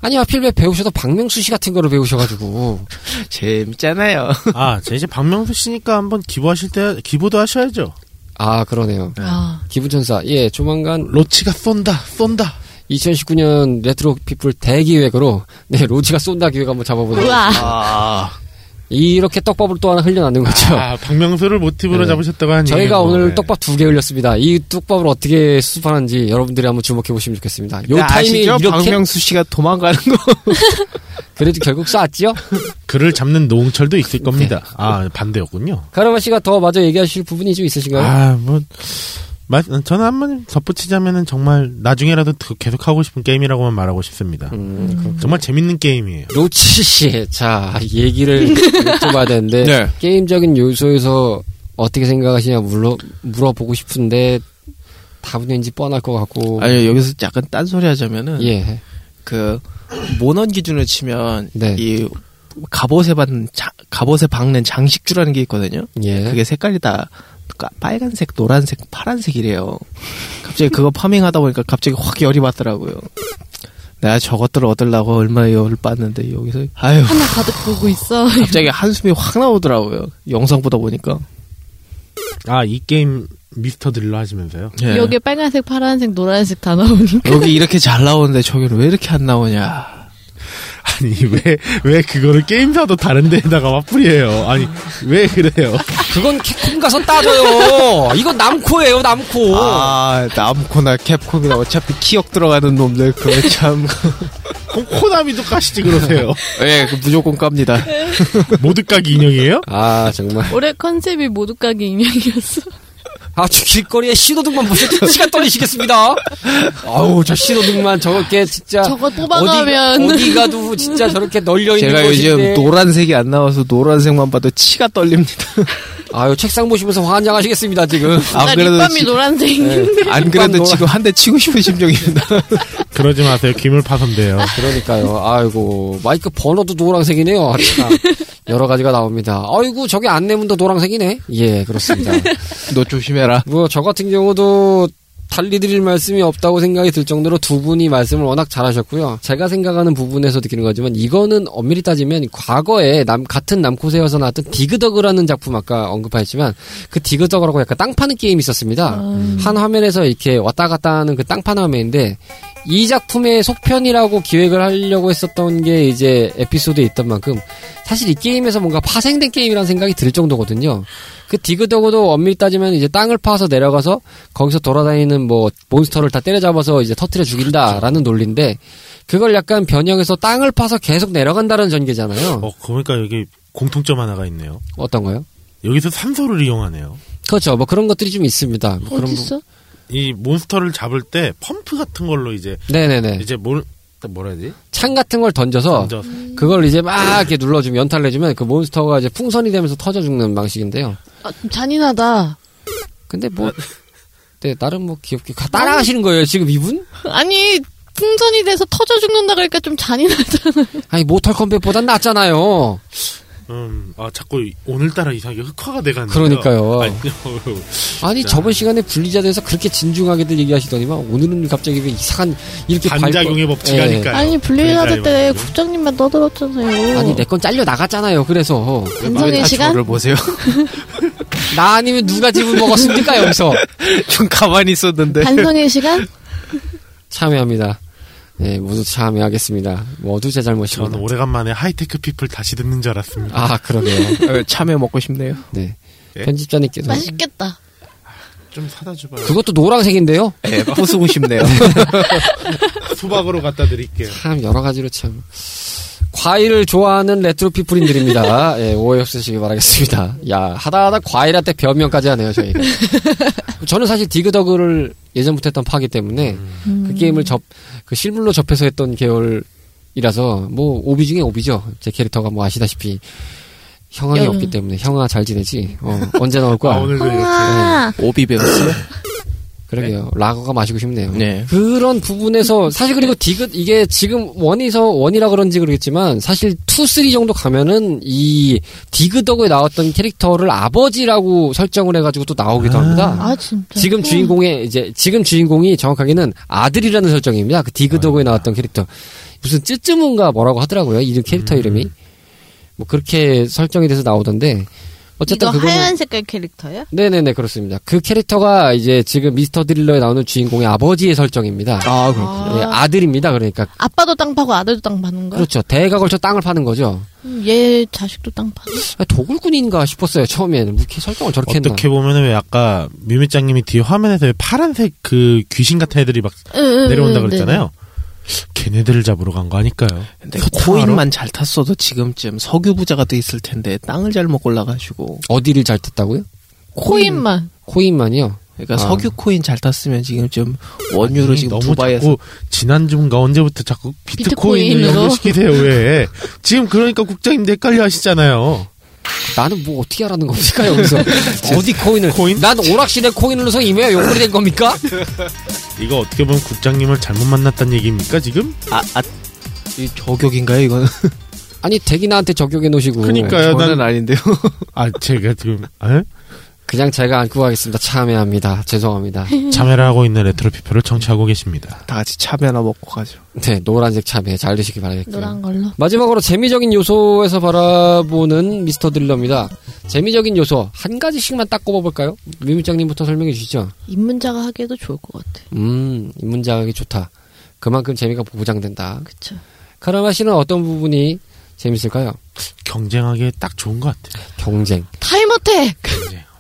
아니, 하필 왜 배우셔도 박명수 씨 같은 거를 배우셔가지고.
재밌잖아요.
아, 제 이제 박명수 씨니까 한번 기부하실 때 기부도 하셔야죠.
아, 그러네요.
아,
기분천사. 예, 조만간
로치가 쏜다. 쏜다.
2019년 레트로 피플 대기획으로, 네, 로지가 쏜다 기획 한번 잡아보도록
우와.
아,
이렇게 떡밥을 또 하나 흘려놨는 거죠.
아, 박명수를 모티브로
네.
잡으셨다고
음,
하니
저희가
뭐,
오늘
네.
떡밥 두 개 흘렸습니다. 이 떡밥을 어떻게 수습하는지 여러분들이 한번 주목해 보시면 좋겠습니다. 요
근데
타이밍에
네, 아시죠?
이렇게
박명수 씨가 도망가는 거.
그래도 결국 쐈지요?
그를 잡는 노홍철도 있을 겁니다. 아 반대였군요.
가르마 씨가 더 마저 얘기하실 부분이 좀
네.
있으신가요?
아뭐 저는 한번 덧붙이자면은 정말 나중에라도 더 계속 하고 싶은 게임이라고만 말하고 싶습니다.
음, 그렇군요.
정말 재밌는 게임이에요.
로치 씨, 자 얘기를 여쭤봐야 되는데
네.
게임적인 요소에서 어떻게 생각하시냐 물어 물어보고 싶은데 답은 왠지 뻔할 것 같고
아니 여기서 약간 딴소리 하자면은
예,
그 모넌 기준으로 치면
네.
이 갑옷에 받는 자- 갑옷에 박는 장식주라는 게 있거든요.
예,
네, 그게 색깔이 다 까- 빨간색, 노란색, 파란색이래요. 갑자기 그거 파밍하다 보니까 갑자기 확 열이 받더라고요. 내가 저것들을 얻으려고 얼마나 열을 받는데 여기서 아유
하나 가득 보고 있어.
갑자기 한숨이 확 나오더라고요. 영상 보다 보니까.
아 이 게임 미스터 드릴러 하시면서요.
네.
예.
여기에 빨간색, 파란색, 노란색 다 나오니까.
여기 이렇게 잘 나오는데 저기는 왜 이렇게 안 나오냐.
아니 왜 왜 그거를 게임사도 다른 데에다가 맞불이에요. 아니 왜 그래요?
그건 캡콤 가서 따져요. 이건 남코예요, 남코.
아 남코나 캡콤이나 어차피 키역 들어가는 놈들 그거 참
코- 코나미도 까시지 그러세요.
예, 그 무조건 깝니다.
네.
모두 까기 인형이에요?
아 정말.
올해 컨셉이 모두가게 인형이었어.
아주 길거리에 신호등만 보셔도 치가 떨리시겠습니다. 아우 저 신호등만 저렇게 진짜
저거 뽑아가면
어디, 가도 진짜 저렇게 널려 있는
제가 요즘
곳인데.
노란색이 안 나와서 노란색만 봐도 치가 떨립니다.
아유 책상 보시면서 환장하시겠습니다 아, 지금. 네.
안
나
그래도
아, 립밤이
지,
노란색인데
안
립밤
그래도
노란-
지금 한 대 치고 싶은 심정입니다.
그러지 마세요. 기물 파손돼요.
그러니까요. 아이고 마이크 번호도 노란색이네요. 아, 참. 여러 가지가 나옵니다. 아이고 저기 안내문도 노란색이네. 예 그렇습니다.
너 조심해라.
뭐 저 같은 경우도 달리 드릴 말씀이 없다고 생각이 들 정도로 두 분이 말씀을 워낙 잘하셨고요. 제가 생각하는 부분에서 느끼는 거지만 이거는 엄밀히 따지면 과거에 남 같은 남코세에서 나왔던 디그더그라는 작품 아까 언급하였지만 그 디그더그라고 약간 땅 파는 게임이 있었습니다. 한 화면에서 이렇게 왔다 갔다 하는 그 땅 파는 화면인데 이 작품의 속편이라고 기획을 하려고 했었던 게 이제 에피소드에 있던 만큼 사실 이 게임에서 뭔가 파생된 게임이라는 생각이 들 정도거든요. 그 디그더그도 엄밀히 따지면 이제 땅을 파서 내려가서 거기서 돌아다니는 뭐 몬스터를 다 때려잡아서 이제 터트려 죽인다라는 논리인데 그걸 약간 변형해서 땅을 파서 계속 내려간다는 전개잖아요.
어 그러니까 여기 공통점 하나가 있네요.
어떤 거요?
여기서 산소를 이용하네요.
그렇죠. 뭐 그런 것들이 좀 있습니다. 뭐 그런
어딨어?
이 몬스터를 잡을 때 펌프 같은 걸로 이제
부- 네네네. 아.
이제 뭘 뭐라 해야 되지?
창 같은 걸 던져서
던져서.
그걸 이제 막 이렇게 눌러주면 연타를 해주면 그 몬스터가 이제 풍선이 되면서 터져 죽는 방식인데요.
아, 잔인하다.
근데 뭐 네, 나름 뭐 귀엽게 가- 따라하시는 거예요 지금 이분?
아니 풍선이 돼서 터져 죽는다 그러니까 좀 잔인하잖아.
아니 모탈 컴뱃보단 낫잖아요.
음, 아 자꾸 이- 오늘따라 이상하게 흑화가 돼가는.
그러니까요.
아니,
아니
진짜.
저번 시간에 분리자드에서 그렇게 진중하게들 얘기하시더니만 오늘은 갑자기 왜 이상한 이렇게
반작용의 법칙
예.
아닐까요?
아니 블리자드 때
그러니까요.
국장님만 떠들었잖아요.
아니 내 건 잘려 나갔잖아요. 그래서
반성의 시간?
를 아, 보세요.
나 아니면 누가 집을 먹었습니까 여기서
좀 가만히 있었는데.
반성의 시간?
참여합니다. 예, 모두 참여하겠습니다. 모두 제
저는
잘못이구나.
오래간만에 하이테크 피플 다시 듣는 줄 알았습니다.
아 그러게요.
어, 참외 먹고 싶네요.
네.
예?
편집자님께서
맛있겠다.
좀 사다 줘봐요.
그것도 노란색인데요.
예, 부수고 싶네요.
그
수박으로 갖다 드릴게요.
참 여러 가지로 참 과일을 좋아하는 레트로 피플인들입니다. 예, 오해 없으시기 바라겠습니다. 야 하다하다 과일한테 변명까지 하네요 저희가. 저는 사실 디그더그를 예전부터 했던 파기 때문에
음.
음.
그 게임을 접 그 실물로 접해서 했던 계열이라서 뭐 오비 중에 오비죠. 제 캐릭터가 뭐 아시다시피 형아이
영.
없기 때문에 형아 잘 지내지. 어, 언제 나올
음. 아
거야.
오늘도 이렇게.
아,
오비 베어스.
네.
그러게요. 라거가 마시고 싶네요.
네.
그런 부분에서 사실 그리고 디귿 이게 지금 원에서 원이라 그런지 모르겠지만 사실 투 쓰리 정도 가면은 이 디귿덕에 나왔던 캐릭터를 아버지라고 설정을 해가지고 또 나오기도 합니다.
아 진짜.
지금 주인공의 이제 지금 주인공이 정확하게는 아들이라는 설정입니다. 그 디그더그에 나왔던 캐릭터 무슨 쯔쯔문가 뭐라고 하더라고요. 이름 캐릭터 이름이 뭐 그렇게 설정이 돼서 나오던데 어쨌든
이거
그거는
하얀 색깔 캐릭터야?
네네네 그렇습니다. 그 캐릭터가 이제 지금 미스터 드릴러에 나오는 주인공의 아버지의 설정입니다.
아, 그렇군.
네,
아,
아들입니다. 그러니까
아빠도 땅 파고 아들도 땅 파는 거야?
그렇죠. 대가 걸쳐 땅을 파는 거죠.
음, 얘 자식도 땅 파.
아, 도굴꾼인가 싶었어요. 처음에는 이렇게 설정을 저렇게 했나.
어떻게 보면은 왜 아까 뮤미짱님이 뒤에 화면에서 왜 파란색 그 귀신 같은 애들이 막
음,
네,
네,
내려온다 그랬잖아요. 걔네들을 잡으러 간 거 아닐까요?
근데
소탕하러?
그 코인만 잘 탔어도 지금쯤 석유 부자가 돼 있을 텐데 땅을 잘못 골라가지고
어디를 잘 뜯다고요?
코인만.
코인만이요.
그러니까
아.
석유 코인 잘 탔으면 지금쯤 원유로
아니,
지금
음, 너무
두바이에서
자꾸 지난주인가 언제부터 자꾸 비트코인을
비트코인으로?
연결시키세요 왜? 지금 그러니까 국장님 헷갈려 하시잖아요.
나는 뭐 어떻게 하라는 겁니까 여기서 어디 코인을?
코인?
난 오락실에 코인을 넣어서 이메야 용물이 된 겁니까?
이거 어떻게 보면 국장님을 잘못 만났단 얘기입니까 지금?
아, 아, 이 저격인가요 이거는?
아니 되게 나한테 적용해 놓으시고 네,
그러니까요.
저는
난-
아닌데요.
아 제가 지금 에?
그냥 제가 안고 가겠습니다. 참여합니다. 죄송합니다.
참여를 하고 있는 레트로 피플을 청취하고 계십니다.
다 같이 참외 하나 먹고 가죠.
네 노란색 참여 잘 드시기 바라겠고요.
노란 걸로.
마지막으로 재미적인 요소에서 바라보는 미스터 딜러입니다. 재미적인 요소 한 가지씩만 딱 꼽아볼까요? 미문장님부터 설명해 주시죠.
입문자가 하기에도 좋을 것 같아.
음, 문장이 좋다. 그만큼 재미가 보장된다.
그쵸.
카라마 씨는 어떤 부분이 재밌을까요?
경쟁하기에 딱 좋은 것 같아요.
경쟁.
타임어택!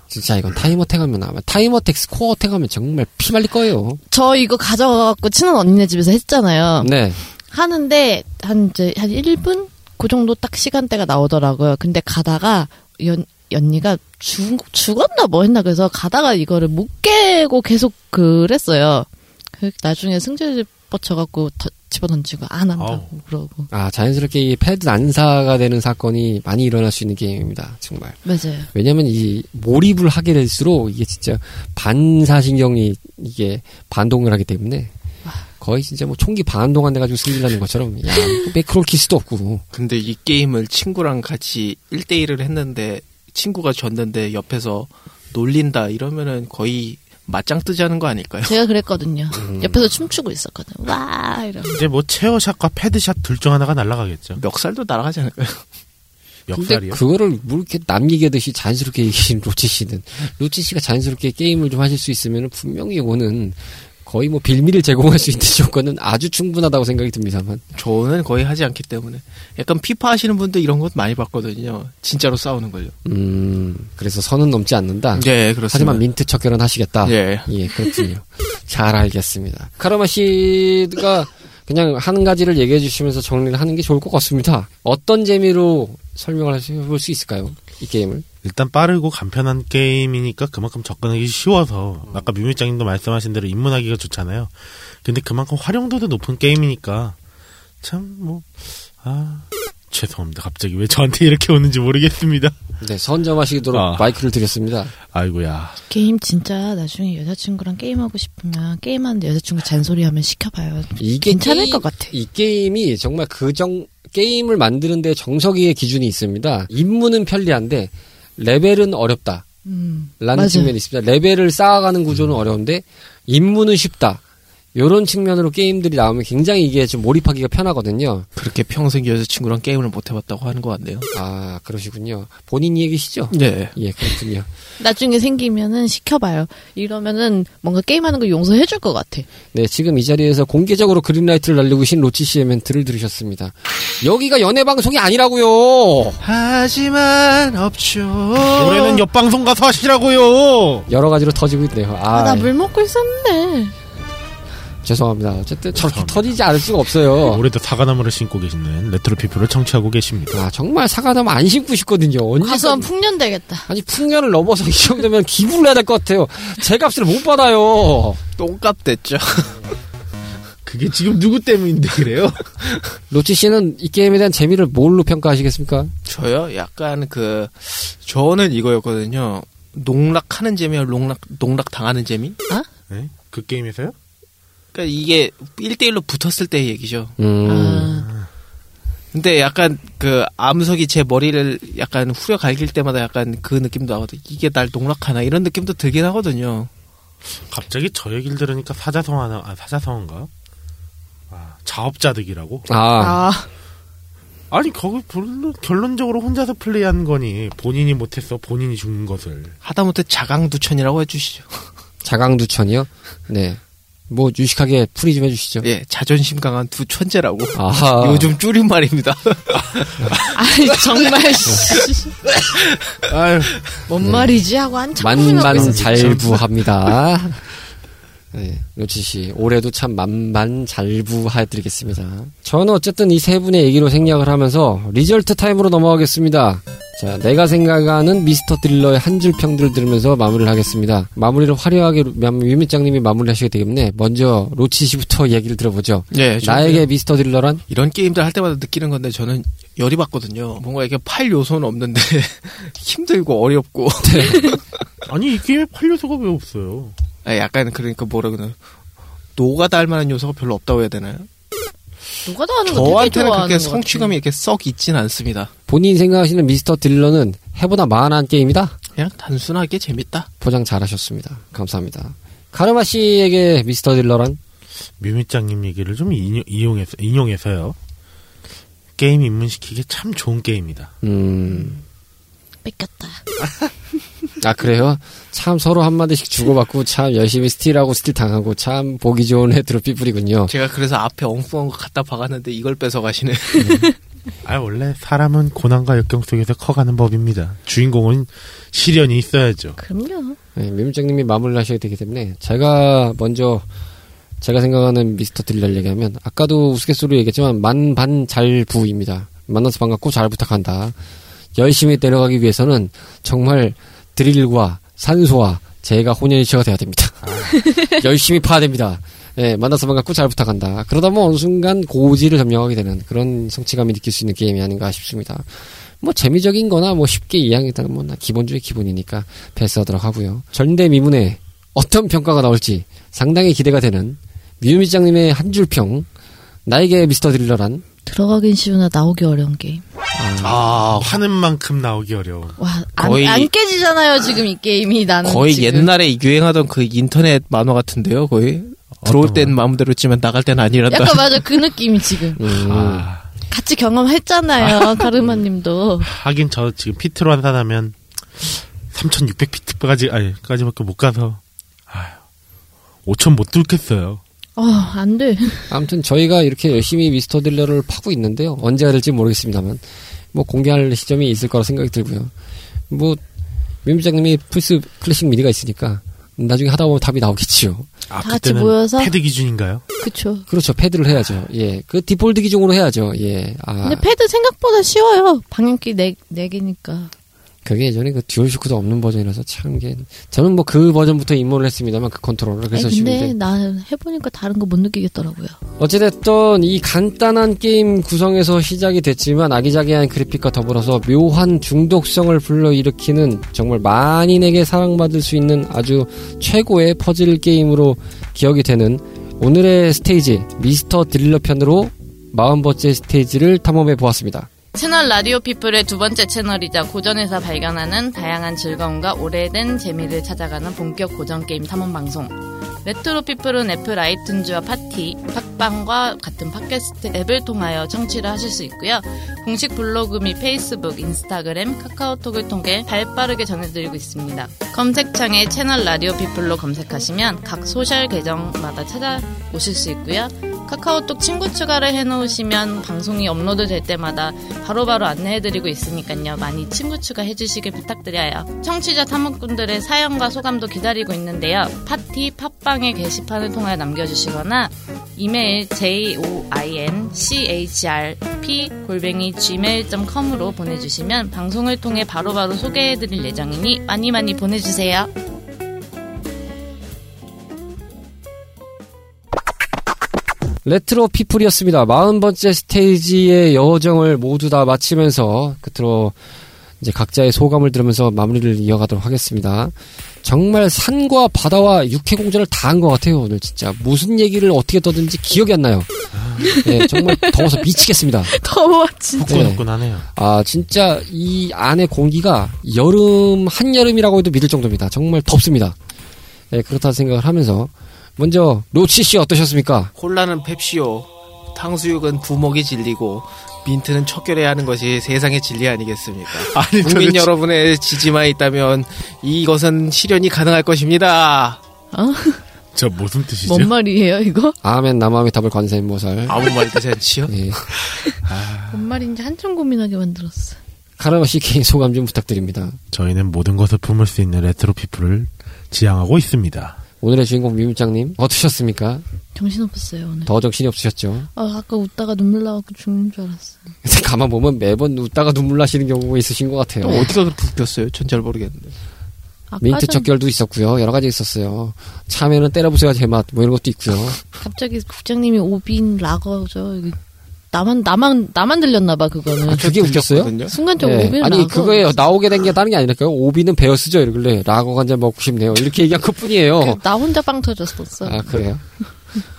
진짜 이건 타임어택 하면 아마 타임어택 스코어택 하면 정말 피말릴 거예요.
저 이거 가져가갖고 친한 언니네 집에서 했잖아요.
네.
하는데 한 이제 한 1분 그 정도 딱 시간대가 나오더라고요. 근데 가다가 연 연니가 죽 죽었나 뭐 했나 그래서 가다가 이거를 못 깨고 계속 그랬어요. 그 나중에 승질 뻗쳐갖고 더- 집어던지고 안 한다고 그러고
아, 자연스럽게 이 패드 난사가 되는 사건이 많이 일어날 수 있는 게임입니다. 정말.
맞아요.
왜냐면 이 몰입을 하게 될수록 이게 진짜 반사신경이 이게 반동을 하기 때문에 거의 진짜 뭐 총기 반동안 돼가지고 승질나는 것처럼 야뭐 매크롤 키스도 없고
근데 이 게임을 친구랑 같이 1대1을 했는데 친구가 졌는데 옆에서 놀린다 이러면은 거의 맞짱 뜨자는 거 아닐까요?
제가 그랬거든요. 옆에서 춤추고 있었거든요. 와 이러고
이제 뭐 체어샷과 패드샷 둘 중 하나가 날아가겠죠.
멱살도 날아가지 않을까요?
근데
역살이요.
그거를 뭐 이렇게 남기게듯이 자연스럽게 얘기하는 로치 씨는 로치 씨가 자연스럽게 게임을 좀 하실 수 있으면 분명히 이거는 거의 뭐 빌미를 제공할 수 있는 조건은 아주 충분하다고 생각이 듭니다만
저는 거의 하지 않기 때문에 약간 피파 하시는 분들 이런 것 많이 봤거든요. 진짜로 싸우는 걸요.
음 그래서 선은 넘지 않는다
네, 그렇습니다.
하지만 민트 척결은 하시겠다
예.
예, 그렇군요. 잘 알겠습니다. 카라마 씨가 그냥 한 가지를 얘기해 주시면서 정리를 하는 게 좋을 것 같습니다. 어떤 재미로 설명을 해볼 수 있을까요? 이 게임을.
일단 빠르고 간편한 게임이니까 그만큼 접근하기 쉬워서 아까 뮤미장님도 말씀하신 대로 입문하기가 좋잖아요. 근데 그만큼 활용도도 높은 게임이니까 참 뭐 아. 죄송합니다. 갑자기 왜 저한테 이렇게 오는지 모르겠습니다.
네, 선점하시도록
아.
마이크를 드렸습니다.
아이고야.
게임 진짜 나중에 여자친구랑 게임하고 싶으면 게임하는데 여자친구 잔소리하면 시켜봐요.
이게
괜찮을
게임-
것 같아.
이 게임이 정말 그 정 게임을 만드는데 정석이의 기준이 있습니다. 입문은 편리한데 레벨은 어렵다.
음,
라는
맞아요.
측면이 있습니다. 레벨을 쌓아가는 구조는 어려운데 입문은 쉽다. 요런 측면으로 게임들이 나오면 굉장히 이게 좀 몰입하기가 편하거든요.
그렇게 평생 여자친구랑 게임을 못 해봤다고 하는 것 같네요.
아 그러시군요. 본인 얘기시죠?
네.
예 그렇군요.
나중에 생기면은 시켜봐요. 이러면은 뭔가 게임하는 걸 용서해줄 것 같아.
네 지금 이 자리에서 공개적으로 그린라이트를 날리고 계신 로치 씨의 멘트를 들으셨습니다. 여기가 연애 방송이 아니라고요.
하지만 없죠.
올해는 옆방송 가서 하시라고요.
여러 가지로 터지고 있네요.
아,
아,
나 물 먹고 있었네.
죄송합니다. 어쨌든 저렇게
죄송합니다.
터지지 않을 수가 없어요.
올해도 사과나무를 신고 계시는 레트로 피플을 청취하고 계십니다.
아 정말 사과나무 안 신고 싶거든요. 언제
과수원 풍년 되겠다.
아니 풍년을 넘어서 이 정도면 기부를 해야 될 것 같아요. 제 값을 못 받아요.
똥값 됐죠.
그게 지금 누구 때문인데 그래요?
로치 씨는 이 게임에 대한 재미를 뭘로 평가하시겠습니까?
저요? 약간 그 저는 이거였거든요. 농락하는 재미와 농락 농락 당하는 재미?
네? 그 게임에서요?
그러니까 이게 1대1로 붙었을 때의 얘기죠.
음.
음.
아,
근데 약간 그 암석이 제 머리를 약간 후려 갈길 때마다 약간 그 느낌도 나거든. 이게 날 농락하나 이런 느낌도 들긴 하거든요.
갑자기 저 얘기를 들으니까 사자성 하나 아, 사자성인가? 아, 자업자득이라고?
아,
아,
아니 거기 별로- 결론적으로 혼자서 플레이한 거니 본인이 못했어 본인이 죽는 것을
하다못해 자강두천이라고 해주시죠.
자강두천이요? 네. 뭐 유식하게 풀이 좀 해주시죠.
예, 자존심 강한 두 천재라고.
아하.
요즘 줄임말입니다.
아이 정말 씨,
아유
네.
뭔 말이지 하고 한참
만만
고민하고
잘부합니다. 네, 로치 씨 올해도 참 만만 잘부해드리겠습니다. 저는 어쨌든 이 세 분의 얘기로 생략을 하면서 리절트 타임으로 넘어가겠습니다. 자, 내가 생각하는 미스터 드릴러의 한 줄 평들을 들으면서 마무리를 하겠습니다. 마무리를 화려하게 유미장님이 마무리하시게 되겠네. 먼저 로치 씨부터 얘기를 들어보죠.
예, 저는
나에게 미스터 드릴러란
이런 게임들 할 때마다 느끼는 건데 저는 열이 받거든요. 뭔가 이렇게 팔 요소는 없는데 힘들고 어렵고
네.
아니 이 게임에 팔 요소가 왜 없어요
아, 약간 그러니까 뭐라 그러나 노가다 할 만한 요소가 별로 없다고 해야 되나요?
누가 더 하는 거
저한테는
되게 좋아하는
그렇게
어, 것 같아.
성취감이 이렇게 썩 있진 않습니다.
본인이 생각하시는 미스터 드릴러는 해보다 만한 게임이다.
그냥 단순하게 재밌다.
포장 잘하셨습니다. 감사합니다. 카르마 씨에게 미스터 딜러란
뮤미짱님 얘기를 좀 인용, 이용해서 인용해서요 게임 입문시키기 참 좋은 게임이다
음,
뺏겼다.
아 그래요? 참 서로 한 마디씩 주고받고 참 열심히 스틸하고 스틸 당하고 참 보기 좋은 헤드로 삐뿌리군요.
제가 그래서 앞에 엉뚱한 거 갖다 박았는데 이걸 뺏어 가시네.
아 원래 사람은 고난과 역경 속에서 커가는 법입니다. 주인공은 시련이 있어야죠.
그럼요.
네, 미물장님이 마무리를 하셔야 되기 때문에 제가 먼저 제가 생각하는 미스터 드릴날 얘기하면 아까도 우스갯소리로 얘기했지만 만반 잘부입니다. 만나서 반갑고 잘 부탁한다. 열심히 내려가기 위해서는 정말 드릴과 산소와 제가 혼연일체가 돼야 됩니다. 열심히 파야 됩니다. 예, 만나서 반갑고 잘 부탁한다. 그러다 뭐 어느 순간 고지를 점령하게 되는 그런 성취감이 느낄 수 있는 게임이 아닌가 싶습니다. 뭐 재미적인 거나 뭐 쉽게 이해하겠다는 건 기본 중의 기본이니까 패스하도록 하고요. 전대미문에 어떤 평가가 나올지 상당히 기대가 되는 미유미장님의 한 줄평 나에게 미스터 드릴러란
들어가긴 쉬우나 나오기 어려운 게임.
아,
하는 만큼 나오기 어려운.
와, 안,
거의-
안 깨지잖아요, 지금 이 게임이. 나는.
거의
지금.
옛날에 유행하던 그 인터넷 만화 같은데요, 거의. 들어올 땐 마음대로 찌면 나갈 땐 아니란다.
약간 맞아, 그 느낌이 지금.
음,
아,
같이 경험했잖아요, 가르마 님도.
하긴 저 지금 피트로 환산하면 3,600피트까지 아니,까지밖에 못 가서 아휴, 5,000 못 뚫겠어요.
어, 안 돼.
아무튼 저희가 이렇게 열심히 미스터 드릴러를 파고 있는데요. 언제가 될지 모르겠습니다만 뭐 공개할 시점이 있을 거라 생각이 들고요. 뭐 미유미장님이 플스 클래식 미디가 있으니까 나중에 하다 보면 답이 나오겠지요.
아,
다 같이 모여서?
패드 기준인가요?
그쵸.
그렇죠. 패드를 해야죠. 예. 그 디폴트 기종으로 해야죠. 예. 아.
근데 패드 생각보다 쉬워요. 방향키 네, 네 개니까.
그게 예전에 그 듀얼쇼크도 없는 버전이라서 참 게. 저는 뭐 그 버전부터 입문을 했습니다만 그 컨트롤을.
아니,
그래서
근데
쉬운데.
나 해보니까 다른 거 못 느끼겠더라고요.
어찌됐든 이 간단한 게임 구성에서 시작이 됐지만 아기자기한 그래픽과 더불어서 묘한 중독성을 불러일으키는 정말 만인에게 사랑받을 수 있는 아주 최고의 퍼즐 게임으로 기억이 되는 오늘의 스테이지 미스터 드릴러 편으로 마흔번째 스테이지를 탐험해 보았습니다.
채널 라디오 피플의 두 번째 채널이자 고전에서 발견하는 다양한 즐거움과 오래된 재미를 찾아가는 본격 고전 게임 탐험 방송. 레트로 피플은 애플 아이튠즈와 파티, 팟빵과 같은 팟캐스트 앱을 통하여 청취를 하실 수 있고요. 공식 블로그 및 페이스북, 인스타그램, 카카오톡을 통해 발빠르게 전해드리고 있습니다. 검색창에 채널 라디오 피플로 검색하시면 각 소셜 계정마다 찾아오실 수 있고요. 카카오톡 친구 추가를 해놓으시면 방송이 업로드 될 때마다 바로바로 안내해드리고 있으니까요. 많이 친구 추가해주시길 부탁드려요. 청취자 탐험꾼들의 사연과 소감도 기다리고 있는데요. 파티 팟빵의 게시판을 통해 남겨주시거나 이메일 joinchrp 골뱅이 gmail.com으로 보내주시면 방송을 통해 바로바로 소개해드릴 예정이니 많이 많이 보내주세요.
레트로 피플이었습니다. 40번째 스테이지의 여정을 모두 다 마치면서 끝으로 이제 각자의 소감을 들으면서 마무리를 이어가도록 하겠습니다. 정말 산과 바다와 육해공전을 다 한 것 같아요 오늘 진짜 무슨 얘기를 어떻게 떠든지 기억이 안 나요. 네, 정말 더워서 미치겠습니다.
더워, 진짜.
후끈후끈하네요.
아 진짜 이 안에 공기가 여름 한 여름이라고 해도 믿을 정도입니다. 정말 덥습니다. 네, 그렇다는 생각을 하면서 먼저 로치 씨 어떠셨습니까?
콜라는 펩시요. 탕수육은 부먹이 진리고 민트는 척결해야 하는 것이 세상의 진리 아니겠습니까?
아니,
국민
도대체-
여러분의 지지만 있다면 이것은 실현이 가능할 것입니다.
아,
저 무슨 뜻이죠?
뭔 말이에요, 이거?
아멘 남함의 답을 관세음 모살.
아무 말도 괜찮지요?
예.
뭔 말인지 한참 고민하게 만들었어.
카라마 씨 개인 소감 좀 부탁드립니다.
저희는 모든 것을 품을 수 있는 레트로 피플을 지향하고 있습니다.
오늘의 주인공 미물장님 어떠셨습니까?
정신없었어요, 오늘.
더 정신이 없으셨죠?
아, 아까 웃다가 눈물 나갖고 죽는 줄 알았어.
근데 가만 보면 매번 웃다가 눈물 나시는 경우가 있으신 것 같아요.
또 어디가 그렇게 웃겼어요? 전 잘 모르겠는데.
아까
민트
전-
척결도 있었고요. 여러 가지 있었어요. 참외는 때려부숴야 제맛 뭐 이런 것도 있고요.
아,
갑자기 국장님이 오빈 라거죠. 이거 나만 나만 나만 들렸나봐 그거는.
아, 그게 웃겼어요?
들렸거든요.
순간적으로
예.
오빈 라거.
아니 그거에 나오게 된 게 다른 게 아니랄까요? 오비는 베어 쓰죠 이러길래 라거 한잔 먹고 싶네요. 이렇게 얘기한 것뿐이에요.
그나 혼자 빵 터졌었어.
아 그래요?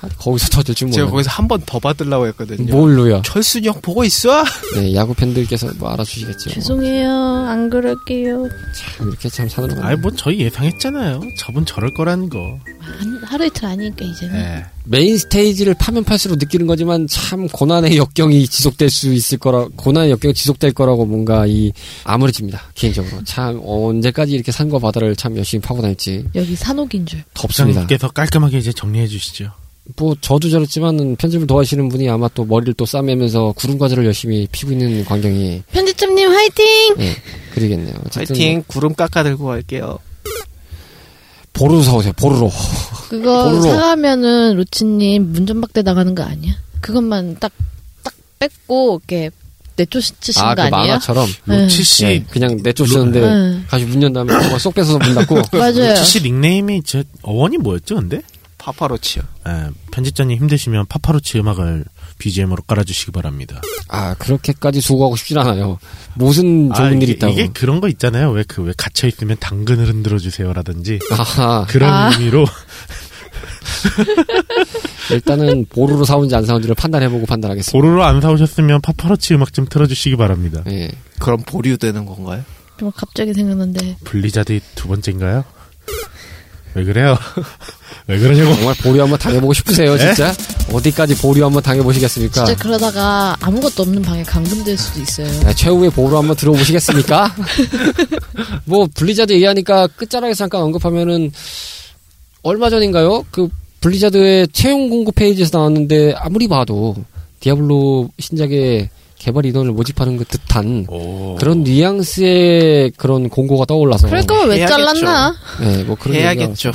아, 거기서 터질 줄
제가
몰라.
거기서 한 번 더 받으려고 했거든요.
뭘로요?
철순이 형 보고 있어?
네, 야구 팬들께서 뭐 알아주시겠죠.
죄송해요. 안 그럴게요.
참, 이렇게 참 사느라고.
아이 뭐 저희 예상했잖아요. 저분 저럴 거라는 거.
한- 하루 이틀 아니니까 이제는.
예. 메인 스테이지를 파면 팔수록 느끼는 거지만 참 고난의 역경이 지속될 수 있을 거라 고난의 역경이 지속될 거라고 뭔가 이 아무래집니다 개인적으로 참 언제까지 이렇게 산과 바다를 참 열심히 파고 다닐지
여기 산옥인 줄.
덥습니다.
부장님께서 깔끔하게 음, 이제 정리해 주시죠.
뭐 저도 저렇지만 편집을 도와주시는 분이 아마 또 머리를 또 싸매면서 구름 과자를 열심히 피고 있는 광경이
편집점님 화이팅!
예, 그리겠네요. 어쨌든 뭐
파이팅 구름 깎아 들고 갈게요.
보루 사오세요. 보루로.
그거
볼로.
사가면은 로치님 문전박대 나가는 거 아니야? 그것만 딱, 딱 뺏고, 이렇게 내쫓으신
아,
거
그
아니에요?
만화처럼
응.
칠씨
예, 그냥 내쫓으는데
응.
가시 문 연 다음에 정말 쏙 뺏어서 문 닫고
맞아요.
칠씨 닉네임이 제 어원이 뭐였죠, 근데?
파파로치요.
예, 편집자님 힘드시면 파파로치 음악을 BGM으로 깔아주시기 바랍니다.
아 그렇게까지 수고하고 싶진 않아요. 모순 좋은
아,
일이
이게,
있다고.
이게 그런 거 있잖아요. 왜 그 왜 갇혀 있으면 당근을 흔들어 주세요라든지
아하
그런
아.
의미로
일단은 보루로 사온지 안 사온지를 판단해보고 판단하겠습니다.
보로로 안 사오셨으면 파파로치 음악 좀 틀어주시기 바랍니다.
예.
그럼 보류되는 건가요?
정말 갑자기 생각났는데.
블리자드 두 번째인가요? 왜 그래요? 왜 그러냐고?
정말 보류 한번 당해보고 싶으세요,
예?
진짜? 어디까지 보류 한번 당해보시겠습니까?
진짜 그러다가 아무것도 없는 방에 감금될 수도 있어요.
네, 최후의 보루 한번 들어보시겠습니까? 뭐 블리자드 얘기하니까 끝자락에 잠깐 언급하면은 얼마 전인가요? 그 블리자드의 채용 공고 페이지에서 나왔는데 아무리 봐도 디아블로 신작의 개발 인원을 모집하는 그 듯한 그런 뉘앙스의 그런 공고가 떠올라서
그럴 거면 왜
음, 해야겠죠.
잘랐나?
네, 뭐 그런 얘기가
해야겠죠.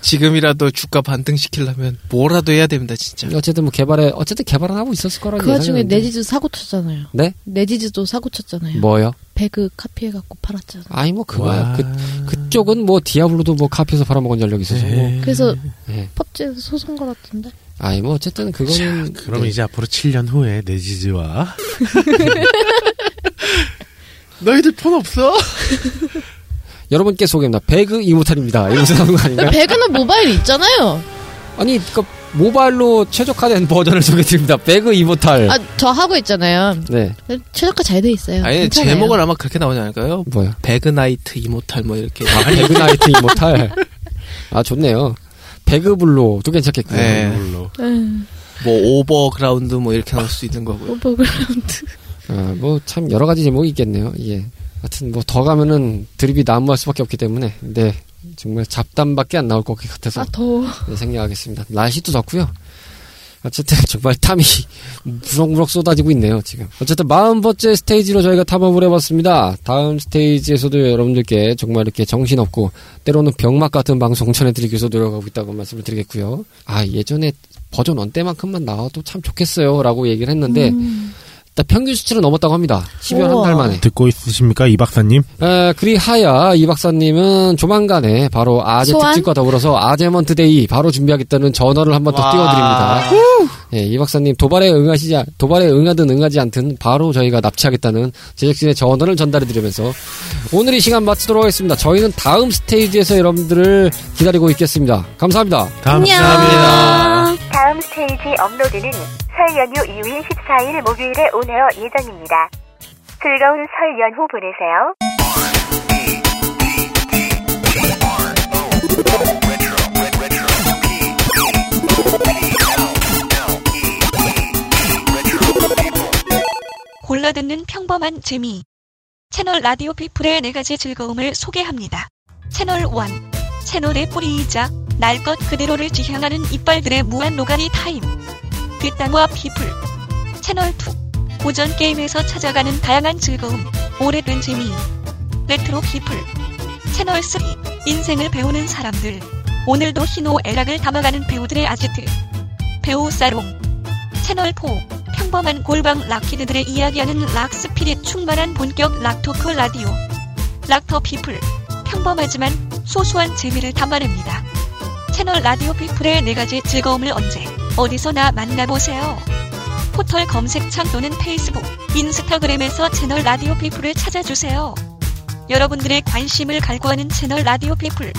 지금이라도 주가 반등시키려면 뭐라도 해야 됩니다, 진짜.
어쨌든 뭐 개발에 어쨌든 개발은 하고 있었을 거라고
그 와중에
예상하는데.
네지즈 사고 쳤잖아요.
네?
네지즈도 사고 쳤잖아요.
뭐요?
배그 카피해갖고 팔았잖아.
아니 뭐 그거야. 그 그쪽은 뭐 디아블로도 뭐 카피해서 팔아먹은 전력이 있어서
네.
뭐.
그래서
음,
예.
펍지에서 소송 걸었던데.
아니 뭐 어쨌든 그거는
그럼
네.
이제 앞으로 7년 후에 내지즈와 너희들 폰 없어?
여러분께 소개합니다. 배그 이모탈입니다. 이러면서 나오는 거 아닌가요?
배그는 모바일 있잖아요.
아니, 그, 모바일로 최적화된 버전을 소개드립니다. 배그 이모탈.
아, 저 하고 있잖아요.
네.
최저가 잘 돼 있어요.
예. 아니
괜찮아요.
제목은 아마 그렇게 나오지 않을까요?
뭐야.
배그나이트 이모탈 뭐 이렇게.
아, 배그 나이트 이모탈. 아, 좋네요. 배그 블로도 괜찮겠고요.
네.
음.
물론.
응,
뭐 오버그라운드 뭐 이렇게 나올 수 있는 거고요.
오버그라운드.
아, 뭐, 참, 여러 가지 제목이 있겠네요. 예. 하여튼, 뭐, 더 가면은 드립이 난무할 수 밖에 없기 때문에, 네. 정말 잡담밖에 안 나올 것 같아서.
아, 더워.
네, 생략하겠습니다. 날씨도 덥고요. 어쨌든 정말 탐이 무럭무럭 쏟아지고 있네요, 지금. 어쨌든 40번째 스테이지로 저희가 탐험을 해봤습니다. 다음 스테이지에서도 여러분들께 정말 이렇게 정신없고, 때로는 병맛 같은 방송 전해드리기 위해서 노력하고 있다고 말씀을 드리겠고요. 아, 예전에 버전 1 때만큼만 나와도 참 좋겠어요. 라고 얘기를 했는데, 일단 평균 수치를 넘었다고 합니다. 10여
음. 우와.
한달 만에.
듣고 있으십니까 이 박사님?
에, 그리하야 이 박사님은 조만간에 바로 아재
소환?
특집과 더불어서 아재먼트 데이 바로 준비하겠다는 전화를 한 번 더
와.
띄워드립니다. 예, 이 박사님 도발에 응하시지 않- 도발에 응하든 응하지 않든 바로 저희가 납치하겠다는 제작진의 전화를 전달해드리면서 오늘 이 시간 마치도록 하겠습니다. 저희는 다음 스테이지에서 여러분들을 기다리고 있겠습니다. 감사합니다.
다음
다음 스테이지 업로드는 설 연휴 2월 14일 목요일에 온에어 예정입니다. 즐거운 설 연휴 보내세요.
골라듣는 평범한 재미. 채널 라디오 피플의 네 가지 즐거움을 소개합니다. 채널 1. 채널의 뿌리이자 날 것 그대로를 지향하는 이빨들의 무한 노가리 타임. 뒷땅과 피플. 채널 2. 고전 게임에서 찾아가는 다양한 즐거움, 오래된 재미. 레트로 피플. 채널 3. 인생을 배우는 사람들. 오늘도 희노애락을 담아가는 배우들의 아지트. 배우 사롱. 채널 4. 평범한 골방 락키드들의 이야기하는 락스피릿 충만한 본격 락토크 라디오 락터 피플 평범하지만 소소한 재미를 담아냅니다 채널 라디오 피플의 네 가지 즐거움을 언제 어디서나 만나보세요 포털 검색창 또는 페이스북 인스타그램에서 채널 라디오 피플을 찾아주세요 여러분들의 관심을 갈구하는 채널 라디오 피플